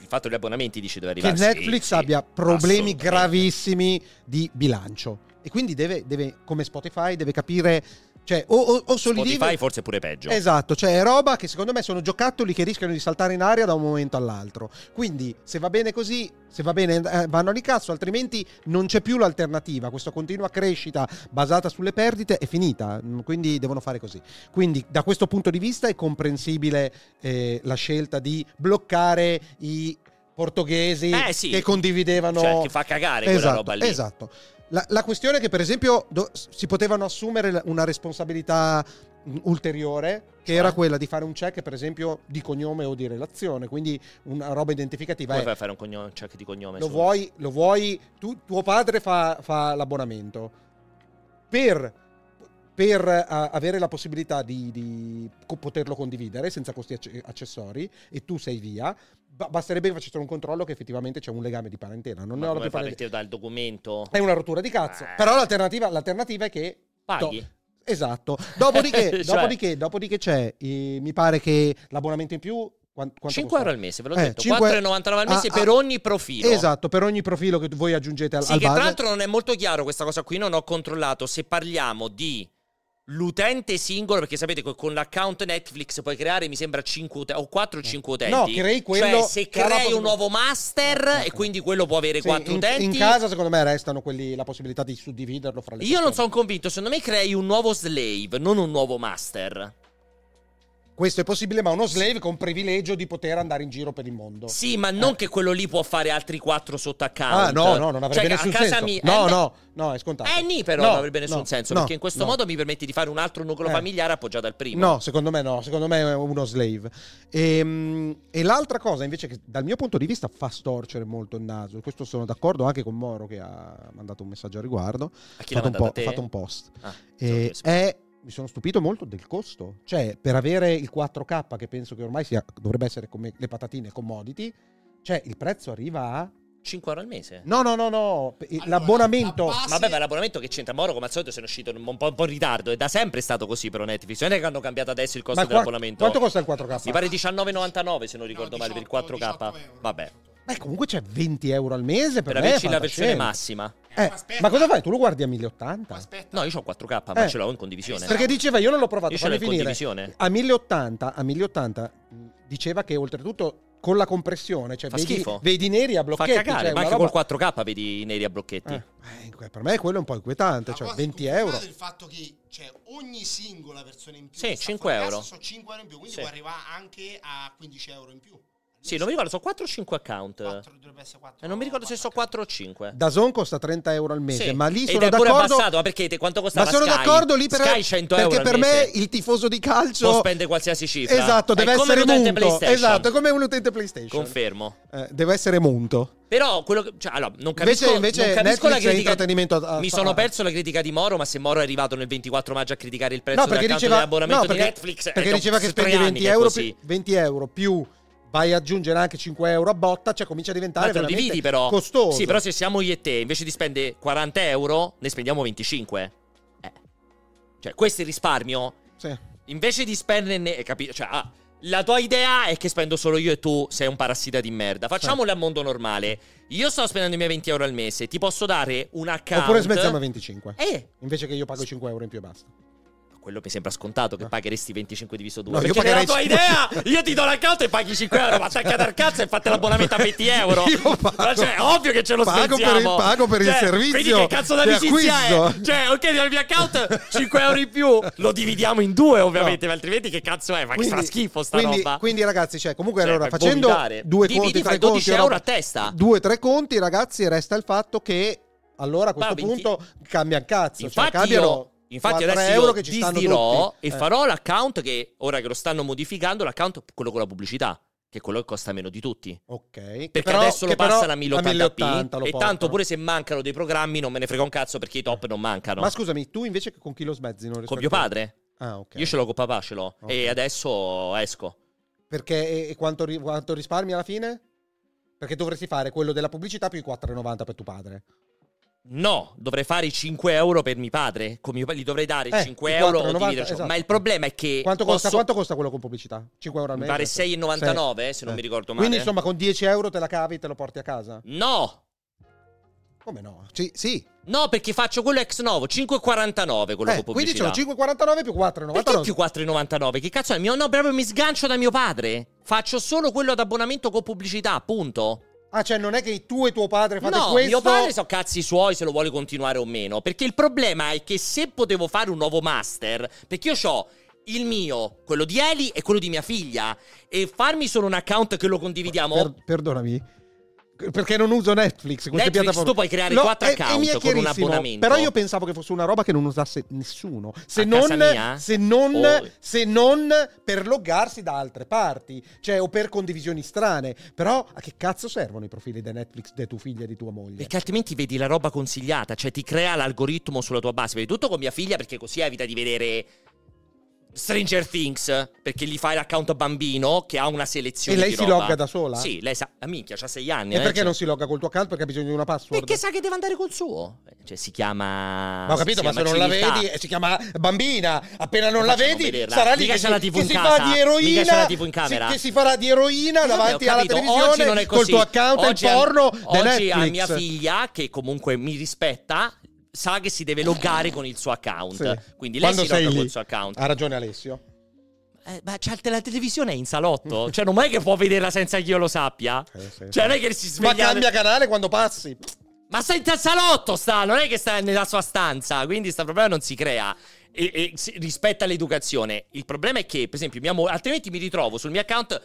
[SPEAKER 3] Il fatto degli abbonamenti dici dove
[SPEAKER 2] che
[SPEAKER 3] arrivare. Sì,
[SPEAKER 2] Netflix
[SPEAKER 3] sì,
[SPEAKER 2] abbia problemi
[SPEAKER 3] assolutamente.
[SPEAKER 2] gravissimi di bilancio. E quindi deve, deve, come Spotify, deve capire. Cioè, o, o, o solidifica-
[SPEAKER 3] Spotify forse pure peggio.
[SPEAKER 2] Esatto, cioè è roba che secondo me sono giocattoli che rischiano di saltare in aria da un momento all'altro. Quindi se va bene così, se va bene eh, vanno di cazzo, altrimenti non c'è più l'alternativa. Questa continua crescita basata sulle perdite è finita, mm, quindi devono fare così. Quindi da questo punto di vista è comprensibile eh, la scelta di bloccare i portoghesi
[SPEAKER 3] Eh, sì.
[SPEAKER 2] che condividevano
[SPEAKER 3] Cioè, ti fa cagare quella
[SPEAKER 2] esatto,
[SPEAKER 3] roba lì.
[SPEAKER 2] Esatto. La, la questione è che, per esempio, do- si potevano assumere la- una responsabilità mh, ulteriore, che
[SPEAKER 3] Cioè?
[SPEAKER 2] era quella di fare un check, per esempio, di cognome o di relazione, quindi una roba identificativa.
[SPEAKER 3] Come
[SPEAKER 2] Eh,
[SPEAKER 3] fai a fare un, cognome, un check di cognome?
[SPEAKER 2] lo
[SPEAKER 3] su-
[SPEAKER 2] vuoi, lo vuoi tu- tuo padre fa, fa l'abbonamento. Per, per, eh, avere la possibilità di, di co- poterlo condividere senza costi acce- accessori e tu sei via, ba- basterebbe che facessero un controllo che effettivamente c'è un legame di parentela. Non
[SPEAKER 3] Ma
[SPEAKER 2] ne ho la
[SPEAKER 3] come
[SPEAKER 2] più
[SPEAKER 3] fai a
[SPEAKER 2] pallida-
[SPEAKER 3] partire dal documento?
[SPEAKER 2] è una rottura di cazzo.
[SPEAKER 3] Eh.
[SPEAKER 2] Però l'alternativa, l'alternativa è che.
[SPEAKER 3] Paghi?
[SPEAKER 2] Do- esatto.
[SPEAKER 3] [laughs]
[SPEAKER 2] Dopodiché,
[SPEAKER 3] Cioè-
[SPEAKER 2] dopodiché, dopodiché c'è. eh, mi pare che l'abbonamento in più. quan- quanto
[SPEAKER 3] 5
[SPEAKER 2] costa?
[SPEAKER 3] euro al mese, ve l'ho
[SPEAKER 2] Eh,
[SPEAKER 3] detto.
[SPEAKER 2] cinque-
[SPEAKER 3] 4,99 al mese
[SPEAKER 2] Ah,
[SPEAKER 3] per
[SPEAKER 2] ah,
[SPEAKER 3] ogni profilo.
[SPEAKER 2] Esatto, per ogni profilo che voi aggiungete al,
[SPEAKER 3] Sì,
[SPEAKER 2] al
[SPEAKER 3] che tra
[SPEAKER 2] base.
[SPEAKER 3] l'altro non è molto chiaro questa cosa qui, non ho controllato se parliamo di l'utente singolo, perché sapete co- con l'account Netflix puoi creare, mi sembra, 5 o 4 o 5 utenti.
[SPEAKER 2] Eh. No, crei quello
[SPEAKER 3] Cioè, se
[SPEAKER 2] che ha la
[SPEAKER 3] crei un
[SPEAKER 2] possibilità-
[SPEAKER 3] nuovo master
[SPEAKER 2] Ah, ok.
[SPEAKER 3] e quindi quello può avere
[SPEAKER 2] Sì,
[SPEAKER 3] 4
[SPEAKER 2] in,
[SPEAKER 3] utenti.
[SPEAKER 2] in casa, esatto. secondo me, restano quelli, la possibilità di suddividerlo fra le
[SPEAKER 3] Io non
[SPEAKER 2] persone.
[SPEAKER 3] sono convinto, secondo me crei un nuovo slave, non un nuovo master.
[SPEAKER 2] Questo è possibile, ma uno slave con privilegio di poter andare in giro per il mondo.
[SPEAKER 3] Sì, ma non
[SPEAKER 2] Eh.
[SPEAKER 3] che quello lì può fare altri quattro sotto account.
[SPEAKER 2] Ah, no, no, non
[SPEAKER 3] Cioè,
[SPEAKER 2] avrebbe
[SPEAKER 3] a
[SPEAKER 2] nessun
[SPEAKER 3] casa
[SPEAKER 2] senso.
[SPEAKER 3] mi-
[SPEAKER 2] No,
[SPEAKER 3] eh,
[SPEAKER 2] no, no, è scontato.
[SPEAKER 3] Eh, ni però
[SPEAKER 2] No,
[SPEAKER 3] non avrebbe nessun
[SPEAKER 2] no,
[SPEAKER 3] senso,
[SPEAKER 2] no,
[SPEAKER 3] perché in questo
[SPEAKER 2] no.
[SPEAKER 3] modo mi permette di fare un altro nucleo
[SPEAKER 2] Eh.
[SPEAKER 3] familiare appoggiato al primo.
[SPEAKER 2] No, secondo me no, secondo me è uno slave. Ehm, E, l'altra cosa invece che dal mio punto di vista fa storcere molto il naso, e questo sono d'accordo anche con Moro che ha mandato un messaggio a riguardo,
[SPEAKER 3] A chi
[SPEAKER 2] ha
[SPEAKER 3] l'ha
[SPEAKER 2] fatto, un
[SPEAKER 3] mandato a
[SPEAKER 2] po- Eh,
[SPEAKER 3] te?
[SPEAKER 2] fatto un post.
[SPEAKER 3] Ah,
[SPEAKER 2] E
[SPEAKER 3] sì, ok,
[SPEAKER 2] è- mi sono stupito molto del costo, cioè per avere il 4K che penso che ormai sia- dovrebbe essere come le patatine commodity, cioè il prezzo arriva a...
[SPEAKER 3] 5 euro al mese.
[SPEAKER 2] eh. No, no, no, no, pe- eh,
[SPEAKER 5] Allora,
[SPEAKER 2] l'abbonamento...
[SPEAKER 5] la base-
[SPEAKER 3] Vabbè, ma l'abbonamento che c'entra Moro, come al solito, sono uscito un po', un po' in ritardo. È da sempre stato così però Netflix. Non è che hanno cambiato adesso il costo
[SPEAKER 2] Ma qua-
[SPEAKER 3] dell'abbonamento.
[SPEAKER 2] quanto costa il 4K?
[SPEAKER 3] Mi pare 19,99 se non ricordo
[SPEAKER 5] No,
[SPEAKER 3] male per il
[SPEAKER 5] 18, 18
[SPEAKER 3] 4K.
[SPEAKER 5] euro.
[SPEAKER 3] Vabbè,
[SPEAKER 2] Beh, comunque c'è 20 euro al mese per, me
[SPEAKER 3] per
[SPEAKER 2] è
[SPEAKER 3] averci la versione
[SPEAKER 2] fantascienza.
[SPEAKER 3] massima.
[SPEAKER 5] Eh,
[SPEAKER 2] Eh,
[SPEAKER 5] aspetta.
[SPEAKER 2] ma cosa fai? Tu lo guardi a 1080?
[SPEAKER 5] Aspetta.
[SPEAKER 3] No, io ho 4K, ma
[SPEAKER 2] Eh.
[SPEAKER 3] ce l'ho in condivisione.
[SPEAKER 5] Esatto.
[SPEAKER 2] Perché diceva io non l'ho provato,
[SPEAKER 3] Io ce l'ho
[SPEAKER 2] fammi
[SPEAKER 3] in
[SPEAKER 2] finire.
[SPEAKER 3] condivisione.
[SPEAKER 2] A 1080, a 1080 mh, diceva che oltretutto con la compressione, cioè
[SPEAKER 3] Fa
[SPEAKER 2] vedi,
[SPEAKER 3] schifo.
[SPEAKER 2] vedi neri a
[SPEAKER 3] Fa
[SPEAKER 2] blocchetti,
[SPEAKER 3] cagare,
[SPEAKER 2] cioè
[SPEAKER 3] ma
[SPEAKER 2] una
[SPEAKER 3] anche
[SPEAKER 2] roba-
[SPEAKER 3] col 4K vedi i neri a blocchetti.
[SPEAKER 2] Eh, eh, per me quello è un po' inquietante,
[SPEAKER 5] La
[SPEAKER 2] cioè
[SPEAKER 5] cosa
[SPEAKER 2] 20
[SPEAKER 5] inconfutata
[SPEAKER 2] euro.
[SPEAKER 5] è Il fatto che c'è ogni singola persona in più.
[SPEAKER 3] Sì,
[SPEAKER 5] che sta
[SPEAKER 3] 5
[SPEAKER 5] fuori
[SPEAKER 3] euro.
[SPEAKER 5] casa Sono 5 euro in più, quindi
[SPEAKER 3] Sì.
[SPEAKER 5] può arrivare anche a 15 euro in più.
[SPEAKER 3] Sì, non mi ricordo, sono 4 o 5 account.
[SPEAKER 5] 4, dovrebbe essere 4.
[SPEAKER 3] E non mi ricordo se sono 4 o 5.
[SPEAKER 2] Dazon costa 30 euro al mese,
[SPEAKER 3] Sì.
[SPEAKER 2] ma lì
[SPEAKER 3] Ed
[SPEAKER 2] sono
[SPEAKER 3] è pure
[SPEAKER 2] d'accordo.
[SPEAKER 3] abbassato, ma perché te- quanto
[SPEAKER 2] ma
[SPEAKER 3] costava
[SPEAKER 2] sono
[SPEAKER 3] Sky?
[SPEAKER 2] d'accordo lì per,
[SPEAKER 3] Sky 100
[SPEAKER 2] perché
[SPEAKER 3] euro al
[SPEAKER 2] per me
[SPEAKER 3] mese.
[SPEAKER 2] il tifoso di calcio
[SPEAKER 3] Può spendere qualsiasi cifra.
[SPEAKER 2] Esatto,
[SPEAKER 3] È
[SPEAKER 2] deve
[SPEAKER 3] come
[SPEAKER 2] essere
[SPEAKER 3] l'utente
[SPEAKER 2] munto.
[SPEAKER 3] PlayStation.
[SPEAKER 2] Esatto, è come un utente PlayStation.
[SPEAKER 3] Confermo.
[SPEAKER 2] Eh, deve essere munto.
[SPEAKER 3] Però quello che- cioè, allora, non
[SPEAKER 2] Invece-
[SPEAKER 3] capisco,
[SPEAKER 2] invece
[SPEAKER 3] non capisco
[SPEAKER 2] Netflix è
[SPEAKER 3] la critica.
[SPEAKER 2] intrattenimento a- a-
[SPEAKER 3] mi
[SPEAKER 2] a-
[SPEAKER 3] sono perso la critica di Moro, ma se Moro è arrivato nel 24 maggio a criticare il prezzo
[SPEAKER 2] no, perché
[SPEAKER 3] dell'account
[SPEAKER 2] diceva,
[SPEAKER 3] dell'abbonamento
[SPEAKER 2] no, perché,
[SPEAKER 3] Cioè, di Netflix, è
[SPEAKER 2] perché
[SPEAKER 3] da
[SPEAKER 2] diceva che
[SPEAKER 3] tre
[SPEAKER 2] spendi
[SPEAKER 3] anni
[SPEAKER 2] 20
[SPEAKER 3] che è
[SPEAKER 2] euro,
[SPEAKER 3] così.
[SPEAKER 2] pi- 20 euro più vai ad aggiungere anche 5 euro a botta, cioè comincia a diventare
[SPEAKER 3] Ma te lo
[SPEAKER 2] veramente
[SPEAKER 3] dividi però.
[SPEAKER 2] costoso.
[SPEAKER 3] Sì, però se siamo io e te, invece di spendere 40 euro, ne spendiamo 25. Eh. Cioè, questo è il risparmio.
[SPEAKER 2] Sì.
[SPEAKER 3] Invece di spenderne, eh, capi- cioè, ah, la tua idea è che spendo solo io e tu sei un parassita di merda.
[SPEAKER 2] Certo.
[SPEAKER 3] Facciamolo a mondo normale. Io sto spendendo i miei 20 euro al mese, ti posso dare un account.
[SPEAKER 2] Oppure smettiamo a 25.
[SPEAKER 3] Eh,
[SPEAKER 2] Invece che io pago 5 euro in più e basta.
[SPEAKER 3] quello mi sembra scontato che
[SPEAKER 2] No.
[SPEAKER 3] pagheresti 25 diviso 2.
[SPEAKER 2] Ah. No, io
[SPEAKER 3] perché nella tua
[SPEAKER 2] pagherei
[SPEAKER 3] idea
[SPEAKER 2] [laughs]
[SPEAKER 3] io ti do l'account e paghi 5 euro, ma attaccate al cazzo e fate l'abbonamento a 20
[SPEAKER 2] [laughs]
[SPEAKER 3] euro.
[SPEAKER 2] Io pago-
[SPEAKER 3] Ma cioè, ovvio che ce lo
[SPEAKER 2] pago per il-
[SPEAKER 3] spendiamo.
[SPEAKER 2] pago per il
[SPEAKER 3] Cioè,
[SPEAKER 2] servizio
[SPEAKER 3] Quindi che cazzo
[SPEAKER 2] di
[SPEAKER 3] d'amicizia è?
[SPEAKER 2] acquisto.
[SPEAKER 3] Cioè, ok, nel mio account 5 euro in più, lo dividiamo in due ovviamente, ma altrimenti che cazzo è? Ma che sarà schifo sta
[SPEAKER 2] quindi,
[SPEAKER 3] roba.
[SPEAKER 2] quindi, ragazzi, cioè, comunque,
[SPEAKER 3] Cioè,
[SPEAKER 2] allora,
[SPEAKER 3] per
[SPEAKER 2] facendo
[SPEAKER 3] vomitare.
[SPEAKER 2] due
[SPEAKER 3] Dividi
[SPEAKER 2] conti,
[SPEAKER 3] fra
[SPEAKER 2] tre
[SPEAKER 3] i 12
[SPEAKER 2] conti,
[SPEAKER 3] euro
[SPEAKER 2] roba-
[SPEAKER 3] a testa.
[SPEAKER 2] Due, tre conti, ragazzi, resta il fatto che allora a questo
[SPEAKER 3] Ma 20
[SPEAKER 2] punto cambia il cazzo.
[SPEAKER 3] Infatti,
[SPEAKER 2] cioè, cambiano
[SPEAKER 3] io, infatti
[SPEAKER 2] 4
[SPEAKER 3] adesso
[SPEAKER 2] euro
[SPEAKER 3] io
[SPEAKER 2] che ci stanno
[SPEAKER 3] disdirò
[SPEAKER 2] tutti.
[SPEAKER 3] e
[SPEAKER 2] Eh.
[SPEAKER 3] farò l'account che ora che lo stanno modificando, l'account quello con la pubblicità, che è quello che costa meno di tutti.
[SPEAKER 2] Eh, Ok. Che
[SPEAKER 3] Perché
[SPEAKER 2] però-
[SPEAKER 3] adesso lo
[SPEAKER 2] che però
[SPEAKER 3] passano a
[SPEAKER 2] a
[SPEAKER 3] 1080p
[SPEAKER 2] 1080 lo
[SPEAKER 3] e tanto
[SPEAKER 2] portano.
[SPEAKER 3] pure se mancano dei programmi non me ne frega un cazzo perché i top non mancano.
[SPEAKER 2] Ma scusami, tu invece con chi lo smezzi? Non riesco
[SPEAKER 3] con
[SPEAKER 2] a
[SPEAKER 3] mio
[SPEAKER 2] capire.
[SPEAKER 3] padre?
[SPEAKER 2] Ah, ok.
[SPEAKER 3] Io ce l'ho con papà, ce l'ho.
[SPEAKER 2] Ok.
[SPEAKER 3] E adesso esco.
[SPEAKER 2] Perché e, e quanto, ri- quanto risparmi alla fine? Perché dovresti fare quello della pubblicità più i 4,90 per tuo padre.
[SPEAKER 3] No, dovrei fare i 5 euro per mio padre. Con mio pa- gli dovrei dare
[SPEAKER 2] Eh,
[SPEAKER 3] 5
[SPEAKER 2] i
[SPEAKER 3] euro.
[SPEAKER 2] 4,90,
[SPEAKER 3] o dividerci.
[SPEAKER 2] esatto.
[SPEAKER 3] Ma il problema è che.
[SPEAKER 2] Quanto costa,
[SPEAKER 3] posso-
[SPEAKER 2] quanto costa quello con pubblicità? 5 euro al
[SPEAKER 3] Mi
[SPEAKER 2] mese? cioè,
[SPEAKER 3] pare 6,99, eh, se non mi ricordo male.
[SPEAKER 2] Eh. Quindi insomma con 10 euro te la cavi e te lo porti a casa?
[SPEAKER 3] No!
[SPEAKER 2] Come no? Sì, sì.
[SPEAKER 3] No, perché faccio quello ex novo, 5,49 quello
[SPEAKER 2] Eh,
[SPEAKER 3] con
[SPEAKER 2] quindi sono
[SPEAKER 3] pubblicità.
[SPEAKER 2] 5,49 più 4,99.
[SPEAKER 3] Perché più 4,99? Che cazzo è? Mio, no, proprio mi sgancio da mio padre. Faccio solo quello ad abbonamento con pubblicità, punto.
[SPEAKER 2] Ah, cioè non è che tu e tuo padre fate
[SPEAKER 3] No,
[SPEAKER 2] questo?
[SPEAKER 3] mio padre so cazzi suoi se lo vuole continuare o meno. Perché il problema è che se potevo fare un nuovo master, perché io ho il mio, quello di Eli e quello di mia figlia, e farmi solo un account che lo condividiamo.
[SPEAKER 2] Per- perdonami. Perché non uso Netflix? queste
[SPEAKER 3] Netflix,
[SPEAKER 2] piattaforme.
[SPEAKER 3] tu puoi creare
[SPEAKER 2] No,
[SPEAKER 3] quattro
[SPEAKER 2] e- e
[SPEAKER 3] account
[SPEAKER 2] mi è
[SPEAKER 3] con un
[SPEAKER 2] chiarissimo,
[SPEAKER 3] abbonamento.
[SPEAKER 2] Però io pensavo che fosse una roba che non usasse nessuno. Se
[SPEAKER 3] A
[SPEAKER 2] non,
[SPEAKER 3] casa mia?
[SPEAKER 2] se, non,
[SPEAKER 3] Oh.
[SPEAKER 2] se non per loggarsi da altre parti, cioè o per condivisioni strane. Però a che cazzo servono i profili di Netflix di tua figlia e di tua moglie?
[SPEAKER 3] Perché altrimenti vedi la roba consigliata, cioè ti crea l'algoritmo sulla tua base. Vedi tutto con mia figlia perché così evita di vedere Stranger Things, perché gli fai l'account bambino che ha una selezione
[SPEAKER 2] E lei
[SPEAKER 3] di
[SPEAKER 2] si
[SPEAKER 3] roba.
[SPEAKER 2] logga da sola?
[SPEAKER 3] Sì, lei sa, ah, minchia, ha sei anni.
[SPEAKER 2] E
[SPEAKER 3] eh,
[SPEAKER 2] perché
[SPEAKER 3] cioè.
[SPEAKER 2] non si logga col tuo account? Perché ha bisogno di una password?
[SPEAKER 3] Perché sa che deve andare col suo. Cioè si chiama
[SPEAKER 2] Ma ho capito,
[SPEAKER 3] si
[SPEAKER 2] ma se
[SPEAKER 3] chiama
[SPEAKER 2] non la
[SPEAKER 3] civiltà.
[SPEAKER 2] vedi, eh, si chiama bambina. Appena non
[SPEAKER 3] Ma
[SPEAKER 2] la
[SPEAKER 3] facciamo
[SPEAKER 2] vedi,
[SPEAKER 3] vederla.
[SPEAKER 2] sarà lì
[SPEAKER 3] Mica
[SPEAKER 2] che
[SPEAKER 3] c'è
[SPEAKER 2] si,
[SPEAKER 3] la TV
[SPEAKER 2] che
[SPEAKER 3] in
[SPEAKER 2] si
[SPEAKER 3] casa.
[SPEAKER 2] fa di eroina.
[SPEAKER 3] Mica c'è la TV in camera.
[SPEAKER 2] si- che si farà di eroina
[SPEAKER 3] Vabbè,
[SPEAKER 2] davanti
[SPEAKER 3] ho
[SPEAKER 2] alla
[SPEAKER 3] capito,
[SPEAKER 2] televisione
[SPEAKER 3] oggi non è
[SPEAKER 2] col
[SPEAKER 3] così.
[SPEAKER 2] tuo account
[SPEAKER 3] oggi
[SPEAKER 2] in
[SPEAKER 3] a-
[SPEAKER 2] porno di
[SPEAKER 3] oggi a
[SPEAKER 2] Netflix.
[SPEAKER 3] mia figlia che comunque mi rispetta sa che si deve loggare con il suo account
[SPEAKER 2] Sì.
[SPEAKER 3] quindi lei
[SPEAKER 2] Quando
[SPEAKER 3] si logga
[SPEAKER 2] sei
[SPEAKER 3] con il
[SPEAKER 2] lì.
[SPEAKER 3] suo account
[SPEAKER 2] Ha ragione Alessio.
[SPEAKER 3] Eh, ma c'ha il te- la televisione è in
[SPEAKER 2] [laughs]
[SPEAKER 3] salotto cioè non è che può vederla senza che io lo sappia cioè non è che si
[SPEAKER 2] ma
[SPEAKER 3] sveglia
[SPEAKER 2] cambia canale quando passi.
[SPEAKER 3] ma sta in tal salotto sta non è che sta nella sua stanza quindi sta problema non si crea e, e si- rispetta l'educazione il problema è che per esempio mia mo- altrimenti mi ritrovo sul mio account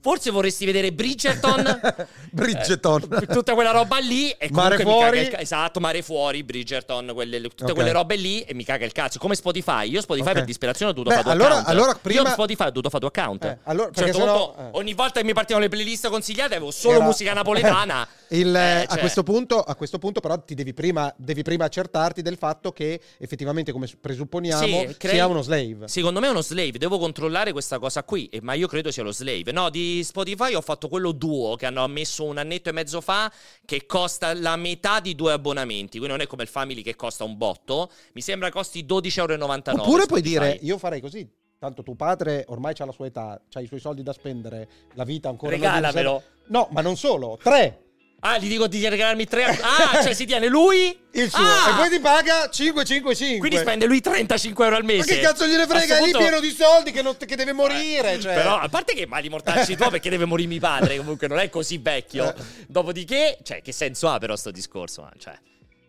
[SPEAKER 3] forse vorresti
[SPEAKER 2] [laughs]
[SPEAKER 3] vedere Bridgerton
[SPEAKER 2] Bridgeton.
[SPEAKER 3] Eh, tutta quella roba lì e
[SPEAKER 2] Mare
[SPEAKER 3] comunque mi
[SPEAKER 2] fuori.
[SPEAKER 3] caga il ca- esatto mare fuori Bridgerton quelle- tutte
[SPEAKER 2] Ok.
[SPEAKER 3] quelle robe lì e mi caga il cazzo come Spotify io Spotify
[SPEAKER 2] Ok.
[SPEAKER 3] per disperazione ho dovuto
[SPEAKER 2] Beh,
[SPEAKER 3] fare due
[SPEAKER 2] allora-
[SPEAKER 3] account
[SPEAKER 2] allora
[SPEAKER 3] io
[SPEAKER 2] prima-
[SPEAKER 3] Spotify ho dovuto fare due account
[SPEAKER 2] Eh, allora,
[SPEAKER 3] A un certo
[SPEAKER 2] perché sennò-
[SPEAKER 3] punto,
[SPEAKER 2] eh.
[SPEAKER 3] ogni volta che mi partivano le playlist consigliate avevo solo
[SPEAKER 2] Era-
[SPEAKER 3] musica
[SPEAKER 2] [laughs]
[SPEAKER 3] napoletana
[SPEAKER 2] Il-
[SPEAKER 3] Eh,
[SPEAKER 2] a,
[SPEAKER 3] cioè,
[SPEAKER 2] questo punto, a questo punto, però, ti devi prima, devi prima accertarti del fatto che effettivamente, come presupponiamo,
[SPEAKER 3] sì, crei-
[SPEAKER 2] sia uno slave.
[SPEAKER 3] secondo me è uno slave devo controllare questa cosa qui eh, ma io credo sia lo slave no di Spotify ho fatto quello duo che hanno messo un annetto e mezzo fa che costa la metà di due abbonamenti quindi non è come il Family che costa un botto mi sembra costi 12,99 euro
[SPEAKER 2] Oppure puoi dire, io farei così. Tanto tuo padre ormai ha la sua età, ha i suoi soldi da spendere, la vita ancora non gli
[SPEAKER 3] Regalamelo.
[SPEAKER 2] serve. No, ma non solo, tre.
[SPEAKER 3] Ah, gli dico di regalarmi tre. Ah, cioè si tiene lui.
[SPEAKER 2] Il suo.
[SPEAKER 3] Ah!
[SPEAKER 2] E poi ti paga 555.
[SPEAKER 3] Quindi spende lui 35 euro al
[SPEAKER 2] Ma
[SPEAKER 3] mese.
[SPEAKER 2] che cazzo gliene frega?
[SPEAKER 3] A
[SPEAKER 2] È
[SPEAKER 3] sto
[SPEAKER 2] lì
[SPEAKER 3] punto-
[SPEAKER 2] pieno di soldi che, non- che deve morire.
[SPEAKER 3] Eh,
[SPEAKER 2] Cioè.
[SPEAKER 3] Però, a parte che mali mortacci tu, perché deve morire mio
[SPEAKER 2] Eh.
[SPEAKER 3] padre, comunque non è così vecchio. Dopodiché, cioè, che senso ha però sto discorso? Ah, Cioè,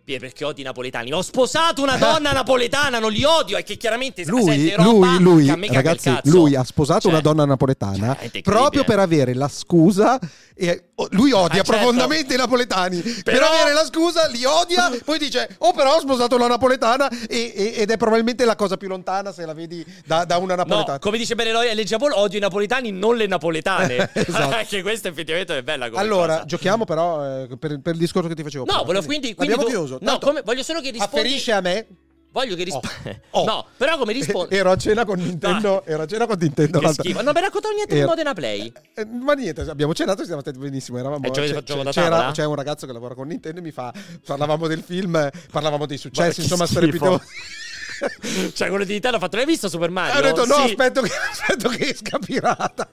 [SPEAKER 3] Eh, Perché odio i napoletani. Ho sposato una donna napoletana, non li odio. È che chiaramente se
[SPEAKER 2] Lui,
[SPEAKER 3] sente roba
[SPEAKER 2] lui, lui,
[SPEAKER 3] che a me caga il
[SPEAKER 2] ragazzi,
[SPEAKER 3] cazzo.
[SPEAKER 2] lui ha sposato
[SPEAKER 3] Cioè,
[SPEAKER 2] una donna
[SPEAKER 3] cioè,
[SPEAKER 2] napoletana
[SPEAKER 3] veramente incredibile.
[SPEAKER 2] proprio per avere la scusa. E oh, lui odia
[SPEAKER 3] Ah, certo.
[SPEAKER 2] profondamente i napoletani. Per
[SPEAKER 3] Però-
[SPEAKER 2] avere la scusa, li
[SPEAKER 3] [laughs]
[SPEAKER 2] odia. poi dice: Oh, però ho sposato una napoletana. e- e- ed è probabilmente la cosa più lontana se la vedi da, da una napoletana.
[SPEAKER 3] No, come dice Beneloi, legge Paul, odio i napoletani, non le
[SPEAKER 2] [laughs]
[SPEAKER 3] napoletane.
[SPEAKER 2] Esatto.
[SPEAKER 3] Anche questa effettivamente è bella come
[SPEAKER 2] allora,
[SPEAKER 3] cosa.
[SPEAKER 2] giochiamo, però, eh, per, per il discorso che ti facevo.
[SPEAKER 3] No,
[SPEAKER 2] prima.
[SPEAKER 3] volevo quindi, quindi
[SPEAKER 2] L'abbiamo
[SPEAKER 3] tu-
[SPEAKER 2] chiuso.
[SPEAKER 3] No,
[SPEAKER 2] Tanto
[SPEAKER 3] come- voglio solo che rispondi.
[SPEAKER 2] Afferisce a me.
[SPEAKER 3] Voglio che
[SPEAKER 2] Oh.
[SPEAKER 3] rispondi.
[SPEAKER 2] Oh.
[SPEAKER 3] No, però come
[SPEAKER 2] [laughs]
[SPEAKER 3] rispondi?
[SPEAKER 2] Ero a cena con Nintendo.
[SPEAKER 3] No.
[SPEAKER 2] Ero a cena con Nintendo.
[SPEAKER 3] Che
[SPEAKER 2] l'altra-
[SPEAKER 3] schifo. Non mi raccontato niente di
[SPEAKER 2] Era-
[SPEAKER 3] Modena Play.
[SPEAKER 2] Eh, Ma niente, abbiamo cenato, siamo stati benissimo. Eravamo,
[SPEAKER 3] E giochi-
[SPEAKER 2] c'è,
[SPEAKER 3] gioco da
[SPEAKER 2] c'era,
[SPEAKER 3] tavola?
[SPEAKER 2] c'è un ragazzo che lavora con Nintendo e mi fa. Parlavamo del film, eh, parlavamo dei
[SPEAKER 3] Ma
[SPEAKER 2] successi,
[SPEAKER 3] che
[SPEAKER 2] insomma,
[SPEAKER 3] schifo.
[SPEAKER 2] strepitoso.
[SPEAKER 3] [laughs] Cioè, quello di Nintendo ha fatto. L'hai visto Super Mario?
[SPEAKER 2] Ho detto: no,
[SPEAKER 3] Ah, Sì.
[SPEAKER 2] aspetto, che, [laughs] aspetto che esca pirata.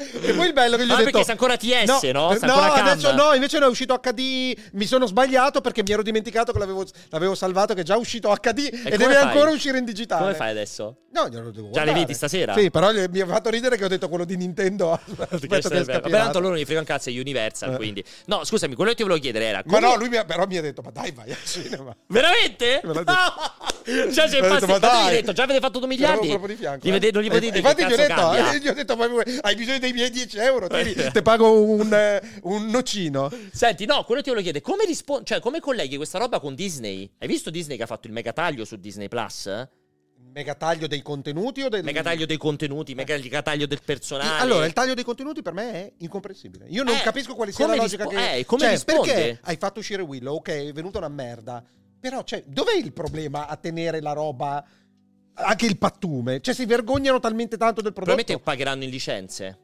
[SPEAKER 2] E poi il bello che gli ho
[SPEAKER 3] Ah,
[SPEAKER 2] detto.
[SPEAKER 3] perché sei ancora TS, no?
[SPEAKER 2] eh,
[SPEAKER 3] Sei ancora cam.
[SPEAKER 2] adesso no, invece no, è uscito HD. Mi sono sbagliato perché mi ero dimenticato che l'avevo, l'avevo salvato, che è già uscito HD e,
[SPEAKER 3] come
[SPEAKER 2] deve
[SPEAKER 3] fai?
[SPEAKER 2] ancora uscire in digitale.
[SPEAKER 3] Come fai adesso?
[SPEAKER 2] No, glielo devo
[SPEAKER 3] Già
[SPEAKER 2] guardare.
[SPEAKER 3] le vedi stasera?
[SPEAKER 2] Sì, però gli- mi ha fatto ridere che ho detto quello di Nintendo. [laughs]
[SPEAKER 3] Perché
[SPEAKER 2] Aspetta che
[SPEAKER 3] sarebbe-
[SPEAKER 2] esca
[SPEAKER 3] Vabbè, tanto
[SPEAKER 2] pirata.
[SPEAKER 3] loro non gli frega un cazzo, è Universal,
[SPEAKER 2] Eh.
[SPEAKER 3] quindi. No, scusami, quello che ti volevo chiedere era...
[SPEAKER 2] Ma
[SPEAKER 3] come-
[SPEAKER 2] no, lui mi ha- però mi ha detto, ma dai, vai al cinema.
[SPEAKER 3] Veramente?
[SPEAKER 2] [laughs] Me l'ha detto.
[SPEAKER 3] No! Cioè, se
[SPEAKER 2] Mi ha detto,
[SPEAKER 3] passi...
[SPEAKER 2] ma
[SPEAKER 3] Ma tu gli hai
[SPEAKER 2] dai.
[SPEAKER 3] detto, già avete fatto 2
[SPEAKER 2] Eravamo
[SPEAKER 3] miliardi?
[SPEAKER 2] proprio di fianco.
[SPEAKER 3] Gli
[SPEAKER 2] eh.
[SPEAKER 3] vede- non gli
[SPEAKER 2] E-
[SPEAKER 3] potete dire
[SPEAKER 2] Infatti
[SPEAKER 3] che
[SPEAKER 2] gli ho
[SPEAKER 3] cazzo
[SPEAKER 2] detto,
[SPEAKER 3] cambia.
[SPEAKER 2] eh, gli ho detto, ma vuoi- hai bisogno dei miei 10 euro, tieni, te pago un, eh, un nocino.
[SPEAKER 3] Senti, no, quello che ti volevo chiedere, come, rispo- cioè, come colleghi questa roba con Disney? Hai visto Disney che ha fatto il megataglio su Disney Plus?
[SPEAKER 2] Mega taglio dei contenuti o del...
[SPEAKER 3] Megataglio dei contenuti, megataglio del personale.
[SPEAKER 2] Allora, il taglio dei contenuti per me è incomprensibile. Io non
[SPEAKER 3] Eh,
[SPEAKER 2] capisco quale sia la
[SPEAKER 3] come
[SPEAKER 2] logica
[SPEAKER 3] rispo-
[SPEAKER 2] che...
[SPEAKER 3] eh, come
[SPEAKER 2] cioè,
[SPEAKER 3] risponde?
[SPEAKER 2] perché hai fatto uscire Willow, ok, è venuta una merda. Però, cioè, dov'è il problema a tenere la roba... Anche il pattume? Cioè, si vergognano talmente tanto del prodotto.
[SPEAKER 3] Probabilmente pagheranno in licenze.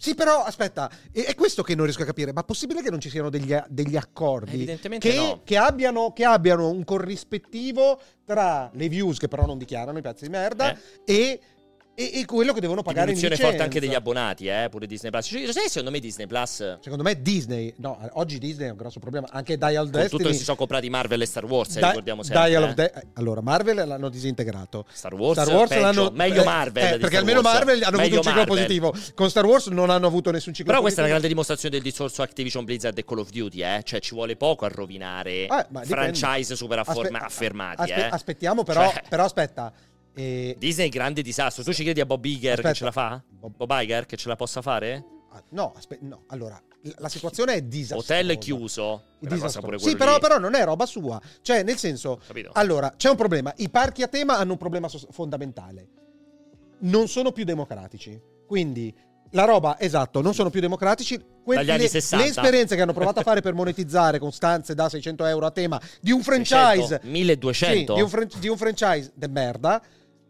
[SPEAKER 2] Sì, però aspetta, è, è questo che non riesco a capire. Ma è possibile che non ci siano degli, degli accordi?
[SPEAKER 3] Evidentemente
[SPEAKER 2] Che,
[SPEAKER 3] no.
[SPEAKER 2] che abbiano, che abbiano un corrispettivo tra le views, che però non dichiarano i pezzi di merda,
[SPEAKER 3] Eh.
[SPEAKER 2] e, e- e quello che devono pagare in
[SPEAKER 3] Diminuzione
[SPEAKER 2] licenza.
[SPEAKER 3] forte anche degli abbonati, eh, pure Disney Plus. Cioè, sai, secondo me Disney Plus,
[SPEAKER 2] Secondo me Disney, no, oggi Disney è un grosso problema. Anche Dial
[SPEAKER 3] con tutto
[SPEAKER 2] Destiny.
[SPEAKER 3] che si sono comprati Marvel e Star Wars, eh,
[SPEAKER 2] Di-
[SPEAKER 3] ricordiamo sempre.
[SPEAKER 2] Dial
[SPEAKER 3] eh.
[SPEAKER 2] of De- allora, Marvel l'hanno disintegrato.
[SPEAKER 3] Star Wars,
[SPEAKER 2] Star Wars
[SPEAKER 3] peggio.
[SPEAKER 2] l'hanno
[SPEAKER 3] meglio
[SPEAKER 2] eh,
[SPEAKER 3] Marvel.
[SPEAKER 2] eh,
[SPEAKER 3] di
[SPEAKER 2] perché
[SPEAKER 3] Star
[SPEAKER 2] almeno
[SPEAKER 3] Wars.
[SPEAKER 2] Marvel hanno
[SPEAKER 3] Meglio
[SPEAKER 2] avuto un ciclo
[SPEAKER 3] Marvel.
[SPEAKER 2] positivo. Con Star Wars non hanno avuto nessun ciclo
[SPEAKER 3] Però questa
[SPEAKER 2] positivo.
[SPEAKER 3] è una grande dimostrazione del discorso Activision Blizzard e Call of Duty, eh? Cioè, ci vuole poco a rovinare
[SPEAKER 2] Ah, ma dipende.
[SPEAKER 3] Eh, franchise super afforma-
[SPEAKER 2] Aspe-
[SPEAKER 3] affermati,
[SPEAKER 2] aspe-
[SPEAKER 3] eh?
[SPEAKER 2] Aspettiamo, però,
[SPEAKER 3] Cioè-
[SPEAKER 2] però aspetta. eh,
[SPEAKER 3] Disney è grande disastro. Tu ci credi a Bob Iger
[SPEAKER 2] Aspetta.
[SPEAKER 3] che ce la fa?
[SPEAKER 2] Bob-
[SPEAKER 3] Bob Iger che ce la possa fare?
[SPEAKER 2] ah, no, aspe- no, allora, la- la situazione è disastrosa.
[SPEAKER 3] Hotel è chiuso. Quella cosa
[SPEAKER 2] Disastrosa.
[SPEAKER 3] pure
[SPEAKER 2] Sì,
[SPEAKER 3] quello
[SPEAKER 2] però,
[SPEAKER 3] lì.
[SPEAKER 2] però non è roba sua. Cioè, nel senso,
[SPEAKER 3] Capito?
[SPEAKER 2] allora, c'è un problema. I parchi a tema hanno un problema sos- fondamentale. Non sono più democratici. Quindi, la roba, esatto, non sono più democratici. Que-
[SPEAKER 3] Dagli anni
[SPEAKER 2] le,
[SPEAKER 3] 60.
[SPEAKER 2] le esperienze che hanno provato a fare per monetizzare con stanze da 600 euro a tema di un franchise
[SPEAKER 3] 600, 1200.
[SPEAKER 2] Sì, di, un fran- di un franchise de merda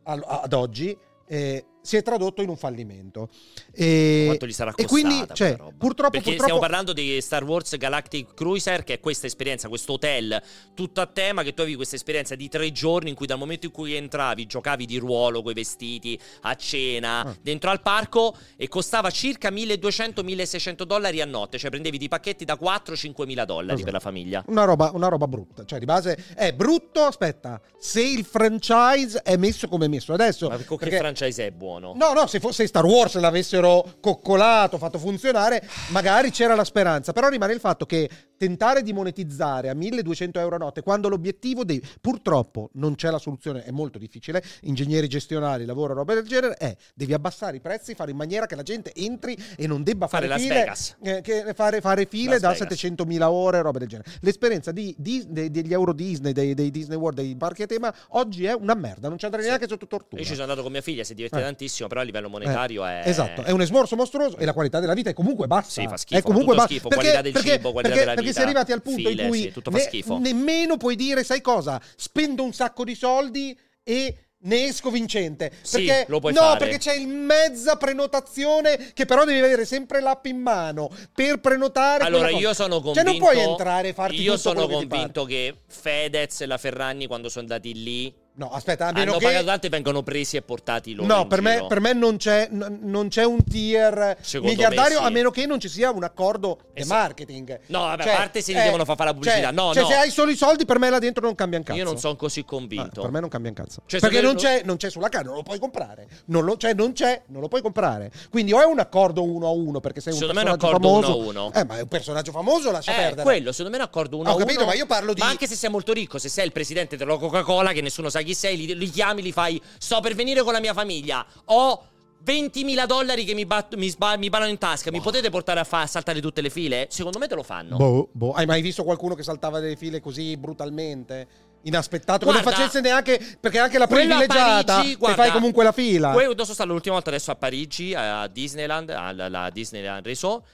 [SPEAKER 2] al- ad oggi eh, si è tradotto in un fallimento. E,
[SPEAKER 3] Quanto gli sarà
[SPEAKER 2] e
[SPEAKER 3] costata
[SPEAKER 2] quindi,
[SPEAKER 3] quella
[SPEAKER 2] cioè,
[SPEAKER 3] roba?
[SPEAKER 2] purtroppo,
[SPEAKER 3] Perché
[SPEAKER 2] purtroppo-
[SPEAKER 3] stiamo parlando di Star Wars Galactic Cruiser, che è questa esperienza, questo hotel tutto a tema, che tu avevi questa esperienza di tre giorni in cui dal momento in cui entravi giocavi di ruolo coi vestiti, a cena,
[SPEAKER 2] Ah.
[SPEAKER 3] dentro al parco e costava circa 1200-1600 dollari a notte, cioè prendevi di pacchetti da 4-5 dollari
[SPEAKER 2] Esatto.
[SPEAKER 3] per la famiglia.
[SPEAKER 2] Una roba, una roba brutta, cioè di base è brutto. Aspetta, se il franchise è messo come è messo adesso,
[SPEAKER 3] Ma con che
[SPEAKER 2] perché-
[SPEAKER 3] franchise è buono?
[SPEAKER 2] No, no, se, fosse Star Wars l'avessero coccolato, fatto funzionare, magari c'era la speranza. Però rimane il fatto che tentare di monetizzare a 1200 euro a notte, quando l'obiettivo dei... Purtroppo non c'è la soluzione, è molto difficile, ingegneri gestionali, lavoro, roba del genere, è devi abbassare i prezzi, fare in maniera che la gente entri e non debba
[SPEAKER 3] Fare
[SPEAKER 2] fare,
[SPEAKER 3] Las
[SPEAKER 2] file...
[SPEAKER 3] Vegas.
[SPEAKER 2] eh, che fare, fare file
[SPEAKER 3] Las
[SPEAKER 2] da
[SPEAKER 3] Vegas.
[SPEAKER 2] 700.000 ore, roba del genere. L'esperienza di, Dis- de- degli Euro Disney, dei, dei Disney World, dei parchi a tema, oggi è una merda, non ci andrei
[SPEAKER 3] Sì.
[SPEAKER 2] neanche sotto tortura.
[SPEAKER 3] Io ci sono andato con mia figlia, si è divertita
[SPEAKER 2] Eh.
[SPEAKER 3] tantissimo, però a livello monetario è...
[SPEAKER 2] Esatto, è un esmorso mostruoso e la qualità della vita è comunque bassa.
[SPEAKER 3] Sì, fa schifo,
[SPEAKER 2] È comunque
[SPEAKER 3] tutto
[SPEAKER 2] ba-
[SPEAKER 3] schifo, qualità del cibo, qualità
[SPEAKER 2] perché,
[SPEAKER 3] della
[SPEAKER 2] perché
[SPEAKER 3] vita,
[SPEAKER 2] sei arrivati al punto
[SPEAKER 3] file,
[SPEAKER 2] in cui
[SPEAKER 3] sì, tutto fa schifo.
[SPEAKER 2] nemmeno puoi dire, sai cosa, spendo un sacco di soldi e ne esco vincente.
[SPEAKER 3] Sì,
[SPEAKER 2] perché,
[SPEAKER 3] lo puoi
[SPEAKER 2] no,
[SPEAKER 3] fare.
[SPEAKER 2] perché c'è il mezza prenotazione che però devi avere sempre l'app in mano per prenotare.
[SPEAKER 3] Allora,
[SPEAKER 2] quella cosa.
[SPEAKER 3] io sono convinto.
[SPEAKER 2] Cioè, non puoi entrare e farti
[SPEAKER 3] Io
[SPEAKER 2] tutto
[SPEAKER 3] sono
[SPEAKER 2] quello che ti
[SPEAKER 3] convinto che Fedez e la Ferragni, quando sono andati lì,
[SPEAKER 2] No, aspetta, a meno
[SPEAKER 3] Hanno
[SPEAKER 2] che...
[SPEAKER 3] pagato tanto e vengono presi e portati loro.
[SPEAKER 2] No,
[SPEAKER 3] in
[SPEAKER 2] per me,
[SPEAKER 3] giro.
[SPEAKER 2] per me non, c'è, n- non c'è un tier
[SPEAKER 3] Secondo
[SPEAKER 2] miliardario
[SPEAKER 3] me sì.
[SPEAKER 2] a meno che non ci sia un accordo di
[SPEAKER 3] Esatto.
[SPEAKER 2] marketing.
[SPEAKER 3] No, vabbè, a parte se gli devono far fare la
[SPEAKER 2] cioè-
[SPEAKER 3] pubblicità. No,
[SPEAKER 2] cioè,
[SPEAKER 3] no.
[SPEAKER 2] se hai solo i soldi, per me là dentro non cambia un cazzo.
[SPEAKER 3] Io non sono così
[SPEAKER 2] Ah,
[SPEAKER 3] convinto.
[SPEAKER 2] per me non cambia un cazzo.
[SPEAKER 3] Cioè,
[SPEAKER 2] Perché
[SPEAKER 3] se-
[SPEAKER 2] non c'è, non c'è sulla carta, non lo puoi comprare. Non lo, cioè, non c'è, non lo puoi comprare. Quindi o è un accordo uno a uno perché sei un
[SPEAKER 3] Secondo me è un
[SPEAKER 2] personaggio
[SPEAKER 3] accordo
[SPEAKER 2] famoso.
[SPEAKER 3] uno a uno.
[SPEAKER 2] Eh, ma è un personaggio famoso, lascia
[SPEAKER 3] Eh,
[SPEAKER 2] perdere.
[SPEAKER 3] quello, secondo me è un accordo uno
[SPEAKER 2] Ho
[SPEAKER 3] a uno.
[SPEAKER 2] capito, ma io parlo di-
[SPEAKER 3] Ma anche se sei molto ricco, se sei il presidente della Coca-Cola, che nessuno sa chi sei, li, li chiami, li fai. Sto per venire con la mia famiglia. Ho 20.000 dollari che mi, bat- mi, sba- mi ballano in tasca. Mi potete portare a, fa- a saltare tutte le file? Secondo me te lo fanno.
[SPEAKER 2] Boh, boh. Hai mai visto qualcuno che saltava delle file così brutalmente? Inaspettato, che non
[SPEAKER 3] Guarda,
[SPEAKER 2] facesse neanche perché anche la
[SPEAKER 3] Quello a
[SPEAKER 2] privilegiata
[SPEAKER 3] Parigi,
[SPEAKER 2] che
[SPEAKER 3] guarda,
[SPEAKER 2] fai comunque la fila.
[SPEAKER 3] Quello dove sono stato l'ultima volta adesso a Parigi, a Disneyland, alla, alla Disneyland Resort.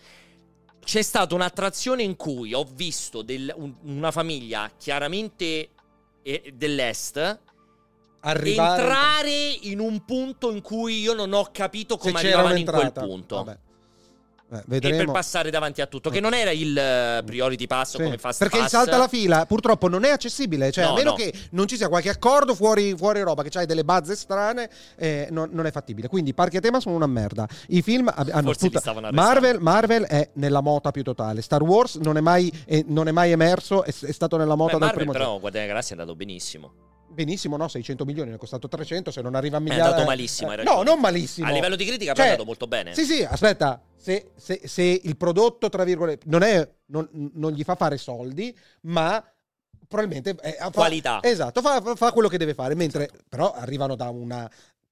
[SPEAKER 3] C'è stata un'attrazione in cui ho visto del- un- una famiglia chiaramente eh, dell'est
[SPEAKER 2] Arrivare
[SPEAKER 3] entrare in un punto in cui io non ho capito
[SPEAKER 2] se
[SPEAKER 3] come
[SPEAKER 2] c'era
[SPEAKER 3] arrivavano in quel
[SPEAKER 2] un'entrata.
[SPEAKER 3] punto.
[SPEAKER 2] Vabbè. Eh,
[SPEAKER 3] E per
[SPEAKER 2] vedremo. Mm.
[SPEAKER 3] passare davanti a tutto, che non era il eh, priority pass o
[SPEAKER 2] Sì,
[SPEAKER 3] come fast
[SPEAKER 2] perché il
[SPEAKER 3] pass.
[SPEAKER 2] salta la fila purtroppo non è accessibile cioè
[SPEAKER 3] No,
[SPEAKER 2] a meno
[SPEAKER 3] no.
[SPEAKER 2] che non ci sia qualche accordo fuori, fuori roba che c'hai delle bazze strane eh, non, non è fattibile quindi i parchi a tema sono una merda i film ab- hanno
[SPEAKER 3] Forse li
[SPEAKER 2] tutta-
[SPEAKER 3] stavano arrestando.
[SPEAKER 2] Marvel, Marvel è nella mota più totale Star Wars non è mai, eh, non è mai emerso è, è stato nella
[SPEAKER 3] Beh,
[SPEAKER 2] mota dal
[SPEAKER 3] Marvel,
[SPEAKER 2] primo
[SPEAKER 3] però, Guardia della Galassia è andato benissimo.
[SPEAKER 2] giorno. benissimo no 600 milioni ne è costato 300 se non arriva a
[SPEAKER 3] È
[SPEAKER 2] miliardi
[SPEAKER 3] andato malissimo. hai
[SPEAKER 2] Eh, no
[SPEAKER 3] ragione.
[SPEAKER 2] non malissimo
[SPEAKER 3] A livello di critica, però,
[SPEAKER 2] Cioè,
[SPEAKER 3] è andato molto bene.
[SPEAKER 2] sì, sì, aspetta. Se, se- se il prodotto, tra virgolette, non, è, non, non gli fa fare soldi, ma probabilmente... è- fa-
[SPEAKER 3] Qualità.
[SPEAKER 2] Esatto,
[SPEAKER 3] Esatto.
[SPEAKER 2] fa, fa- fa quello che deve fare. Mentre però arrivano da una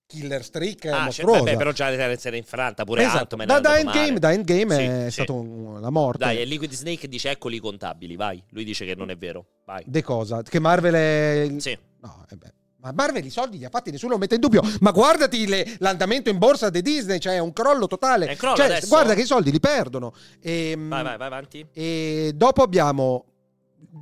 [SPEAKER 2] killer streak
[SPEAKER 3] Ah, cioè,
[SPEAKER 2] mostruosa.
[SPEAKER 3] vabbè, però già si era infranta pure
[SPEAKER 2] Esatto.
[SPEAKER 3] Ant-Man
[SPEAKER 2] Da,
[SPEAKER 3] era
[SPEAKER 2] da
[SPEAKER 3] andato
[SPEAKER 2] Endgame,
[SPEAKER 3] male.
[SPEAKER 2] da Endgame
[SPEAKER 3] Sì,
[SPEAKER 2] è
[SPEAKER 3] sì.
[SPEAKER 2] stata un- la morte.
[SPEAKER 3] Dai, e Liquid Snake dice eccoli i contabili, vai. Lui dice che non è vero, vai.
[SPEAKER 2] De cosa? Che Marvel è... il-
[SPEAKER 3] Sì.
[SPEAKER 2] No, eh beh. Ma Marvel i soldi li ha fatti, nessuno lo mette in dubbio. Ma guardati le- l'andamento in borsa di Disney, cioè è un crollo totale.
[SPEAKER 3] È un crollo
[SPEAKER 2] Cioè,
[SPEAKER 3] adesso?
[SPEAKER 2] guarda che i soldi li perdono. Ehm,
[SPEAKER 3] Vai, vai, vai avanti.
[SPEAKER 2] E dopo abbiamo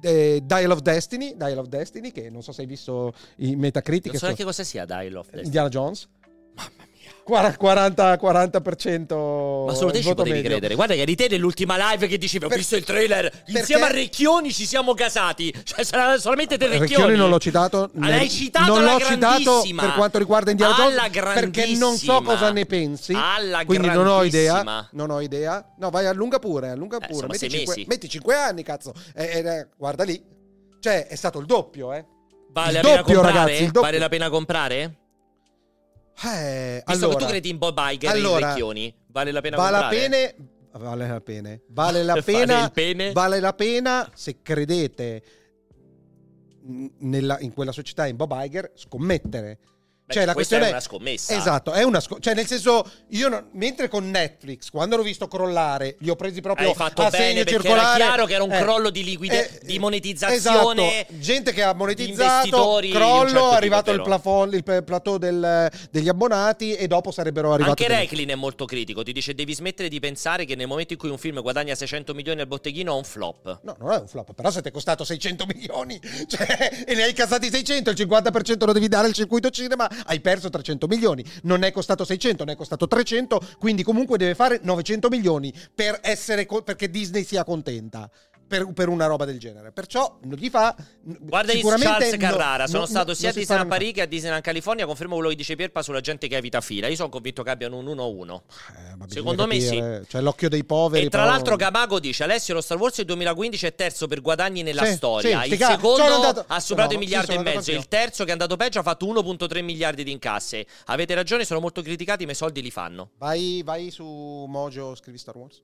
[SPEAKER 2] eh, Dial of Destiny, Dial of Destiny, che non so se hai visto i Metacritic,
[SPEAKER 3] Non so
[SPEAKER 2] so-
[SPEAKER 3] neanche cosa sia Dial of Destiny.
[SPEAKER 2] Indiana Jones.
[SPEAKER 3] Mamma mia.
[SPEAKER 2] 40, 40%.
[SPEAKER 3] Ma solo te
[SPEAKER 2] il
[SPEAKER 3] ci
[SPEAKER 2] voto
[SPEAKER 3] potevi
[SPEAKER 2] medio.
[SPEAKER 3] credere. Guarda che eri te nell'ultima live che dicevi: Ho
[SPEAKER 2] Per-
[SPEAKER 3] visto il trailer. Insieme
[SPEAKER 2] perché-
[SPEAKER 3] a Recchioni ci siamo casati. Cioè, sarà solamente te Recchioni.
[SPEAKER 2] Recchioni non l'ho citato,
[SPEAKER 3] Ah,
[SPEAKER 2] ne-
[SPEAKER 3] L'hai citato
[SPEAKER 2] non
[SPEAKER 3] alla
[SPEAKER 2] l'ho citato
[SPEAKER 3] grandissima.
[SPEAKER 2] per quanto riguarda Indiana Jones,
[SPEAKER 3] Alla
[SPEAKER 2] perché non so
[SPEAKER 3] grandissima. Ah.
[SPEAKER 2] cosa ne pensi.
[SPEAKER 3] Alla
[SPEAKER 2] Quindi non ho
[SPEAKER 3] grandissima.
[SPEAKER 2] idea, non ho idea. No, vai allunga pure, allunga
[SPEAKER 3] Eh,
[SPEAKER 2] pure.
[SPEAKER 3] insomma,
[SPEAKER 2] Metti
[SPEAKER 3] sei
[SPEAKER 2] cinque,
[SPEAKER 3] mesi.
[SPEAKER 2] metti cinque anni, cazzo. Eh, eh, guarda lì. Cioè, è stato il doppio, eh.
[SPEAKER 3] Vale
[SPEAKER 2] Il
[SPEAKER 3] la pena
[SPEAKER 2] doppio,
[SPEAKER 3] comprare?
[SPEAKER 2] ragazzi, il doppio.
[SPEAKER 3] Vale la pena comprare?
[SPEAKER 2] Eh,
[SPEAKER 3] Visto
[SPEAKER 2] allora,
[SPEAKER 3] che tu credi in Bob Iger e
[SPEAKER 2] allora,
[SPEAKER 3] in Recchioni, vale la pena
[SPEAKER 2] vale la
[SPEAKER 3] comprare?
[SPEAKER 2] pena, vale la pena, vale la
[SPEAKER 3] [laughs] Vale
[SPEAKER 2] pena,
[SPEAKER 3] il pene?
[SPEAKER 2] vale la pena se credete n- nella- in quella società in Bob Iger scommettere.
[SPEAKER 3] Beh,
[SPEAKER 2] cioè, la
[SPEAKER 3] questa
[SPEAKER 2] questione
[SPEAKER 3] è una scommessa.
[SPEAKER 2] Esatto, è una sco- cioè nel senso io non- mentre con Netflix quando l'ho visto crollare li ho presi proprio
[SPEAKER 3] Hai fatto
[SPEAKER 2] a
[SPEAKER 3] bene,
[SPEAKER 2] segno
[SPEAKER 3] perché era
[SPEAKER 2] circolare. Eh.
[SPEAKER 3] chiaro che era un crollo di liquide- di monetizzazione,
[SPEAKER 2] esatto, gente che ha
[SPEAKER 3] di
[SPEAKER 2] monetizzato,
[SPEAKER 3] investitori di un
[SPEAKER 2] crollo,
[SPEAKER 3] certo
[SPEAKER 2] è arrivato
[SPEAKER 3] tipo,
[SPEAKER 2] il
[SPEAKER 3] vero?
[SPEAKER 2] plafond, il pe- plateau del- degli abbonati e dopo sarebbero arrivati
[SPEAKER 3] Anche
[SPEAKER 2] dei-
[SPEAKER 3] Recklin è molto critico. Ti dice: Devi smettere di pensare che nel momento in cui un film guadagna 600 milioni al botteghino è un flop.
[SPEAKER 2] No, non è un flop, però se ti è costato 600 milioni [laughs] cioè, e ne hai casati 600, il 50% lo devi dare al circuito cinema, hai perso 300 milioni. Non è costato 600, ne è costato 300, quindi comunque deve fare 900 milioni per essere co- perché Disney sia contenta. Per, per una roba del genere, perciò non gli fa.
[SPEAKER 3] Guarda i
[SPEAKER 2] sicuramente
[SPEAKER 3] Charles
[SPEAKER 2] no-
[SPEAKER 3] Carrara.
[SPEAKER 2] no-
[SPEAKER 3] sono
[SPEAKER 2] no-
[SPEAKER 3] stato
[SPEAKER 2] non
[SPEAKER 3] sia a
[SPEAKER 2] si
[SPEAKER 3] Disneyland
[SPEAKER 2] fa-
[SPEAKER 3] Parigi che a Disneyland California. Confermo quello che dice Pierpa sulla gente che evita fila. Io sono convinto che abbiano un
[SPEAKER 2] Eh,
[SPEAKER 3] 1-1.
[SPEAKER 2] ma bisogna
[SPEAKER 3] Secondo me
[SPEAKER 2] capire, Cioè, l'occhio dei poveri.
[SPEAKER 3] E tra
[SPEAKER 2] però-
[SPEAKER 3] l'altro Gamago dice Alessio lo Star Wars del 2015 è terzo per guadagni nella
[SPEAKER 2] Sì,
[SPEAKER 3] storia
[SPEAKER 2] sì,
[SPEAKER 3] Il
[SPEAKER 2] sti cazzi,
[SPEAKER 3] secondo
[SPEAKER 2] sono andato-
[SPEAKER 3] ha superato
[SPEAKER 2] no,
[SPEAKER 3] i miliardi
[SPEAKER 2] sì,
[SPEAKER 3] e
[SPEAKER 2] sono andato
[SPEAKER 3] mezzo Il
[SPEAKER 2] anch'io.
[SPEAKER 3] terzo che è andato peggio ha fatto 1.3 miliardi di incasse Avete ragione sono molto criticati ma i soldi li fanno
[SPEAKER 2] Vai, vai su Mojo, scrivi Star Wars.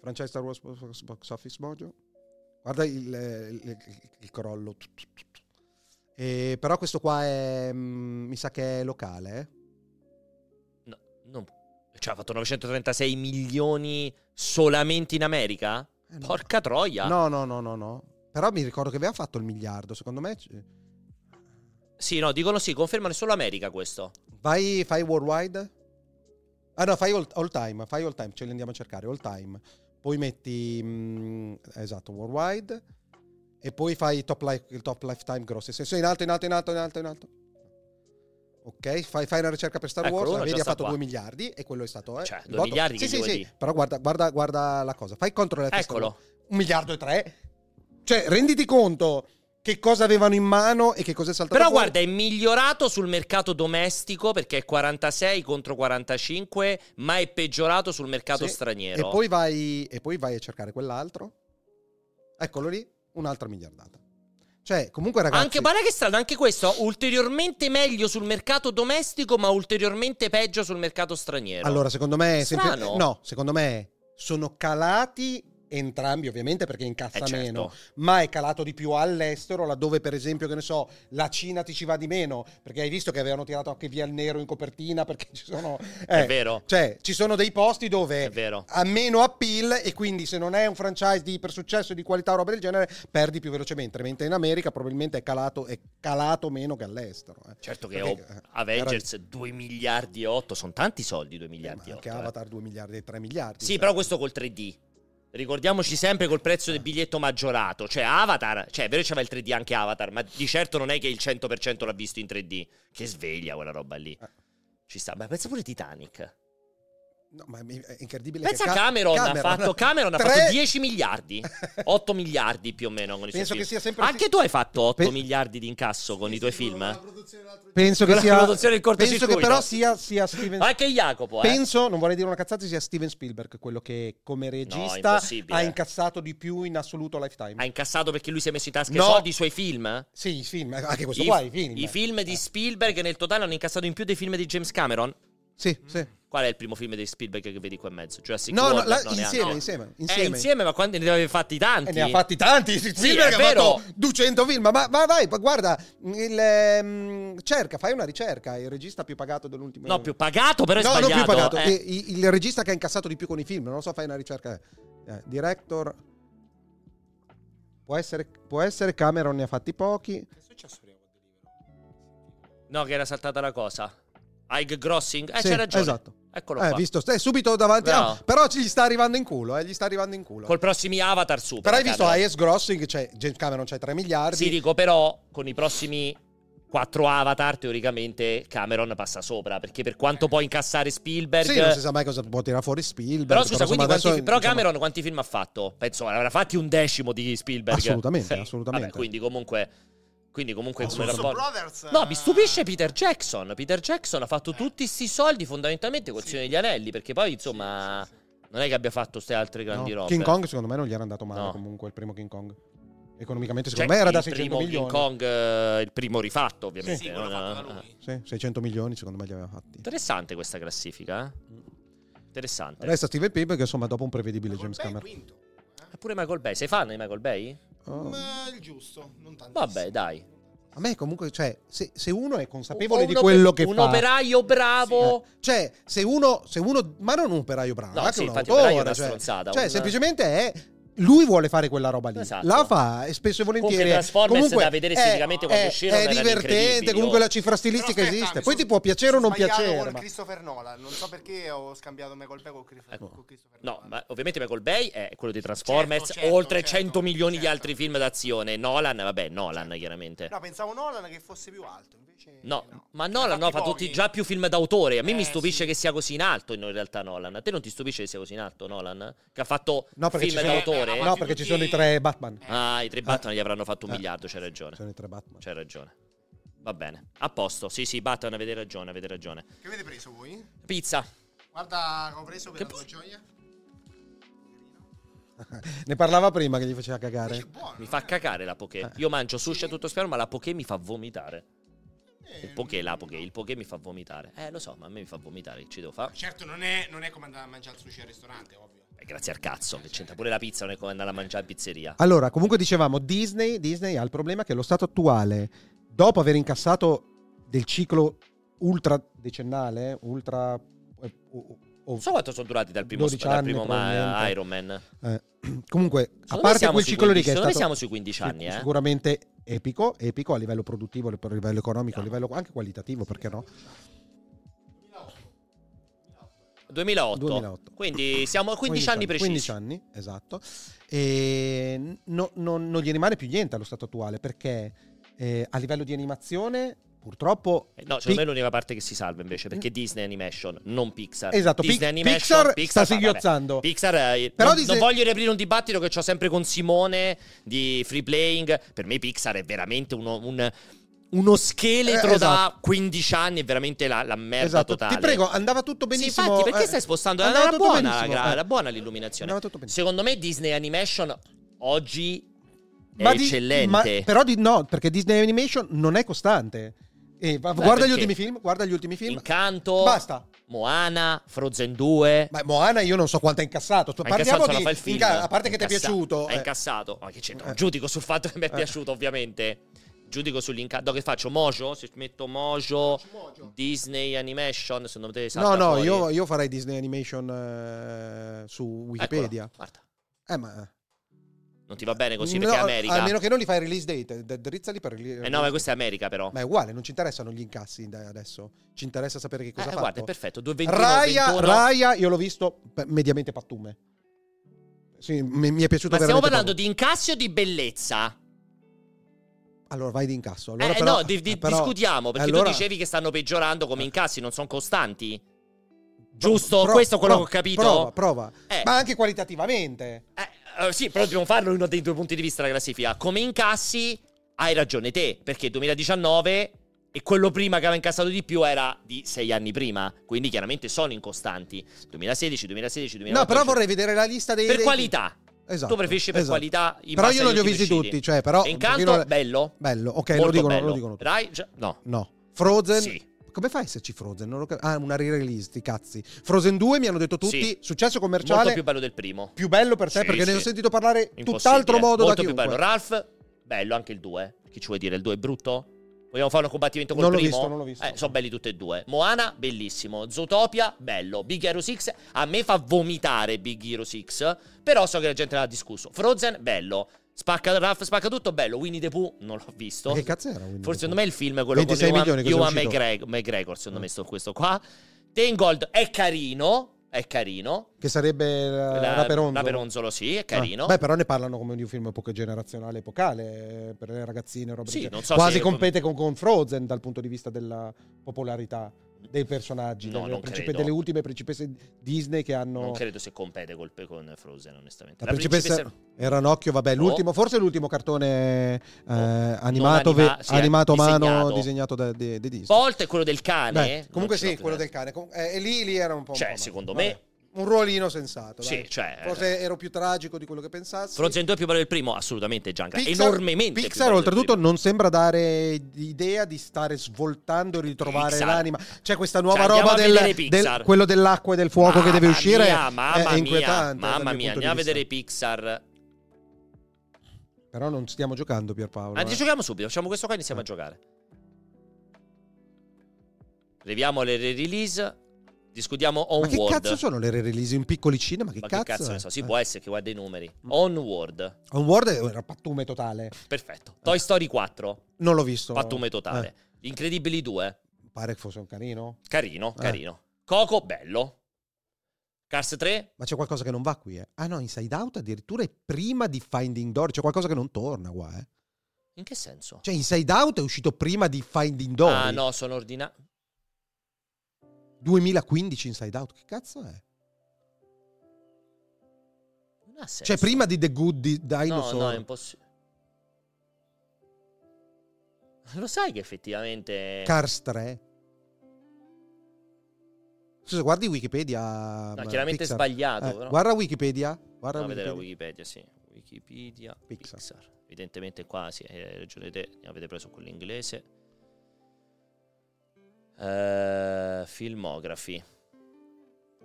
[SPEAKER 2] Franchise Star Wars box box office Mojo. Guarda il, il- il- il crollo. Tu, tu, tu, tu. Eh, però questo qua è, mm, mi sa che è locale. eh.
[SPEAKER 3] No, non- Cioè ha fatto 936 milioni solamente in America?
[SPEAKER 2] Eh, no.
[SPEAKER 3] Porca troia
[SPEAKER 2] No, no, no, no, no. Però mi ricordo che aveva fatto il miliardo. Secondo me. c-
[SPEAKER 3] Sì no dicono sì confermano solo America questo
[SPEAKER 2] Eh, Vai, fai worldwide. Ah no, fai all, all time, fai all time, ce li andiamo a cercare, all time. Poi metti, mm, esatto, worldwide. E poi fai top life- il top lifetime gross. Nel senso in alto, in alto, in alto, in alto, in alto. Ok, fai, fai una ricerca per Star
[SPEAKER 3] Ecco,
[SPEAKER 2] Wars,
[SPEAKER 3] uno già
[SPEAKER 2] vedi ha
[SPEAKER 3] sta
[SPEAKER 2] fatto
[SPEAKER 3] qua.
[SPEAKER 2] 2 miliardi e quello è stato... Eh,
[SPEAKER 3] Cioè,
[SPEAKER 2] il
[SPEAKER 3] due
[SPEAKER 2] botto.
[SPEAKER 3] miliardi
[SPEAKER 2] Sì,
[SPEAKER 3] che
[SPEAKER 2] sì,
[SPEAKER 3] vuoi
[SPEAKER 2] sì,
[SPEAKER 3] dire?
[SPEAKER 2] però guarda, guarda, guarda la cosa. Fai control F Star Wars.
[SPEAKER 3] Eccolo
[SPEAKER 2] Un miliardo e tre. Cioè, renditi conto che cosa avevano in mano e che cosa è saltato
[SPEAKER 3] Però
[SPEAKER 2] fuori.
[SPEAKER 3] guarda, è migliorato sul mercato domestico perché è 46 contro 45, ma è peggiorato sul mercato
[SPEAKER 2] Sì.
[SPEAKER 3] straniero.
[SPEAKER 2] E poi, vai, e poi vai a cercare quell'altro. Eccolo lì, un'altra miliardata. Cioè, comunque, ragazzi.
[SPEAKER 3] Anche, guarda che strano, anche questo, ulteriormente meglio sul mercato domestico, ma ulteriormente peggio sul mercato straniero. Eh,
[SPEAKER 2] Allora, secondo me, sempre-
[SPEAKER 3] Strano.
[SPEAKER 2] no, secondo me sono calati entrambi, ovviamente, perché incassa
[SPEAKER 3] Eh, certo.
[SPEAKER 2] meno, ma è calato di più all'estero, laddove, per esempio, che ne so, la Cina ti ci va di meno, perché hai visto che avevano tirato anche via il nero in copertina, perché ci sono.
[SPEAKER 3] È
[SPEAKER 2] eh,
[SPEAKER 3] vero,
[SPEAKER 2] Cioè, ci sono dei posti
[SPEAKER 3] è
[SPEAKER 2] dove
[SPEAKER 3] vero.
[SPEAKER 2] ha meno appeal e quindi se non è un franchise di per successo di qualità o roba del genere perdi più velocemente mentre in America probabilmente è calato, è calato meno che all'estero eh.
[SPEAKER 3] Certo che
[SPEAKER 2] Perché,
[SPEAKER 3] ho-
[SPEAKER 2] eh,
[SPEAKER 3] Avengers 2 miliardi e 8, sono tanti soldi 2
[SPEAKER 2] era-
[SPEAKER 3] miliardi
[SPEAKER 2] ma
[SPEAKER 3] e
[SPEAKER 2] anche
[SPEAKER 3] 8.
[SPEAKER 2] Avatar 2 miliardi e 3 miliardi
[SPEAKER 3] Sì,
[SPEAKER 2] cioè.
[SPEAKER 3] però questo col 3D. Ricordiamoci sempre col prezzo del biglietto maggiorato. Cioè, Avatar, cioè, è vero che c'aveva il 3D anche Avatar, ma di certo non è che il 100% l'ha visto in 3D. Che sveglia quella roba lì.
[SPEAKER 2] Eh.
[SPEAKER 3] Ci sta, ma pensa pure a Titanic.
[SPEAKER 2] No, ma mi- è incredibile
[SPEAKER 3] Pensa
[SPEAKER 2] che
[SPEAKER 3] a
[SPEAKER 2] Ca-
[SPEAKER 3] Cameron, ha
[SPEAKER 2] [laughs]
[SPEAKER 3] fatto, Cameron ha
[SPEAKER 2] Tre-
[SPEAKER 3] fatto
[SPEAKER 2] [laughs]
[SPEAKER 3] 10 miliardi, 8 miliardi più o meno con i
[SPEAKER 2] Penso
[SPEAKER 3] suoi
[SPEAKER 2] che
[SPEAKER 3] film.
[SPEAKER 2] sia sempre
[SPEAKER 3] Anche tu hai fatto 8
[SPEAKER 2] Pe-
[SPEAKER 3] miliardi di incasso con i tuoi film?
[SPEAKER 5] La
[SPEAKER 3] eh?
[SPEAKER 5] produzione dell'altro
[SPEAKER 2] penso che
[SPEAKER 3] Con la
[SPEAKER 2] sia
[SPEAKER 3] produzione del
[SPEAKER 2] penso che
[SPEAKER 3] cortocircuito.
[SPEAKER 2] però sia, sia Steven
[SPEAKER 3] Anche Jacopo, eh.
[SPEAKER 2] Penso, non vorrei dire una cazzata, sia Steven Spielberg quello che come regista
[SPEAKER 3] impossibile.
[SPEAKER 2] ha incassato di più in assoluto Lifetime.
[SPEAKER 3] Ha incassato perché lui si è messo in tasca
[SPEAKER 2] No.
[SPEAKER 3] i soldi i suoi film? eh?
[SPEAKER 2] Sì, i film, anche questo
[SPEAKER 3] I-
[SPEAKER 2] qua, i film.
[SPEAKER 3] I film di
[SPEAKER 2] Eh,
[SPEAKER 3] Spielberg nel totale hanno incassato in più dei film di James Cameron.
[SPEAKER 2] Sì, sì.
[SPEAKER 3] Qual è il primo film di Spielberg che vedi qua in mezzo? Jurassic
[SPEAKER 2] No, no,
[SPEAKER 3] World?
[SPEAKER 2] la-
[SPEAKER 3] No, neanche.
[SPEAKER 2] insieme,
[SPEAKER 3] No.
[SPEAKER 2] insieme,
[SPEAKER 3] Eh,
[SPEAKER 2] insieme.
[SPEAKER 3] insieme, ma quando ne avevi fatti tanti?
[SPEAKER 2] E ne ha fatti tanti, sì,
[SPEAKER 3] Sì,
[SPEAKER 2] Spielberg
[SPEAKER 3] è
[SPEAKER 2] ha
[SPEAKER 3] vero.
[SPEAKER 2] fatto 200 film, ma, ma vai, ma guarda, il, ehm, cerca, fai una ricerca, il regista più pagato dell'ultimo...
[SPEAKER 3] No, più pagato, però è
[SPEAKER 2] No, non
[SPEAKER 3] sbagliato.
[SPEAKER 2] più pagato,
[SPEAKER 3] eh.
[SPEAKER 2] i- i- il regista che ha incassato di più con i film, non lo so, fai una ricerca. Eh, director... Può essere, può essere Cameron ne ha fatti pochi.
[SPEAKER 3] Eh,
[SPEAKER 5] Che è successo prima quando libero?
[SPEAKER 3] No, che era saltata la cosa. Ike Grossing? Eh,
[SPEAKER 2] Sì,
[SPEAKER 3] c'è ragione.
[SPEAKER 2] Esatto.
[SPEAKER 3] Eccolo
[SPEAKER 2] Eh,
[SPEAKER 3] qua.
[SPEAKER 2] visto, stai subito davanti a...
[SPEAKER 3] Bravo.
[SPEAKER 2] però ci sta arrivando in culo, eh, gli sta arrivando in culo.
[SPEAKER 3] Col prossimi Avatar Super.
[SPEAKER 2] Però hai visto IS Grossing, cioè James Cameron c'è 3 miliardi.
[SPEAKER 3] Sì, dico, però, con i prossimi quattro Avatar, teoricamente, Cameron passa sopra. Perché per quanto può incassare Spielberg...
[SPEAKER 2] Sì, non si sa mai cosa può tirare fuori Spielberg.
[SPEAKER 3] Però scusa,
[SPEAKER 2] insomma,
[SPEAKER 3] quindi quanti
[SPEAKER 2] adesso,
[SPEAKER 3] fi- però
[SPEAKER 2] insomma,
[SPEAKER 3] Cameron quanti film ha fatto? Penso avrà fatti un decimo di Spielberg.
[SPEAKER 2] Assolutamente, assolutamente.
[SPEAKER 3] Vabbè, quindi comunque quindi comunque come
[SPEAKER 5] Russo
[SPEAKER 3] rapporto-
[SPEAKER 5] Brothers. eh,
[SPEAKER 3] No, mi stupisce Peter Jackson. Peter Jackson ha fatto tutti sti soldi fondamentalmente col
[SPEAKER 5] Sì.
[SPEAKER 3] Signore degli Anelli, perché poi insomma
[SPEAKER 5] Sì, sì, sì.
[SPEAKER 3] non è che abbia fatto ste altre grandi
[SPEAKER 2] no,
[SPEAKER 3] robe.
[SPEAKER 2] King Kong secondo me non gli era andato male
[SPEAKER 3] No.
[SPEAKER 2] comunque il primo King Kong. Economicamente
[SPEAKER 3] Cioè,
[SPEAKER 2] secondo me era da
[SPEAKER 3] il
[SPEAKER 2] 600
[SPEAKER 3] primo
[SPEAKER 2] milioni.
[SPEAKER 3] King Kong, eh, il primo rifatto,
[SPEAKER 5] Sì,
[SPEAKER 3] ovviamente.
[SPEAKER 5] sì, quello
[SPEAKER 3] no?
[SPEAKER 5] fatto da
[SPEAKER 3] Ah.
[SPEAKER 5] lui.
[SPEAKER 2] Sì, 600 milioni secondo me li aveva fatti.
[SPEAKER 3] Interessante questa classifica, eh? Interessante.
[SPEAKER 2] Resta Steven Spielberg che insomma dopo un prevedibile
[SPEAKER 5] Michael
[SPEAKER 2] James
[SPEAKER 5] Bay è
[SPEAKER 2] Cameron.
[SPEAKER 5] quinto. eh?
[SPEAKER 3] Pure Michael Bay, sei fan di Michael Bay?
[SPEAKER 2] Oh.
[SPEAKER 5] Ma il giusto, non tanto.
[SPEAKER 3] Vabbè, dai.
[SPEAKER 2] A me comunque, cioè, se, se uno è consapevole
[SPEAKER 3] Un-
[SPEAKER 2] di
[SPEAKER 3] un
[SPEAKER 2] quello
[SPEAKER 3] oper-
[SPEAKER 2] che
[SPEAKER 3] un
[SPEAKER 2] fa...
[SPEAKER 3] operaio bravo.
[SPEAKER 2] Eh, Cioè, se uno, se uno- ma non un operaio bravo,
[SPEAKER 3] No,
[SPEAKER 2] anche
[SPEAKER 3] sì,
[SPEAKER 2] un
[SPEAKER 3] infatti
[SPEAKER 2] autore,
[SPEAKER 3] operaio è una
[SPEAKER 2] cioè,
[SPEAKER 3] stronzata,
[SPEAKER 2] cioè,
[SPEAKER 3] un-
[SPEAKER 2] semplicemente è lui vuole fare quella roba lì,
[SPEAKER 3] Esatto.
[SPEAKER 2] la fa e spesso e volentieri.
[SPEAKER 3] Comunque Transformers
[SPEAKER 2] comunque
[SPEAKER 3] da vedere
[SPEAKER 2] è-
[SPEAKER 3] esteticamente quando
[SPEAKER 2] è-
[SPEAKER 3] uscirono
[SPEAKER 2] è
[SPEAKER 3] erano incredibili,
[SPEAKER 2] divertente.
[SPEAKER 3] oh.
[SPEAKER 2] Comunque la cifra
[SPEAKER 5] Però
[SPEAKER 2] stilistica
[SPEAKER 5] aspetta,
[SPEAKER 2] esiste.
[SPEAKER 5] mi
[SPEAKER 2] Poi
[SPEAKER 5] sono-
[SPEAKER 2] ti può piacere o
[SPEAKER 5] mi
[SPEAKER 2] non
[SPEAKER 5] sono sbagliato
[SPEAKER 2] piacere.
[SPEAKER 5] con
[SPEAKER 2] ma-
[SPEAKER 5] Christopher Nolan, non so perché ho scambiato Michael Bay con, Chris-
[SPEAKER 3] Ecco.
[SPEAKER 5] con Christopher
[SPEAKER 3] No,
[SPEAKER 5] Nolan.
[SPEAKER 3] ma ovviamente Michael Bay è quello di Transformers,
[SPEAKER 5] Certo, certo,
[SPEAKER 3] oltre
[SPEAKER 5] certo,
[SPEAKER 3] 100 milioni di
[SPEAKER 5] certo.
[SPEAKER 3] altri film d'azione. Nolan, vabbè, Nolan chiaramente.
[SPEAKER 5] No, pensavo Nolan che fosse più alto, invece
[SPEAKER 3] No, ma Nolan no,
[SPEAKER 5] fatti
[SPEAKER 3] fa tutti
[SPEAKER 5] pochi.
[SPEAKER 3] già più film d'autore. A me
[SPEAKER 5] Eh,
[SPEAKER 3] mi stupisce
[SPEAKER 5] sì.
[SPEAKER 3] che sia così in alto in realtà Nolan. A te non ti stupisce che sia così in alto Nolan? Che ha fatto
[SPEAKER 2] No, perché
[SPEAKER 3] film
[SPEAKER 2] ci sono-
[SPEAKER 3] d'autore?
[SPEAKER 5] Eh,
[SPEAKER 2] No, perché ci sono i tre Batman.
[SPEAKER 5] Eh,
[SPEAKER 3] Ah, i tre Batman gli avranno fatto un
[SPEAKER 2] Eh.
[SPEAKER 3] miliardo, c'hai ragione.
[SPEAKER 2] Ci Sono i tre Batman.
[SPEAKER 3] C'hai ragione. Va bene. A posto. Sì, sì, Batman avete ragione, avete ragione.
[SPEAKER 5] Che avete preso voi?
[SPEAKER 3] Pizza.
[SPEAKER 5] Guarda, che ho preso per
[SPEAKER 3] Che
[SPEAKER 5] la tua
[SPEAKER 3] po-
[SPEAKER 5] gioia.
[SPEAKER 2] ne parlava prima che gli faceva
[SPEAKER 5] Che
[SPEAKER 2] cagare.
[SPEAKER 5] buono.
[SPEAKER 3] Mi fa
[SPEAKER 5] eh?
[SPEAKER 3] cacare la poké. Io mangio sushi a tutto spiano, ma la poké mi fa vomitare.
[SPEAKER 5] Eh,
[SPEAKER 3] Il poké, la poké, il poké mi fa vomitare. Eh, lo so, ma a me mi fa vomitare, che ci devo fare?
[SPEAKER 5] Certo, non è, non è come andare a mangiare al sushi al ristorante, ovvio.
[SPEAKER 3] Eh, grazie al cazzo, che c'entra pure la pizza, non è come andare a mangiare in pizzeria.
[SPEAKER 2] Allora, comunque dicevamo, Disney, Disney ha il problema che lo stato attuale, dopo aver incassato del ciclo ultra decennale, ultra... eh, o- o-
[SPEAKER 3] Non so quanto sono durati dal primo,
[SPEAKER 2] 12
[SPEAKER 3] dal
[SPEAKER 2] anni,
[SPEAKER 3] primo ma-
[SPEAKER 2] probabilmente.
[SPEAKER 3] Iron Man. Secondo
[SPEAKER 2] eh, [clears throat] comunque, a
[SPEAKER 3] me
[SPEAKER 2] parte
[SPEAKER 3] siamo
[SPEAKER 2] quel
[SPEAKER 3] sui
[SPEAKER 2] ciclo lì
[SPEAKER 3] 15
[SPEAKER 2] che è
[SPEAKER 3] secondo me
[SPEAKER 2] stato
[SPEAKER 3] siamo sui 15 anni, eh.
[SPEAKER 2] sicuramente epico, epico a livello produttivo, a livello economico, a livello anche qualitativo, perché no?
[SPEAKER 3] 2008.
[SPEAKER 2] 2008.
[SPEAKER 3] Quindi siamo a 15, anni precisi.
[SPEAKER 2] 15 anni, esatto. E no- non- non gli rimane più niente allo stato attuale perché eh, a livello di animazione purtroppo
[SPEAKER 3] Eh, No,
[SPEAKER 2] Pic-
[SPEAKER 3] secondo me è l'unica parte che si salva invece, perché Disney Animation, non Pixar.
[SPEAKER 2] Esatto,
[SPEAKER 3] eh, Disney
[SPEAKER 2] Pic-
[SPEAKER 3] Animation,
[SPEAKER 2] Pixar, sta
[SPEAKER 3] vabbè.
[SPEAKER 2] singhiozzando.
[SPEAKER 3] Pixar, eh,
[SPEAKER 2] Però
[SPEAKER 3] non,
[SPEAKER 2] Disney-
[SPEAKER 3] non voglio riaprire un dibattito che ho sempre con Simone di Free Playing. Per me Pixar è veramente uno, un- uno scheletro
[SPEAKER 2] Eh, esatto.
[SPEAKER 3] da 15 anni, è veramente la, la merda
[SPEAKER 2] Esatto,
[SPEAKER 3] totale.
[SPEAKER 2] ti prego, andava tutto
[SPEAKER 3] Sì,
[SPEAKER 2] benissimo.
[SPEAKER 3] infatti, perché
[SPEAKER 2] eh,
[SPEAKER 3] stai spostando?
[SPEAKER 2] andava
[SPEAKER 3] Era
[SPEAKER 2] tutto
[SPEAKER 3] buona, la
[SPEAKER 2] benissimo,
[SPEAKER 3] gra-
[SPEAKER 2] eh.
[SPEAKER 3] era buona l'illuminazione.
[SPEAKER 2] Andava tutto benissimo.
[SPEAKER 3] Secondo me Disney Animation oggi è
[SPEAKER 2] di-
[SPEAKER 3] eccellente.
[SPEAKER 2] ma- però di, no, perché Disney Animation non è costante. Eh, va- guarda gli
[SPEAKER 3] perché?
[SPEAKER 2] ultimi film, guarda gli ultimi film.
[SPEAKER 3] Incanto,
[SPEAKER 2] Basta.
[SPEAKER 3] Moana, Frozen 2.
[SPEAKER 2] Ma Moana io non so quanto ha incassato.
[SPEAKER 3] Ma in
[SPEAKER 2] Parliamo
[SPEAKER 3] cassato la
[SPEAKER 2] di
[SPEAKER 3] fa il film. eh?
[SPEAKER 2] Inca- a parte che ti è
[SPEAKER 3] Incassa-
[SPEAKER 2] piaciuto.
[SPEAKER 3] È
[SPEAKER 2] eh.
[SPEAKER 3] incassato. Ma che c'entra?
[SPEAKER 2] Eh.
[SPEAKER 3] Giudico sul fatto che mi è
[SPEAKER 2] Eh.
[SPEAKER 3] piaciuto, ovviamente. Giudico sull'incanto. No, che faccio? Mojo? Se metto Mojo, Disney Animation, secondo te salta
[SPEAKER 2] No, no,
[SPEAKER 3] fuori?
[SPEAKER 2] io, io farei Disney Animation eh, su Wikipedia.
[SPEAKER 3] Eccolo, guarda.
[SPEAKER 2] Eh, ma...
[SPEAKER 3] Non ti va bene così
[SPEAKER 2] No,
[SPEAKER 3] perché è America.
[SPEAKER 2] A meno che non li fai release date, d- drizzali per release
[SPEAKER 3] Eh no, ma questa è America però. Eh,
[SPEAKER 2] Ma è uguale, non ci interessano gli incassi da adesso. Ci interessa sapere che cosa
[SPEAKER 3] Eh,
[SPEAKER 2] ha
[SPEAKER 3] guarda, è
[SPEAKER 2] fatto.
[SPEAKER 3] perfetto. 221,
[SPEAKER 2] Raya,
[SPEAKER 3] 21.
[SPEAKER 2] Raya, io l'ho visto beh, mediamente pattume. Sì, mi, mi è piaciuto
[SPEAKER 3] Ma
[SPEAKER 2] veramente
[SPEAKER 3] stiamo parlando
[SPEAKER 2] poco.
[SPEAKER 3] di incassi o di bellezza?
[SPEAKER 2] Allora vai di incasso. Allora,
[SPEAKER 3] eh
[SPEAKER 2] però-
[SPEAKER 3] no, di- di-
[SPEAKER 2] eh, però-
[SPEAKER 3] discutiamo perché
[SPEAKER 2] allora- Eh.
[SPEAKER 3] tu dicevi che stanno peggiorando come incassi, non sono costanti. Giusto?
[SPEAKER 2] Pro-
[SPEAKER 3] Questo è quello
[SPEAKER 2] pro-
[SPEAKER 3] che ho capito.
[SPEAKER 2] Prova, prova.
[SPEAKER 3] Eh.
[SPEAKER 2] Ma anche qualitativamente.
[SPEAKER 3] Eh, eh, sì, però dobbiamo farlo in uno dei due punti di vista della classifica. Come incassi, hai ragione te, perché 2019 e quello prima che aveva incassato di più era di sei anni prima, quindi chiaramente sono incostanti. 2016, 2016, 2019.
[SPEAKER 2] No, però vorrei vedere la lista dei...
[SPEAKER 3] Per
[SPEAKER 2] dei-
[SPEAKER 3] qualità.
[SPEAKER 2] Esatto,
[SPEAKER 3] tu preferisci per
[SPEAKER 2] esatto.
[SPEAKER 3] qualità in
[SPEAKER 2] Però
[SPEAKER 3] base
[SPEAKER 2] io non li
[SPEAKER 3] agli
[SPEAKER 2] ho
[SPEAKER 3] ultimi
[SPEAKER 2] visi
[SPEAKER 3] usciti.
[SPEAKER 2] tutti, cioè, però...
[SPEAKER 3] Incanto,
[SPEAKER 2] un pochino-
[SPEAKER 3] bello.
[SPEAKER 2] Bello, ok,
[SPEAKER 3] Molto
[SPEAKER 2] lo dicono,
[SPEAKER 3] bello.
[SPEAKER 2] lo dicono tutti.
[SPEAKER 3] Rai, già- no.
[SPEAKER 2] No. Frozen...
[SPEAKER 3] Sì.
[SPEAKER 2] Come fa a esserci Frozen? Non lo cap- ah, una re-release, ti cazzi. Frozen 2 mi hanno detto tutti,
[SPEAKER 3] Sì.
[SPEAKER 2] successo
[SPEAKER 3] Molto
[SPEAKER 2] commerciale,
[SPEAKER 3] più bello del primo.
[SPEAKER 2] più bello per te
[SPEAKER 3] Sì,
[SPEAKER 2] perché ne
[SPEAKER 3] sì.
[SPEAKER 2] ho sentito parlare
[SPEAKER 3] Impossibile.
[SPEAKER 2] tutt'altro modo
[SPEAKER 3] Molto
[SPEAKER 2] da
[SPEAKER 3] più
[SPEAKER 2] chiunque.
[SPEAKER 3] bello. Ralph, bello anche il 2. Che ci vuoi dire? Il 2 è brutto? Vogliamo fare un combattimento col
[SPEAKER 2] Non l'ho
[SPEAKER 3] primo?
[SPEAKER 2] visto, non l'ho visto.
[SPEAKER 3] Eh, sono belli tutti e due. Moana, bellissimo. Zootopia, bello. Big Hero 6, a me fa vomitare Big Hero 6, però so che la gente l'ha discusso. Frozen, bello. Spacca Ralph, spacca tutto, bello. Winnie the Pooh, non l'ho visto.
[SPEAKER 2] Ma Che cazzo era? Winnie
[SPEAKER 3] Forse
[SPEAKER 2] the
[SPEAKER 3] secondo me il film è quello
[SPEAKER 2] 26
[SPEAKER 3] con Ewan,
[SPEAKER 2] milioni, cos'è
[SPEAKER 3] Ewan
[SPEAKER 2] uscito?
[SPEAKER 3] McGreg- McGregor, secondo me
[SPEAKER 2] Ah.
[SPEAKER 3] sto questo qua. Tengold è carino, è carino.
[SPEAKER 2] Pooh? Che sarebbe la,
[SPEAKER 3] La-
[SPEAKER 2] Eh, Raperonzolo.
[SPEAKER 3] Raperonzolo, sì, è carino.
[SPEAKER 2] Ah, beh, però ne parlano come di un film epoca generazionale epocale eh, per le ragazzine e roba
[SPEAKER 3] Sì,
[SPEAKER 2] del genere.
[SPEAKER 3] non so
[SPEAKER 2] Quasi
[SPEAKER 3] se-
[SPEAKER 2] compete con, con Frozen dal punto di vista della popolarità dei personaggi,
[SPEAKER 3] No,
[SPEAKER 2] delle,
[SPEAKER 3] non
[SPEAKER 2] principe-
[SPEAKER 3] credo.
[SPEAKER 2] delle ultime principesse Disney che hanno
[SPEAKER 3] Non credo se compete col, con Frozen, onestamente.
[SPEAKER 2] La principessa Ranocchio, vabbè,
[SPEAKER 3] No.
[SPEAKER 2] l'ultimo, forse l'ultimo cartone eh, animato,
[SPEAKER 3] Oh, anima-
[SPEAKER 2] ve-
[SPEAKER 3] sì,
[SPEAKER 2] animato a mano
[SPEAKER 3] disegnato.
[SPEAKER 2] disegnato da, di, di Disney.
[SPEAKER 3] Bolt è quello del cane.
[SPEAKER 2] Beh,
[SPEAKER 3] Non
[SPEAKER 2] comunque
[SPEAKER 3] ce l'ho
[SPEAKER 2] sì, quello del
[SPEAKER 3] presente.
[SPEAKER 2] cane. Com- eh, e lì, lì era un po'. un
[SPEAKER 3] Cioè,
[SPEAKER 2] po' male.
[SPEAKER 3] secondo
[SPEAKER 2] Vabbè.
[SPEAKER 3] me-
[SPEAKER 2] Un ruolino sensato. dai.
[SPEAKER 3] Sì, cioè,
[SPEAKER 2] Forse ero più tragico di quello che pensassi.
[SPEAKER 3] Frozen 2 è più bello del primo? Assolutamente, Gianca.
[SPEAKER 2] Pixar-
[SPEAKER 3] Enormemente. più
[SPEAKER 2] Pixar,
[SPEAKER 3] bello del
[SPEAKER 2] oltretutto,
[SPEAKER 3] primo.
[SPEAKER 2] non sembra dare idea di stare svoltando e ritrovare
[SPEAKER 3] Pixar.
[SPEAKER 2] l'anima. C'è questa nuova
[SPEAKER 3] Cioè, andiamo
[SPEAKER 2] roba
[SPEAKER 3] a
[SPEAKER 2] del,
[SPEAKER 3] vedere Pixar.
[SPEAKER 2] del- quello dell'acqua e del fuoco che deve
[SPEAKER 3] Mamma
[SPEAKER 2] uscire.
[SPEAKER 3] mia,
[SPEAKER 2] è-
[SPEAKER 3] mamma
[SPEAKER 2] è
[SPEAKER 3] mia,
[SPEAKER 2] inquietante. dal
[SPEAKER 3] Mamma
[SPEAKER 2] mio
[SPEAKER 3] mia,
[SPEAKER 2] punto di
[SPEAKER 3] andiamo a
[SPEAKER 2] vista.
[SPEAKER 3] vedere Pixar.
[SPEAKER 2] Però non stiamo giocando, Pierpaolo.
[SPEAKER 3] Anzi,
[SPEAKER 2] eh.
[SPEAKER 3] Ah, giochiamo subito. Facciamo questo qua e iniziamo a giocare. Arriviamo alle re-release. Discutiamo
[SPEAKER 2] Ma che
[SPEAKER 3] Onward.
[SPEAKER 2] cazzo sono le re-release in piccoli cinema? Che
[SPEAKER 3] Ma che
[SPEAKER 2] cazzo?
[SPEAKER 3] cazzo ne
[SPEAKER 2] è?
[SPEAKER 3] so? Sì,
[SPEAKER 2] Eh.
[SPEAKER 3] può essere che guarda i numeri. Onward.
[SPEAKER 2] Onward era pattume totale.
[SPEAKER 3] Perfetto.
[SPEAKER 2] Eh.
[SPEAKER 3] Toy Story 4.
[SPEAKER 2] Non l'ho visto.
[SPEAKER 3] Pattume totale.
[SPEAKER 2] Eh,
[SPEAKER 3] Gli Incredibili 2.
[SPEAKER 2] pare che fosse un carino.
[SPEAKER 3] Carino,
[SPEAKER 2] Eh.
[SPEAKER 3] carino. Coco, bello. Cars 3,
[SPEAKER 2] Ma c'è qualcosa che non va qui, eh. Ah no, Inside Out addirittura è prima di Finding Dory. C'è qualcosa che non torna qua, eh.
[SPEAKER 3] in che senso?
[SPEAKER 2] Cioè, Inside Out è uscito prima di Finding Dory.
[SPEAKER 3] ah, no, sono ordinato.
[SPEAKER 2] 2015 Inside Out, che cazzo è?
[SPEAKER 3] Eh, Non ha senso.
[SPEAKER 2] Cioè, prima di The Good di
[SPEAKER 3] No,
[SPEAKER 2] Dinosaur.
[SPEAKER 3] no, è impossibile. Lo sai che effettivamente.
[SPEAKER 2] Cars 3. Scusa, guardi Wikipedia.
[SPEAKER 3] No,
[SPEAKER 2] ma-
[SPEAKER 3] chiaramente è
[SPEAKER 2] Pixar.
[SPEAKER 3] sbagliato.
[SPEAKER 2] Eh,
[SPEAKER 3] però.
[SPEAKER 2] Guarda Wikipedia. Guarda
[SPEAKER 3] Andiamo a vedere
[SPEAKER 2] Wikipedia.
[SPEAKER 3] la Wikipedia, sì. Wikipedia,
[SPEAKER 2] Pixar.
[SPEAKER 3] Pixar. Evidentemente qua sì, hai ragione te, ne avete preso con l'inglese. Eh, filmography.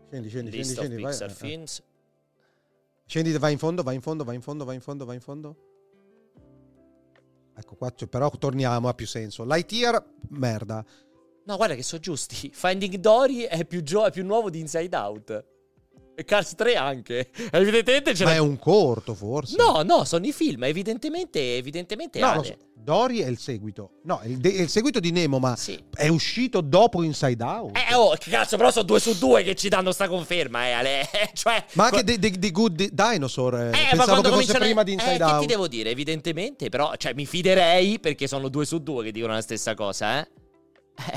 [SPEAKER 2] Scendi, scendi, scendi,
[SPEAKER 3] List of
[SPEAKER 2] scendi, vai,
[SPEAKER 3] Pixar
[SPEAKER 2] eh, eh.
[SPEAKER 3] films.
[SPEAKER 2] Scendi, vai in fondo, vai in fondo, vai in fondo, vai in fondo, vai in fondo. Ecco qua, c'è- però torniamo, ha più senso. Lightyear, merda.
[SPEAKER 3] No, guarda che sono giusti. [laughs] Finding Dory è più, gio- è più nuovo di Inside Out. E Cars 3 anche. [laughs] Evidentemente ce
[SPEAKER 2] Ma
[SPEAKER 3] l'ha.
[SPEAKER 2] è un corto, forse.
[SPEAKER 3] No, no, sono i film. Evidentemente, evidentemente
[SPEAKER 2] No,
[SPEAKER 3] Ale.
[SPEAKER 2] lo so. Dory è il seguito. No, è il, de- è il seguito di Nemo, ma
[SPEAKER 3] Sì.
[SPEAKER 2] è uscito dopo Inside Out.
[SPEAKER 3] Eh, oh, che cazzo, però sono due su due che ci danno sta conferma, eh, Ale. [laughs] cioè,
[SPEAKER 2] ma anche di, di- di Good Di- Dinosaur. eh,
[SPEAKER 3] Eh, ma
[SPEAKER 2] Pensavo
[SPEAKER 3] quando
[SPEAKER 2] che fosse
[SPEAKER 3] cominciano-
[SPEAKER 2] prima di
[SPEAKER 3] eh,
[SPEAKER 2] Inside
[SPEAKER 3] Che ti
[SPEAKER 2] Out.
[SPEAKER 3] devo dire? Evidentemente, però, cioè, mi fiderei perché sono due su due che dicono la stessa cosa, eh.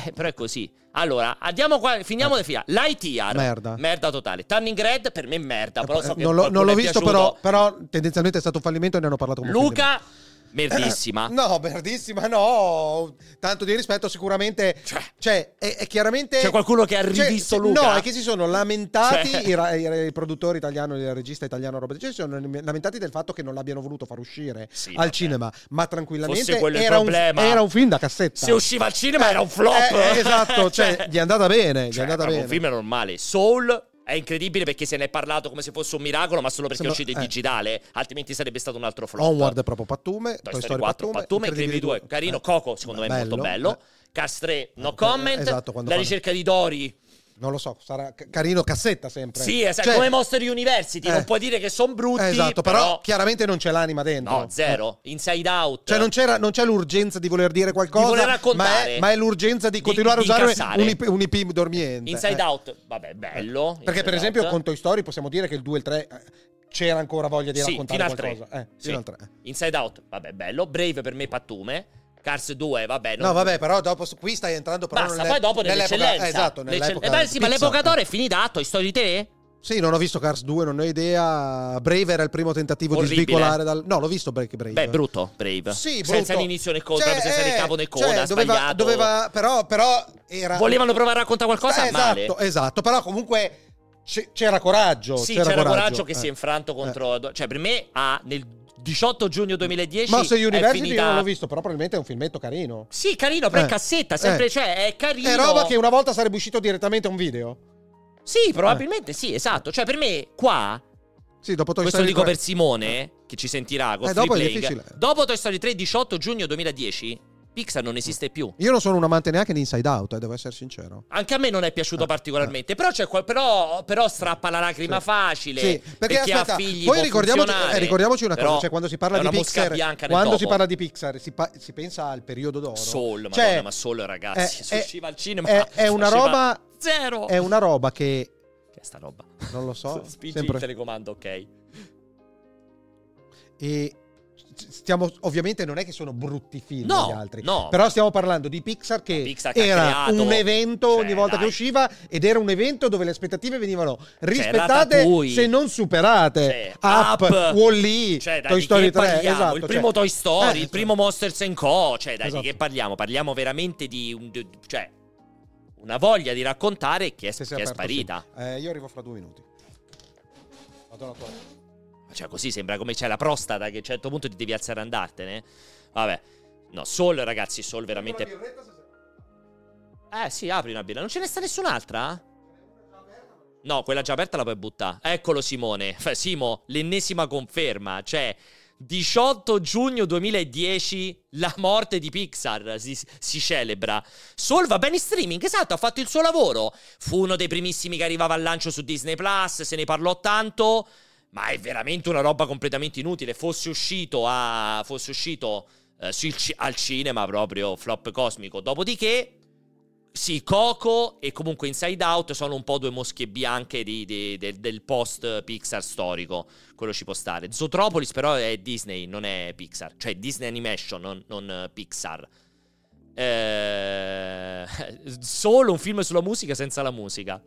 [SPEAKER 3] Eh, però è così. Allora, andiamo qua, finiamo di fila. L'ITR.
[SPEAKER 2] Eh. Merda.
[SPEAKER 3] Merda totale. Turning Red per me è merda, però so
[SPEAKER 2] Eh,
[SPEAKER 3] che
[SPEAKER 2] non, l'ho- non
[SPEAKER 3] qualcuno
[SPEAKER 2] l'ho
[SPEAKER 3] è
[SPEAKER 2] visto,
[SPEAKER 3] piaciuto.
[SPEAKER 2] però, però tendenzialmente è stato un fallimento e ne hanno parlato come
[SPEAKER 3] Luca,
[SPEAKER 2] film.
[SPEAKER 3] merdissima.
[SPEAKER 2] No, merdissima, no. Tanto di rispetto, sicuramente.
[SPEAKER 3] Cioè.
[SPEAKER 2] Cioè, è, è chiaramente.
[SPEAKER 3] C'è qualcuno che ha
[SPEAKER 2] Cioè,
[SPEAKER 3] rivisto
[SPEAKER 2] sì,
[SPEAKER 3] Luca?
[SPEAKER 2] No, è che si sono lamentati
[SPEAKER 3] Cioè.
[SPEAKER 2] i, ra- i- i produttori italiano, il regista italiano, roba del genere, si sono lamentati del fatto che non l'abbiano voluto far uscire
[SPEAKER 3] Sì,
[SPEAKER 2] al
[SPEAKER 3] vabbè.
[SPEAKER 2] cinema, ma tranquillamente
[SPEAKER 3] Fosse quello il
[SPEAKER 2] eh, era un,
[SPEAKER 3] problema.
[SPEAKER 2] era un film da cassetta.
[SPEAKER 3] Se usciva al cinema era un flop.
[SPEAKER 2] Eh, eh, esatto,
[SPEAKER 3] [laughs]
[SPEAKER 2] cioè, gli è andata bene, gli è andata bene.
[SPEAKER 3] proprio Un film normale. Soul è incredibile perché se ne è parlato come se fosse un miracolo, ma solo perché
[SPEAKER 2] Sembra-
[SPEAKER 3] è uscito in
[SPEAKER 2] eh.
[SPEAKER 3] digitale, altrimenti sarebbe stato un altro flop.
[SPEAKER 2] Onward è proprio pattume,
[SPEAKER 3] Toy
[SPEAKER 2] Toy
[SPEAKER 3] Story 4,
[SPEAKER 2] Pattume,
[SPEAKER 3] Pattume, Incredibili
[SPEAKER 2] Incredibili
[SPEAKER 3] 2, carino,
[SPEAKER 2] eh.
[SPEAKER 3] Coco, secondo me è molto bello.
[SPEAKER 2] eh.
[SPEAKER 3] Cars 3, no
[SPEAKER 2] Eh,
[SPEAKER 3] comment.
[SPEAKER 2] esatto, quando
[SPEAKER 3] la
[SPEAKER 2] fanno-
[SPEAKER 3] ricerca di Dory.
[SPEAKER 2] Non lo so, sarà ca- carino cassetta sempre.
[SPEAKER 3] Sì, esatto,
[SPEAKER 2] Cioè-
[SPEAKER 3] come Monster University,
[SPEAKER 2] Eh.
[SPEAKER 3] non puoi dire che sono brutti,
[SPEAKER 2] Eh, Esatto, però,
[SPEAKER 3] però,
[SPEAKER 2] chiaramente non c'è l'anima dentro.
[SPEAKER 3] no, zero, Inside Out.
[SPEAKER 2] Eh. Cioè non, c'era- non c'è l'urgenza di voler dire qualcosa,
[SPEAKER 3] voler
[SPEAKER 2] ma,
[SPEAKER 3] raccontare.
[SPEAKER 2] è, ma è l'urgenza di
[SPEAKER 3] Di-
[SPEAKER 2] continuare
[SPEAKER 3] di
[SPEAKER 2] a usare
[SPEAKER 3] incassare.
[SPEAKER 2] un, IP, un IP dormiente.
[SPEAKER 3] Inside
[SPEAKER 2] Eh.
[SPEAKER 3] Out, vabbè, bello.
[SPEAKER 2] Perché
[SPEAKER 3] Inside
[SPEAKER 2] per esempio
[SPEAKER 3] Out.
[SPEAKER 2] con Toy Story possiamo dire che il 2 e il 3 eh, c'era ancora voglia di
[SPEAKER 3] Sì,
[SPEAKER 2] raccontare
[SPEAKER 3] fino al
[SPEAKER 2] qualcosa.
[SPEAKER 3] tre.
[SPEAKER 2] Eh,
[SPEAKER 3] Sì.
[SPEAKER 2] fino al 3.
[SPEAKER 3] Inside Out, vabbè, bello. Brave per me pattume. Cars 2, vabbè, non-
[SPEAKER 2] No, vabbè, però dopo qui stai entrando però
[SPEAKER 3] Basta,
[SPEAKER 2] nelle-
[SPEAKER 3] poi dopo nell'eccellenza.
[SPEAKER 2] eh, esatto,
[SPEAKER 3] L'eccell-
[SPEAKER 2] nell'epoca.
[SPEAKER 3] Eh beh, sì, ma
[SPEAKER 2] Pixar,
[SPEAKER 3] l'epoca d'oro
[SPEAKER 2] eh.
[SPEAKER 3] è finita, Toy Story 3?
[SPEAKER 2] Sì, non ho visto Cars 2, non ne ho idea. Brave era il primo tentativo
[SPEAKER 3] Orribile.
[SPEAKER 2] di svicolare dal No, l'ho visto Break Brave.
[SPEAKER 3] Beh, brutto, Brave.
[SPEAKER 2] Sì,
[SPEAKER 3] Senza
[SPEAKER 2] brutto.
[SPEAKER 3] l'inizio né coda,
[SPEAKER 2] Cioè,
[SPEAKER 3] proprio senza
[SPEAKER 2] eh,
[SPEAKER 3] ricavo né coda,
[SPEAKER 2] cioè, doveva,
[SPEAKER 3] sbagliato.
[SPEAKER 2] doveva- però, però era...
[SPEAKER 3] Volevano provare a raccontare qualcosa?
[SPEAKER 2] Eh,
[SPEAKER 3] Male.
[SPEAKER 2] esatto, esatto, però comunque c'è- c'era coraggio.
[SPEAKER 3] Sì, c'era, coraggio, che
[SPEAKER 2] eh.
[SPEAKER 3] si è infranto contro. Cioè, per me, ha- nel 18 giugno 2010.
[SPEAKER 2] Ma se
[SPEAKER 3] è
[SPEAKER 2] University
[SPEAKER 3] finita...
[SPEAKER 2] io non l'ho visto, però probabilmente è un filmetto carino.
[SPEAKER 3] Sì, carino, però è
[SPEAKER 2] Eh,
[SPEAKER 3] cassetta. Sempre,
[SPEAKER 2] eh.
[SPEAKER 3] cioè, è carino.
[SPEAKER 2] È roba che una volta sarebbe uscito direttamente a un video.
[SPEAKER 3] Sì, probabilmente sì, esatto. Cioè, per me, qua.
[SPEAKER 2] Sì, dopo Toy
[SPEAKER 3] questo
[SPEAKER 2] Story
[SPEAKER 3] lo dico
[SPEAKER 2] 3.
[SPEAKER 3] per Simone, che ci sentirà con
[SPEAKER 2] Eh,
[SPEAKER 3] Free
[SPEAKER 2] dopo è
[SPEAKER 3] Playing.
[SPEAKER 2] difficile.
[SPEAKER 3] Dopo Toy Story 3, 18 giugno 2010, Pixar non esiste più.
[SPEAKER 2] Io non sono un amante neanche di Inside Out, eh, devo essere sincero.
[SPEAKER 3] Anche a me non è piaciuto
[SPEAKER 2] Eh,
[SPEAKER 3] particolarmente. Però, c'è qual- però, però strappa la lacrima
[SPEAKER 2] Sì.
[SPEAKER 3] facile.
[SPEAKER 2] Sì, perché
[SPEAKER 3] chi
[SPEAKER 2] aspetta,
[SPEAKER 3] ha figli
[SPEAKER 2] poi
[SPEAKER 3] può
[SPEAKER 2] ricordiamoci,
[SPEAKER 3] funzionare.
[SPEAKER 2] eh, ricordiamoci una
[SPEAKER 3] Però
[SPEAKER 2] cosa, cioè quando si parla
[SPEAKER 3] è
[SPEAKER 2] di
[SPEAKER 3] una mosca
[SPEAKER 2] Pixar,
[SPEAKER 3] bianca nel
[SPEAKER 2] quando si
[SPEAKER 3] topo.
[SPEAKER 2] parla di Pixar si, pa- si pensa al periodo d'oro.
[SPEAKER 3] Soul,
[SPEAKER 2] Cioè,
[SPEAKER 3] madonna, ma Soul, ragazzi, se usciva al cinema,
[SPEAKER 2] è, eh, è una
[SPEAKER 3] faceva- Oh.
[SPEAKER 2] roba
[SPEAKER 3] Zero.
[SPEAKER 2] è una roba che
[SPEAKER 3] Che è sta roba?
[SPEAKER 2] non lo so,
[SPEAKER 3] [laughs] Spingi
[SPEAKER 2] sempre-
[SPEAKER 3] il telecomando, ok.
[SPEAKER 2] e stiamo ovviamente non è che sono brutti film
[SPEAKER 3] No,
[SPEAKER 2] gli altri,
[SPEAKER 3] no.
[SPEAKER 2] però stiamo parlando di Pixar che
[SPEAKER 3] Pixar che ha
[SPEAKER 2] era
[SPEAKER 3] creato-
[SPEAKER 2] un evento ogni
[SPEAKER 3] cioè,
[SPEAKER 2] volta che
[SPEAKER 3] dai.
[SPEAKER 2] usciva ed era un evento dove le aspettative venivano rispettate
[SPEAKER 3] Ratatouille.
[SPEAKER 2] se non superate.
[SPEAKER 3] Cioè,
[SPEAKER 2] Up,
[SPEAKER 3] Up.
[SPEAKER 2] Wall-E,
[SPEAKER 3] Cioè, dai,
[SPEAKER 2] Toy
[SPEAKER 3] di
[SPEAKER 2] Story
[SPEAKER 3] che
[SPEAKER 2] 3,
[SPEAKER 3] parliamo?
[SPEAKER 2] esatto,
[SPEAKER 3] il
[SPEAKER 2] cioè-
[SPEAKER 3] primo Toy Story,
[SPEAKER 2] Eh,
[SPEAKER 3] il primo Monsters and Co. Cioè, dai,
[SPEAKER 2] Esatto.
[SPEAKER 3] di che parliamo? Parliamo veramente di un- di- cioè, una voglia di raccontare che è,
[SPEAKER 2] Se si
[SPEAKER 3] che è
[SPEAKER 2] aperto,
[SPEAKER 3] sparita.
[SPEAKER 2] sì. Eh, io arrivo fra due minuti. Vado alla toilette.
[SPEAKER 3] Cioè, così sembra come c'è la prostata che a un certo punto ti devi alzare e andartene. Vabbè. No, Soul, ragazzi, Soul veramente... Eh sì, apri una birra. Non ce ne sta nessun'altra? No, quella già aperta la puoi buttare. Eccolo Simone. [laughs] F- Simo, l'ennesima conferma. Cioè, 18 giugno 2010, la morte di Pixar si, si celebra. Soul va bene in streaming, esatto, ha fatto il suo lavoro. Fu uno dei primissimi che arrivava al lancio su Disney Plus, se ne parlò tanto. Ma è veramente una roba completamente inutile. Fosse uscito a. Fosse uscito eh, sul ci- al cinema proprio flop cosmico. Dopodiché, sì, Coco e comunque Inside Out sono un po' due mosche bianche di- di- del- del post Pixar storico. Quello ci può stare. Zootropolis, però, è Disney, non è Pixar. Cioè Disney Animation, non, non, eh, Pixar. Eh, [laughs] solo un film sulla musica senza la musica.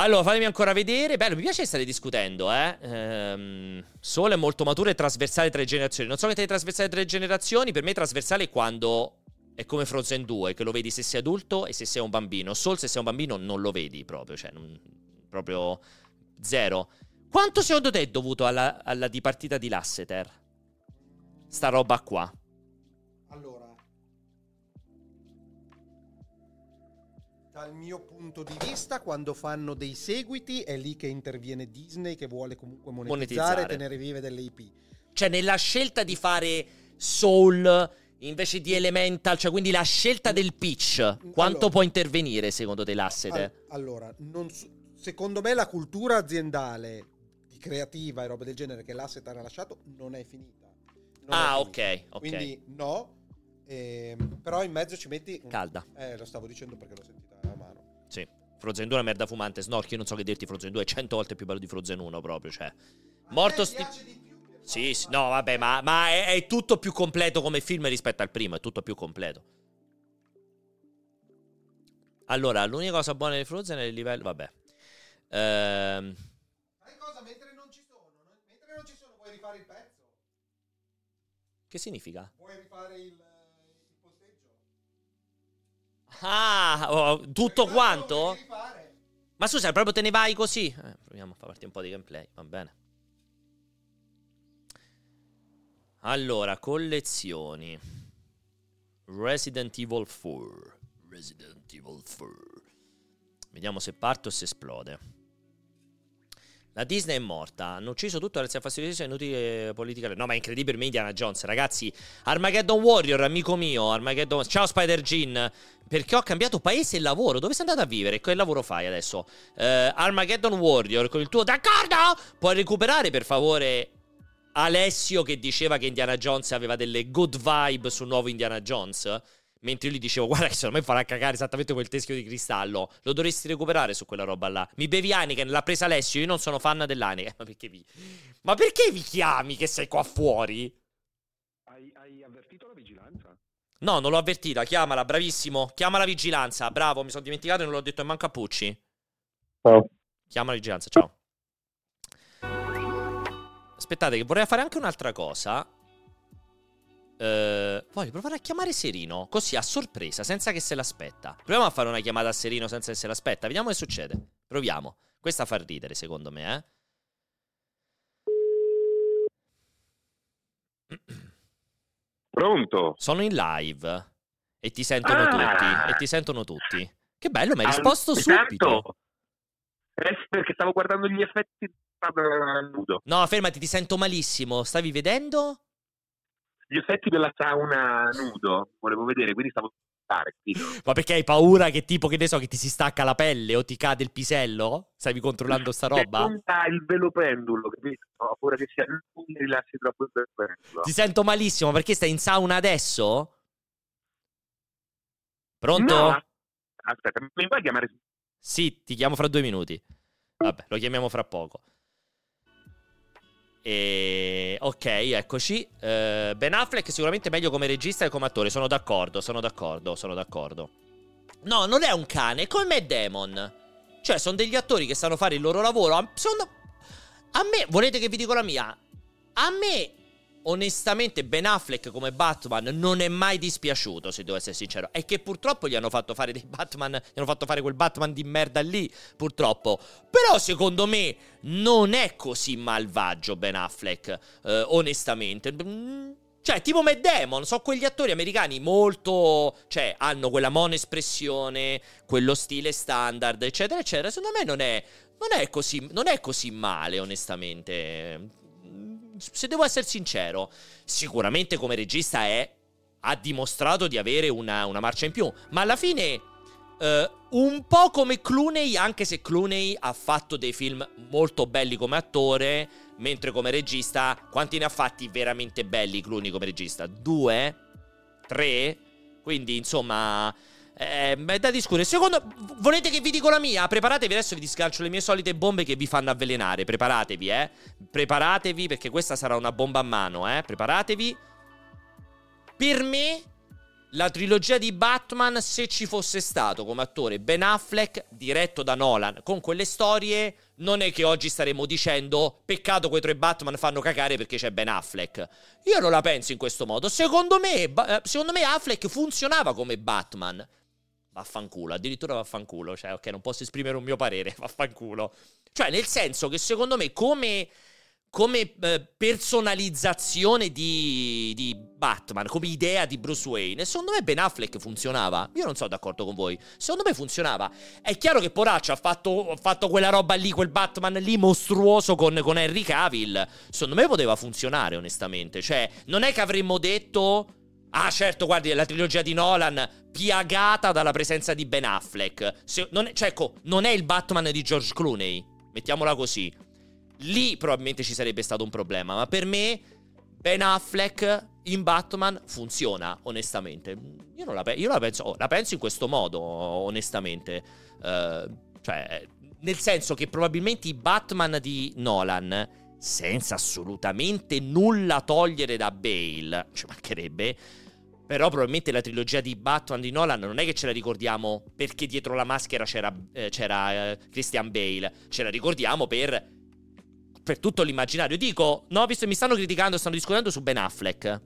[SPEAKER 3] Allora, fatemi ancora vedere. Bello, mi piace stare discutendo, eh. Ehm, Solo è molto maturo e trasversale tra le generazioni. Non so che te trasversale tra le generazioni. Per me trasversale è quando è come Frozen 2, che lo vedi se sei adulto e se sei un bambino. Soul, se sei un bambino, non lo vedi proprio. Cioè, non- proprio zero. Quanto secondo te è dovuto alla, alla dipartita di Lasseter? Sta roba qua.
[SPEAKER 2] Allora, dal mio punto di vista, quando fanno dei seguiti, è lì che interviene Disney che vuole comunque monetizzare,
[SPEAKER 3] Monetizzare.
[SPEAKER 2] e tenere vive delle IP.
[SPEAKER 3] Cioè, nella scelta di fare Soul invece di Elemental, cioè quindi la scelta del pitch, quanto
[SPEAKER 2] Mm, Allora.
[SPEAKER 3] può intervenire secondo te Lasseter?
[SPEAKER 2] Al- allora, non so- secondo me la cultura aziendale, di creativa e robe del genere che l'asset ha lasciato, non è finita. Non è
[SPEAKER 3] ah,
[SPEAKER 2] finita.
[SPEAKER 3] ok, ok.
[SPEAKER 2] Quindi no, ehm, però in mezzo ci metti... un-
[SPEAKER 3] Calda.
[SPEAKER 2] Eh, lo stavo dicendo perché l'ho sentita a mano.
[SPEAKER 3] Sì. Frozen 2 è una merda fumante, Snork, io non so che dirti Frozen 2 è 100 volte più bello di Frozen 1 proprio, cioè.
[SPEAKER 2] Eh,
[SPEAKER 3] Morto sti... Sì, sì, no, vabbè, ma, ma è, è tutto più completo come film rispetto al primo, è tutto più completo. Allora, l'unica cosa buona di Frozen è il livello. Vabbè. Ehm,
[SPEAKER 2] cosa mentre non ci sono? Mentre non ci sono, vuoi rifare il pezzo?
[SPEAKER 3] che significa?
[SPEAKER 2] Vuoi rifare il, il posteggio?
[SPEAKER 3] Ah, oh, tutto quanto? Ma scusa, proprio te ne vai così? Eh, proviamo a far partire un po' di gameplay, va bene. Allora, collezioni. Resident Evil 4. Resident Evil 4. Vediamo se parto o se esplode. La Disney è morta, hanno ucciso tutto grazie a fastidiosa e inutile politica. No, ma è incredibile per me Indiana Jones, ragazzi. Armageddon Warrior, amico mio, Armageddon... Ciao Spider Gin, perché ho cambiato paese e lavoro. Dove sei andato a vivere? Che lavoro fai adesso? Eh, Armageddon Warrior con il tuo d'accordo? Puoi recuperare per favore Alessio che diceva che Indiana Jones aveva delle good vibe sul nuovo Indiana Jones? Mentre io gli dicevo, guarda che secondo me farà cagare esattamente quel teschio di cristallo. Lo dovresti recuperare su quella roba là. Mi bevi Heineken, l'ha presa Alessio, io non sono fan dell'Heineken. Ma perché vi... Ma perché vi chiami che sei qua fuori?
[SPEAKER 7] Hai, hai avvertito la vigilanza?
[SPEAKER 3] No, non l'ho avvertita, chiamala, bravissimo. Chiama la vigilanza, bravo, mi sono dimenticato e non l'ho detto manco a Pucci.
[SPEAKER 7] Ciao.
[SPEAKER 3] Chiama la vigilanza, ciao. Aspettate, che vorrei fare anche un'altra cosa. Eh, voglio provare a chiamare Serino, così a sorpresa, senza che se l'aspetta. Proviamo a fare una chiamata a Serino senza che se l'aspetta, vediamo che succede. Proviamo. Questa fa ridere, secondo me, eh.
[SPEAKER 7] Pronto?
[SPEAKER 3] Sono in live e ti sentono
[SPEAKER 7] Ah!
[SPEAKER 3] tutti. E ti sentono tutti. Che bello, mi hai
[SPEAKER 7] Ah,
[SPEAKER 3] risposto subito.
[SPEAKER 7] intanto- Eh, perché stavo guardando gli effetti al nudo.
[SPEAKER 3] No, fermati, ti sento malissimo. Stavi vedendo?
[SPEAKER 7] Gli effetti della sauna nudo, volevo vedere, quindi stavo fare.
[SPEAKER 3] Ma perché hai paura che tipo, che ne so, che ti si stacca la pelle o ti cade il pisello? Stavi controllando sta [laughs] roba?
[SPEAKER 7] il velo pendulo, capito? Ho paura che sia lui che rilassi troppo il velo pendulo.
[SPEAKER 3] Ti sento malissimo, perché stai in sauna adesso? Pronto?
[SPEAKER 7] No, aspetta, mi puoi chiamare?
[SPEAKER 3] Sì, ti chiamo fra due minuti. Vabbè, lo chiamiamo fra poco. E... Ok, eccoci. Eh, ben Affleck sicuramente meglio come regista e come attore. Sono d'accordo, sono d'accordo, sono d'accordo. No, non è un cane, come Demon. Cioè, sono degli attori che sanno fare il loro lavoro. A- Sono... A me, volete che vi dico la mia? A me, onestamente, Ben Affleck come Batman non è mai dispiaciuto, se devo essere sincero. È che purtroppo gli hanno fatto fare dei Batman, gli hanno fatto fare quel Batman di merda lì, purtroppo. Però secondo me non è così malvagio Ben Affleck, eh, onestamente. Mm, Cioè, tipo Matt Damon, so quegli attori americani molto... Cioè, hanno quella monespressione, quello stile standard, eccetera, eccetera. Secondo me non è non è così, non è così male, onestamente. Se devo essere sincero, sicuramente come regista è. Ha dimostrato di avere una, una marcia in più. Ma alla fine. eh, un po' come Clooney, anche se Clooney ha fatto dei film molto belli come attore, mentre come regista, quanti ne ha fatti veramente belli Clooney come regista? Due? Tre? Quindi insomma, eh, ma è da discutere. Secondo, v- volete che vi dico la mia? Preparatevi, adesso vi discalcio le mie solite bombe che vi fanno avvelenare. Preparatevi, eh. Preparatevi perché questa sarà una bomba a mano, eh. Preparatevi. Per me, la trilogia di Batman, se ci fosse stato come attore Ben Affleck, diretto da Nolan, con quelle storie, non è che oggi staremmo dicendo peccato quei tre Batman fanno cagare perché c'è Ben Affleck. Io non la penso in questo modo. Secondo me, ba- eh, secondo me Affleck funzionava come Batman. Vaffanculo, addirittura vaffanculo, cioè ok, non posso esprimere un mio parere, [laughs] vaffanculo. Cioè, nel senso che secondo me come, come, eh, personalizzazione di, di Batman, come idea di Bruce Wayne, secondo me Ben Affleck funzionava. Io non sono d'accordo con voi, secondo me funzionava. È chiaro che Poraccio ha fatto, ha fatto quella roba lì, quel Batman lì mostruoso con, con Henry Cavill. Secondo me poteva funzionare, onestamente. Cioè, non è che avremmo detto... Ah, certo, guardi, la trilogia di Nolan piagata dalla presenza di Ben Affleck. Se- non è- cioè, ecco, non è il Batman di George Clooney. Mettiamola così. Lì probabilmente ci sarebbe stato un problema, ma per me Ben Affleck in Batman funziona, onestamente. Io, non la, pe- io la penso, oh, la penso in questo modo, onestamente. Eh, cioè, nel senso che probabilmente i Batman di Nolan, senza assolutamente nulla togliere da Bale, ci mancherebbe, Però probabilmente la trilogia di Batman di Nolan non è che ce la ricordiamo perché dietro la maschera c'era, eh, c'era, eh, Christian Bale, ce la ricordiamo per, per tutto l'immaginario. Dico, no, visto che mi stanno criticando, stanno discutendo su Ben Affleck.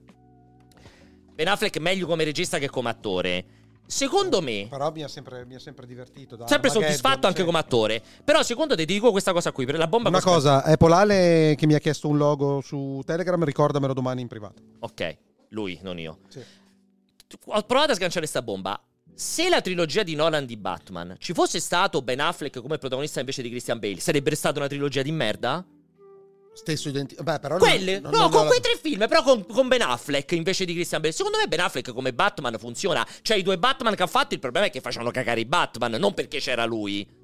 [SPEAKER 3] Ben Affleck è meglio come regista che come attore. Secondo me,
[SPEAKER 2] Però mi ha sempre, mi ha sempre divertito. da
[SPEAKER 3] sempre
[SPEAKER 2] Armageddon,
[SPEAKER 3] soddisfatto anche
[SPEAKER 2] sì.
[SPEAKER 3] come attore. Però secondo te ti dico questa cosa qui, per la bomba
[SPEAKER 2] Una
[SPEAKER 3] cosmica-
[SPEAKER 2] cosa, è Polale che mi ha chiesto un logo su Telegram, ricordamelo domani in privato.
[SPEAKER 3] Ok, lui, non io.
[SPEAKER 2] Sì.
[SPEAKER 3] Tu- Ho provato a sganciare sta bomba. Se la trilogia di Nolan di Batman ci fosse stato Ben Affleck come protagonista invece di Christian Bale, sarebbe stata una trilogia di merda?
[SPEAKER 2] Stesso identico. Beh, però
[SPEAKER 3] Quelle?
[SPEAKER 2] non-
[SPEAKER 3] no,
[SPEAKER 2] non-
[SPEAKER 3] con
[SPEAKER 2] non-
[SPEAKER 3] quei tre film, però con, con Ben Affleck invece di Christian Bale. Secondo me Ben Affleck come Batman funziona. Cioè, i due Batman che ha fatto, il problema è che facevano cagare i Batman, non perché c'era lui.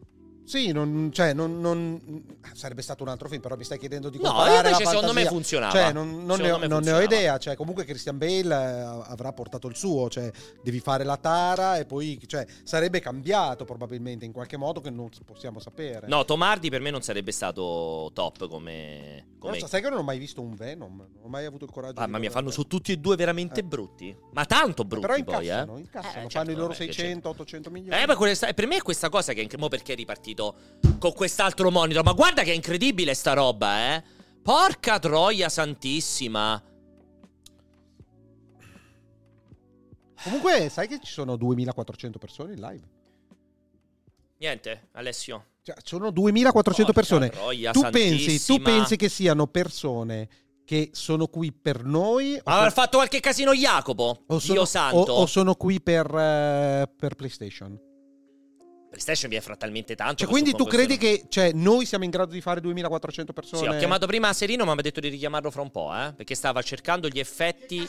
[SPEAKER 2] Sì, non, cioè, non, non- sarebbe stato un altro film, però mi stai chiedendo di
[SPEAKER 3] No,
[SPEAKER 2] comparare
[SPEAKER 3] invece
[SPEAKER 2] la
[SPEAKER 3] secondo
[SPEAKER 2] fantasia.
[SPEAKER 3] me funzionava.
[SPEAKER 2] Cioè, non, non
[SPEAKER 3] Secondo
[SPEAKER 2] ne, ho,
[SPEAKER 3] me
[SPEAKER 2] non ne ho
[SPEAKER 3] funzionava.
[SPEAKER 2] idea. Cioè, comunque Christian Bale eh, avrà portato il suo. Cioè, devi fare la tara e poi cioè, sarebbe cambiato probabilmente in qualche modo che non possiamo sapere.
[SPEAKER 3] Eh. No, Tomardi per me non sarebbe stato top come.
[SPEAKER 2] Forza,
[SPEAKER 3] come... Ah,
[SPEAKER 2] sai che non ho mai visto un Venom? Non ho mai avuto il coraggio. di
[SPEAKER 3] Mamma mia, fanno
[SPEAKER 2] guardarlo.
[SPEAKER 3] su tutti e due veramente
[SPEAKER 2] Eh.
[SPEAKER 3] brutti. Ma tanto brutti
[SPEAKER 2] Però
[SPEAKER 3] poi, eh.
[SPEAKER 2] incassano, incassano,
[SPEAKER 3] Eh,
[SPEAKER 2] fanno
[SPEAKER 3] certo,
[SPEAKER 2] i loro
[SPEAKER 3] vabbè, che
[SPEAKER 2] 600-800 milioni.
[SPEAKER 3] Eh, ma questa- per me è questa cosa che è inc- mo perché è ripartito con quest'altro monitor. Ma guarda che è incredibile sta roba, eh. Porca troia santissima.
[SPEAKER 2] Comunque, sai che ci sono 2400 persone in live?
[SPEAKER 3] Niente, Alessio.
[SPEAKER 2] Cioè, sono 2400
[SPEAKER 3] Porca
[SPEAKER 2] persone.
[SPEAKER 3] troia
[SPEAKER 2] Tu pensi, tu
[SPEAKER 3] santissima.
[SPEAKER 2] pensi che siano persone che sono qui per noi? o
[SPEAKER 3] Ma
[SPEAKER 2] per-
[SPEAKER 3] avrà fatto qualche casino Jacopo?
[SPEAKER 2] o sono,
[SPEAKER 3] Dio santo.
[SPEAKER 2] O, o sono qui per, eh, per PlayStation?
[SPEAKER 3] PlayStation vi è fra talmente tanto.
[SPEAKER 2] Cioè,
[SPEAKER 3] che
[SPEAKER 2] quindi tu
[SPEAKER 3] suppongo
[SPEAKER 2] credi
[SPEAKER 3] siano-
[SPEAKER 2] che cioè, noi siamo in grado di fare 2400 persone?
[SPEAKER 3] Sì, ho chiamato prima Serino, ma mi ha detto di richiamarlo fra un po', eh. Perché stava cercando gli effetti.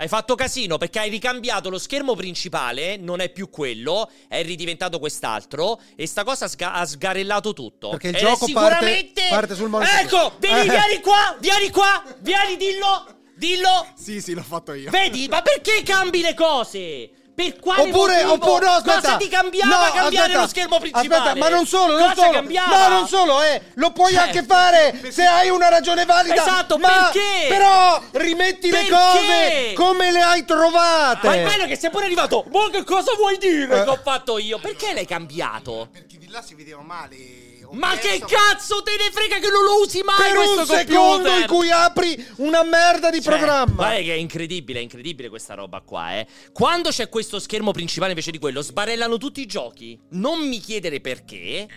[SPEAKER 3] Hai fatto casino perché hai ricambiato lo schermo principale, non è più quello, è ridiventato quest'altro e sta cosa sga- ha sgarellato tutto.
[SPEAKER 2] Perché il
[SPEAKER 3] Ed è
[SPEAKER 2] gioco parte-
[SPEAKER 3] sicuramente...
[SPEAKER 2] parte sul monitor.
[SPEAKER 3] Ecco, vieni,
[SPEAKER 2] Eh.
[SPEAKER 3] vieni qua, vieni qua, vieni, dillo, dillo.
[SPEAKER 1] Sì, sì, l'ho fatto io.
[SPEAKER 3] Vedi, ma perché cambi le cose? Per quale
[SPEAKER 2] Oppure,
[SPEAKER 3] motivo?
[SPEAKER 2] oppure no, aspetta.
[SPEAKER 3] Cosa ti cambiava
[SPEAKER 2] No,
[SPEAKER 3] cambiare
[SPEAKER 2] aspetta,
[SPEAKER 3] lo schermo principale?
[SPEAKER 2] Aspetta, ma non solo, non
[SPEAKER 3] Cosa
[SPEAKER 2] solo.
[SPEAKER 3] cambiava?
[SPEAKER 2] No, non solo, eh. Lo puoi
[SPEAKER 3] Cioè,
[SPEAKER 2] anche fare se hai una ragione valida.
[SPEAKER 3] Esatto,
[SPEAKER 2] ma
[SPEAKER 3] perché?
[SPEAKER 2] Però rimetti
[SPEAKER 3] Perché?
[SPEAKER 2] le cose come le hai trovate.
[SPEAKER 3] Ma è bello che sei pure arrivato. Ma che cosa vuoi dire
[SPEAKER 2] Eh.
[SPEAKER 3] che ho fatto io? Perché l'hai cambiato?
[SPEAKER 5] Perché di là si vedeva male. ho
[SPEAKER 3] Ma che
[SPEAKER 5] perso-
[SPEAKER 3] cazzo te ne frega che non lo usi mai
[SPEAKER 2] per
[SPEAKER 3] questo
[SPEAKER 2] un secondo
[SPEAKER 3] computer?
[SPEAKER 2] in cui apri una merda di
[SPEAKER 3] Cioè,
[SPEAKER 2] programma.
[SPEAKER 3] guarda che è incredibile, è incredibile questa roba qua, eh. Quando c'è questo schermo principale invece di quello, sbarellano tutti i giochi. Non mi chiedere perché,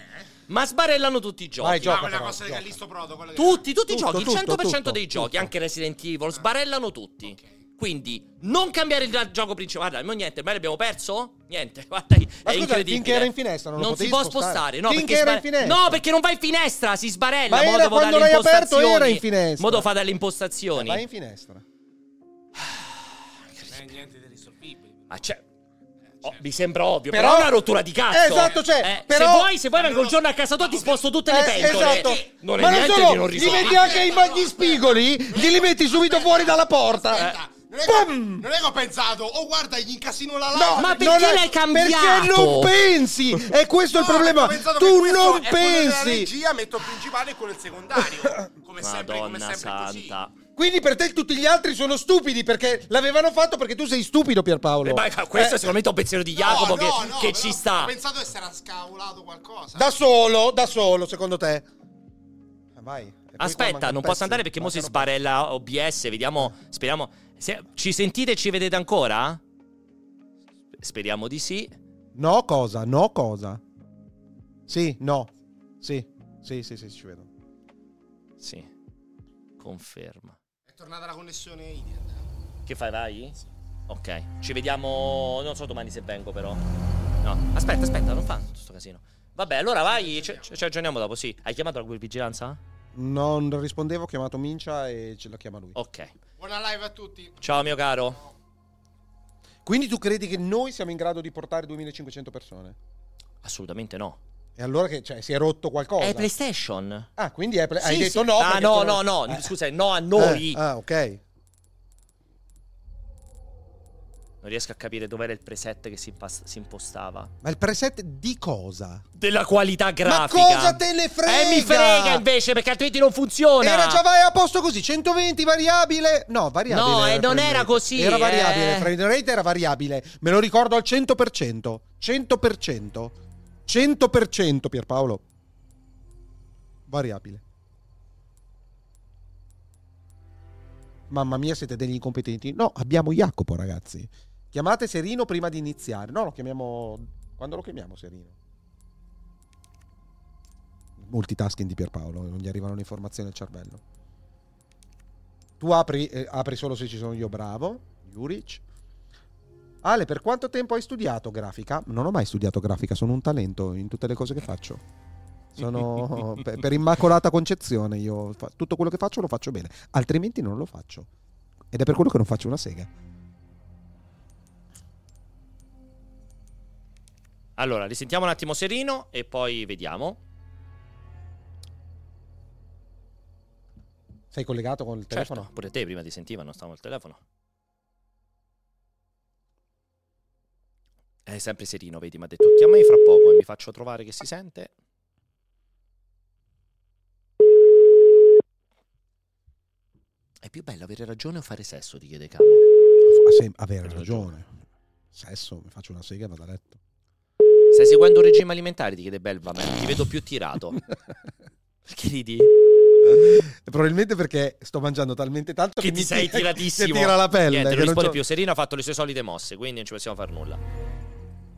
[SPEAKER 3] ma sbarellano tutti i giochi.
[SPEAKER 2] Vai,
[SPEAKER 5] Ah,
[SPEAKER 2] gioca,
[SPEAKER 5] quella
[SPEAKER 2] però,
[SPEAKER 5] cosa di
[SPEAKER 2] gioca.
[SPEAKER 5] Callisto Prodo. quella che-
[SPEAKER 3] Tutti, tutti
[SPEAKER 2] Tutto,
[SPEAKER 3] i giochi,
[SPEAKER 2] tutto,
[SPEAKER 3] il 100% dei
[SPEAKER 2] tutto,
[SPEAKER 3] giochi,
[SPEAKER 2] tutto.
[SPEAKER 3] anche Resident Evil, sbarellano tutti. Quindi, non cambiare il gioco principale. Guarda, mo niente, ormai l'abbiamo perso? Niente, [laughs] guarda, è
[SPEAKER 2] Ma scusa,
[SPEAKER 3] incredibile.
[SPEAKER 2] finché era in finestra non lo
[SPEAKER 3] si
[SPEAKER 2] potevi
[SPEAKER 3] può
[SPEAKER 2] spostare?
[SPEAKER 3] spostare. No,
[SPEAKER 2] Finché
[SPEAKER 3] perché
[SPEAKER 2] era in
[SPEAKER 3] sbare-
[SPEAKER 2] finestra.
[SPEAKER 3] No, perché non va in finestra, si sbarella.
[SPEAKER 2] Ma
[SPEAKER 3] mo
[SPEAKER 2] era
[SPEAKER 3] devo
[SPEAKER 2] quando
[SPEAKER 3] dare
[SPEAKER 2] l'hai aperto,
[SPEAKER 3] impostazioni.
[SPEAKER 2] era in finestra.
[SPEAKER 3] Mo devo fare dalle impostazioni.
[SPEAKER 2] Vai in finestra.
[SPEAKER 5] Non è niente di risolvibile.
[SPEAKER 3] Ma c'è... Ah, oh, mi sembra ovvio, però,
[SPEAKER 2] Però-
[SPEAKER 3] è una rottura di cazzo.
[SPEAKER 2] Eh, esatto, cioè,
[SPEAKER 3] Eh,
[SPEAKER 2] però-
[SPEAKER 3] Se vuoi, se vuoi, vengo un giorno a casa tua, ti sposto tutte le
[SPEAKER 2] Eh,
[SPEAKER 3] pentole.
[SPEAKER 2] esatto.
[SPEAKER 3] Non è
[SPEAKER 2] Ma non
[SPEAKER 3] niente
[SPEAKER 2] solo,
[SPEAKER 3] di non
[SPEAKER 2] gli
[SPEAKER 3] risolvibile.
[SPEAKER 2] metti anche i bagni spigoli, glieli metti subito fuori dalla porta.
[SPEAKER 5] Aspetta, non è, che,
[SPEAKER 2] Bum!
[SPEAKER 5] non è che ho pensato, oh guarda, gli incassino la live.
[SPEAKER 2] No,
[SPEAKER 3] Ma perché
[SPEAKER 2] non è-
[SPEAKER 3] l'hai cambiato?
[SPEAKER 2] Perché non pensi? E questo è il
[SPEAKER 5] No,
[SPEAKER 2] problema.
[SPEAKER 5] ho pensato che
[SPEAKER 2] Tu
[SPEAKER 5] questo
[SPEAKER 2] non
[SPEAKER 5] è quello della
[SPEAKER 2] pensi.
[SPEAKER 5] regia metto il principale e quello il secondario.
[SPEAKER 2] [laughs]
[SPEAKER 5] Come sempre, come
[SPEAKER 3] Madonna
[SPEAKER 5] sempre
[SPEAKER 3] santa.
[SPEAKER 5] così.
[SPEAKER 2] Quindi per te tutti gli altri sono stupidi perché l'avevano fatto perché tu sei stupido Pierpaolo.
[SPEAKER 3] Eh, ma questo
[SPEAKER 2] Eh,
[SPEAKER 3] è sicuramente un pensiero di
[SPEAKER 5] No,
[SPEAKER 3] Jacopo che,
[SPEAKER 5] no, no,
[SPEAKER 3] che
[SPEAKER 5] però
[SPEAKER 3] ci sta.
[SPEAKER 5] Ho pensato che si era scavolato qualcosa.
[SPEAKER 2] da solo, da solo secondo te. Eh, Vai. E poi qua manca
[SPEAKER 3] Aspetta,
[SPEAKER 2] un
[SPEAKER 3] non
[SPEAKER 2] pezzo.
[SPEAKER 3] posso andare perché mo si
[SPEAKER 2] Mancano-
[SPEAKER 3] sbarella OBS. Vediamo, speriamo. se- ci sentite e ci vedete ancora? Speriamo di sì.
[SPEAKER 2] No cosa, no cosa. Sì, no. Sì, sì, sì, sì, ci vedo.
[SPEAKER 3] Sì, conferma.
[SPEAKER 5] È tornata la connessione internet.
[SPEAKER 3] Che fai, vai? Ok, ci vediamo. Non so domani se vengo, però. No, aspetta, aspetta, non fa tutto sto casino. Vabbè, allora vai, ci, ci- ci aggiorniamo dopo. Sì, hai chiamato la vigilanza?
[SPEAKER 2] Non rispondevo, ho chiamato Mincia e ce la chiama lui.
[SPEAKER 3] Ok,
[SPEAKER 5] Buona live a tutti.
[SPEAKER 3] ciao mio caro.
[SPEAKER 2] Quindi tu credi che noi siamo in grado di portare 2500 persone?
[SPEAKER 3] Assolutamente no.
[SPEAKER 2] E allora che cioè, si è rotto qualcosa?
[SPEAKER 3] È PlayStation.
[SPEAKER 2] ah, quindi è play- hai
[SPEAKER 3] Sì,
[SPEAKER 2] detto
[SPEAKER 3] sì.
[SPEAKER 2] no.
[SPEAKER 3] Ah,
[SPEAKER 2] perché
[SPEAKER 3] no,
[SPEAKER 2] tu-
[SPEAKER 3] no, no.
[SPEAKER 2] Eh.
[SPEAKER 3] Scusa, no a noi.
[SPEAKER 2] Eh, ah, ok.
[SPEAKER 3] Non riesco a capire dov'era il preset che si, impas- si impostava.
[SPEAKER 2] Ma il preset di cosa?
[SPEAKER 3] Della qualità grafica.
[SPEAKER 2] Ma cosa te ne frega?
[SPEAKER 3] Eh, mi frega invece, perché altrimenti non funziona.
[SPEAKER 2] Era già vai a posto così, 120 variabile. No, variabile.
[SPEAKER 3] No,
[SPEAKER 2] era
[SPEAKER 3] eh,
[SPEAKER 2] il
[SPEAKER 3] non
[SPEAKER 2] frame
[SPEAKER 3] era
[SPEAKER 2] rate.
[SPEAKER 3] così,
[SPEAKER 2] Era variabile,
[SPEAKER 3] eh.
[SPEAKER 2] il frame rate era variabile. Me lo ricordo al 100%. 100%. 100% Pierpaolo. Variabile. Mamma mia, siete degli incompetenti. No, abbiamo Jacopo, ragazzi. Chiamate Serino prima di iniziare. No, lo chiamiamo quando lo chiamiamo Serino? Multitasking di Pierpaolo, non gli arrivano le informazioni al cervello. Tu apri, eh, apri solo se ci sono io, bravo. Juric. Ale, per quanto tempo hai studiato grafica? Non ho mai studiato grafica, sono un talento in tutte le cose che faccio. [laughs] Sono per, per immacolata concezione, io fa- tutto quello che faccio lo faccio bene, altrimenti non lo faccio. Ed è per quello che non faccio una sega.
[SPEAKER 3] Allora, risentiamo un attimo Serino e poi vediamo.
[SPEAKER 2] Sei collegato col telefono?
[SPEAKER 3] Certo, pure te prima ti sentivano, stavano al telefono. È sempre Serino, vedi, mi ha detto chiamami fra poco e mi faccio trovare che si sente. È più bello avere ragione o fare sesso, ti chiede Camo.
[SPEAKER 2] A sem- avere
[SPEAKER 3] Hai
[SPEAKER 2] ragione. Sesso, mi faccio una sega e vado a letto.
[SPEAKER 3] Stai seguendo un regime alimentare, ti chiede Belva, ma ti vedo più
[SPEAKER 2] [laughs]
[SPEAKER 3] tirato. Perché ridi?
[SPEAKER 2] Probabilmente perché sto mangiando talmente tanto che,
[SPEAKER 3] Che ti
[SPEAKER 2] mi
[SPEAKER 3] sei
[SPEAKER 2] tira, [laughs]
[SPEAKER 3] tiratissimo.
[SPEAKER 2] che tira la pelle.
[SPEAKER 3] Niente,
[SPEAKER 2] che
[SPEAKER 3] non
[SPEAKER 2] non
[SPEAKER 3] risponde
[SPEAKER 2] c'ho-
[SPEAKER 3] più. Serino ha fatto le sue solite mosse, quindi non ci possiamo fare nulla.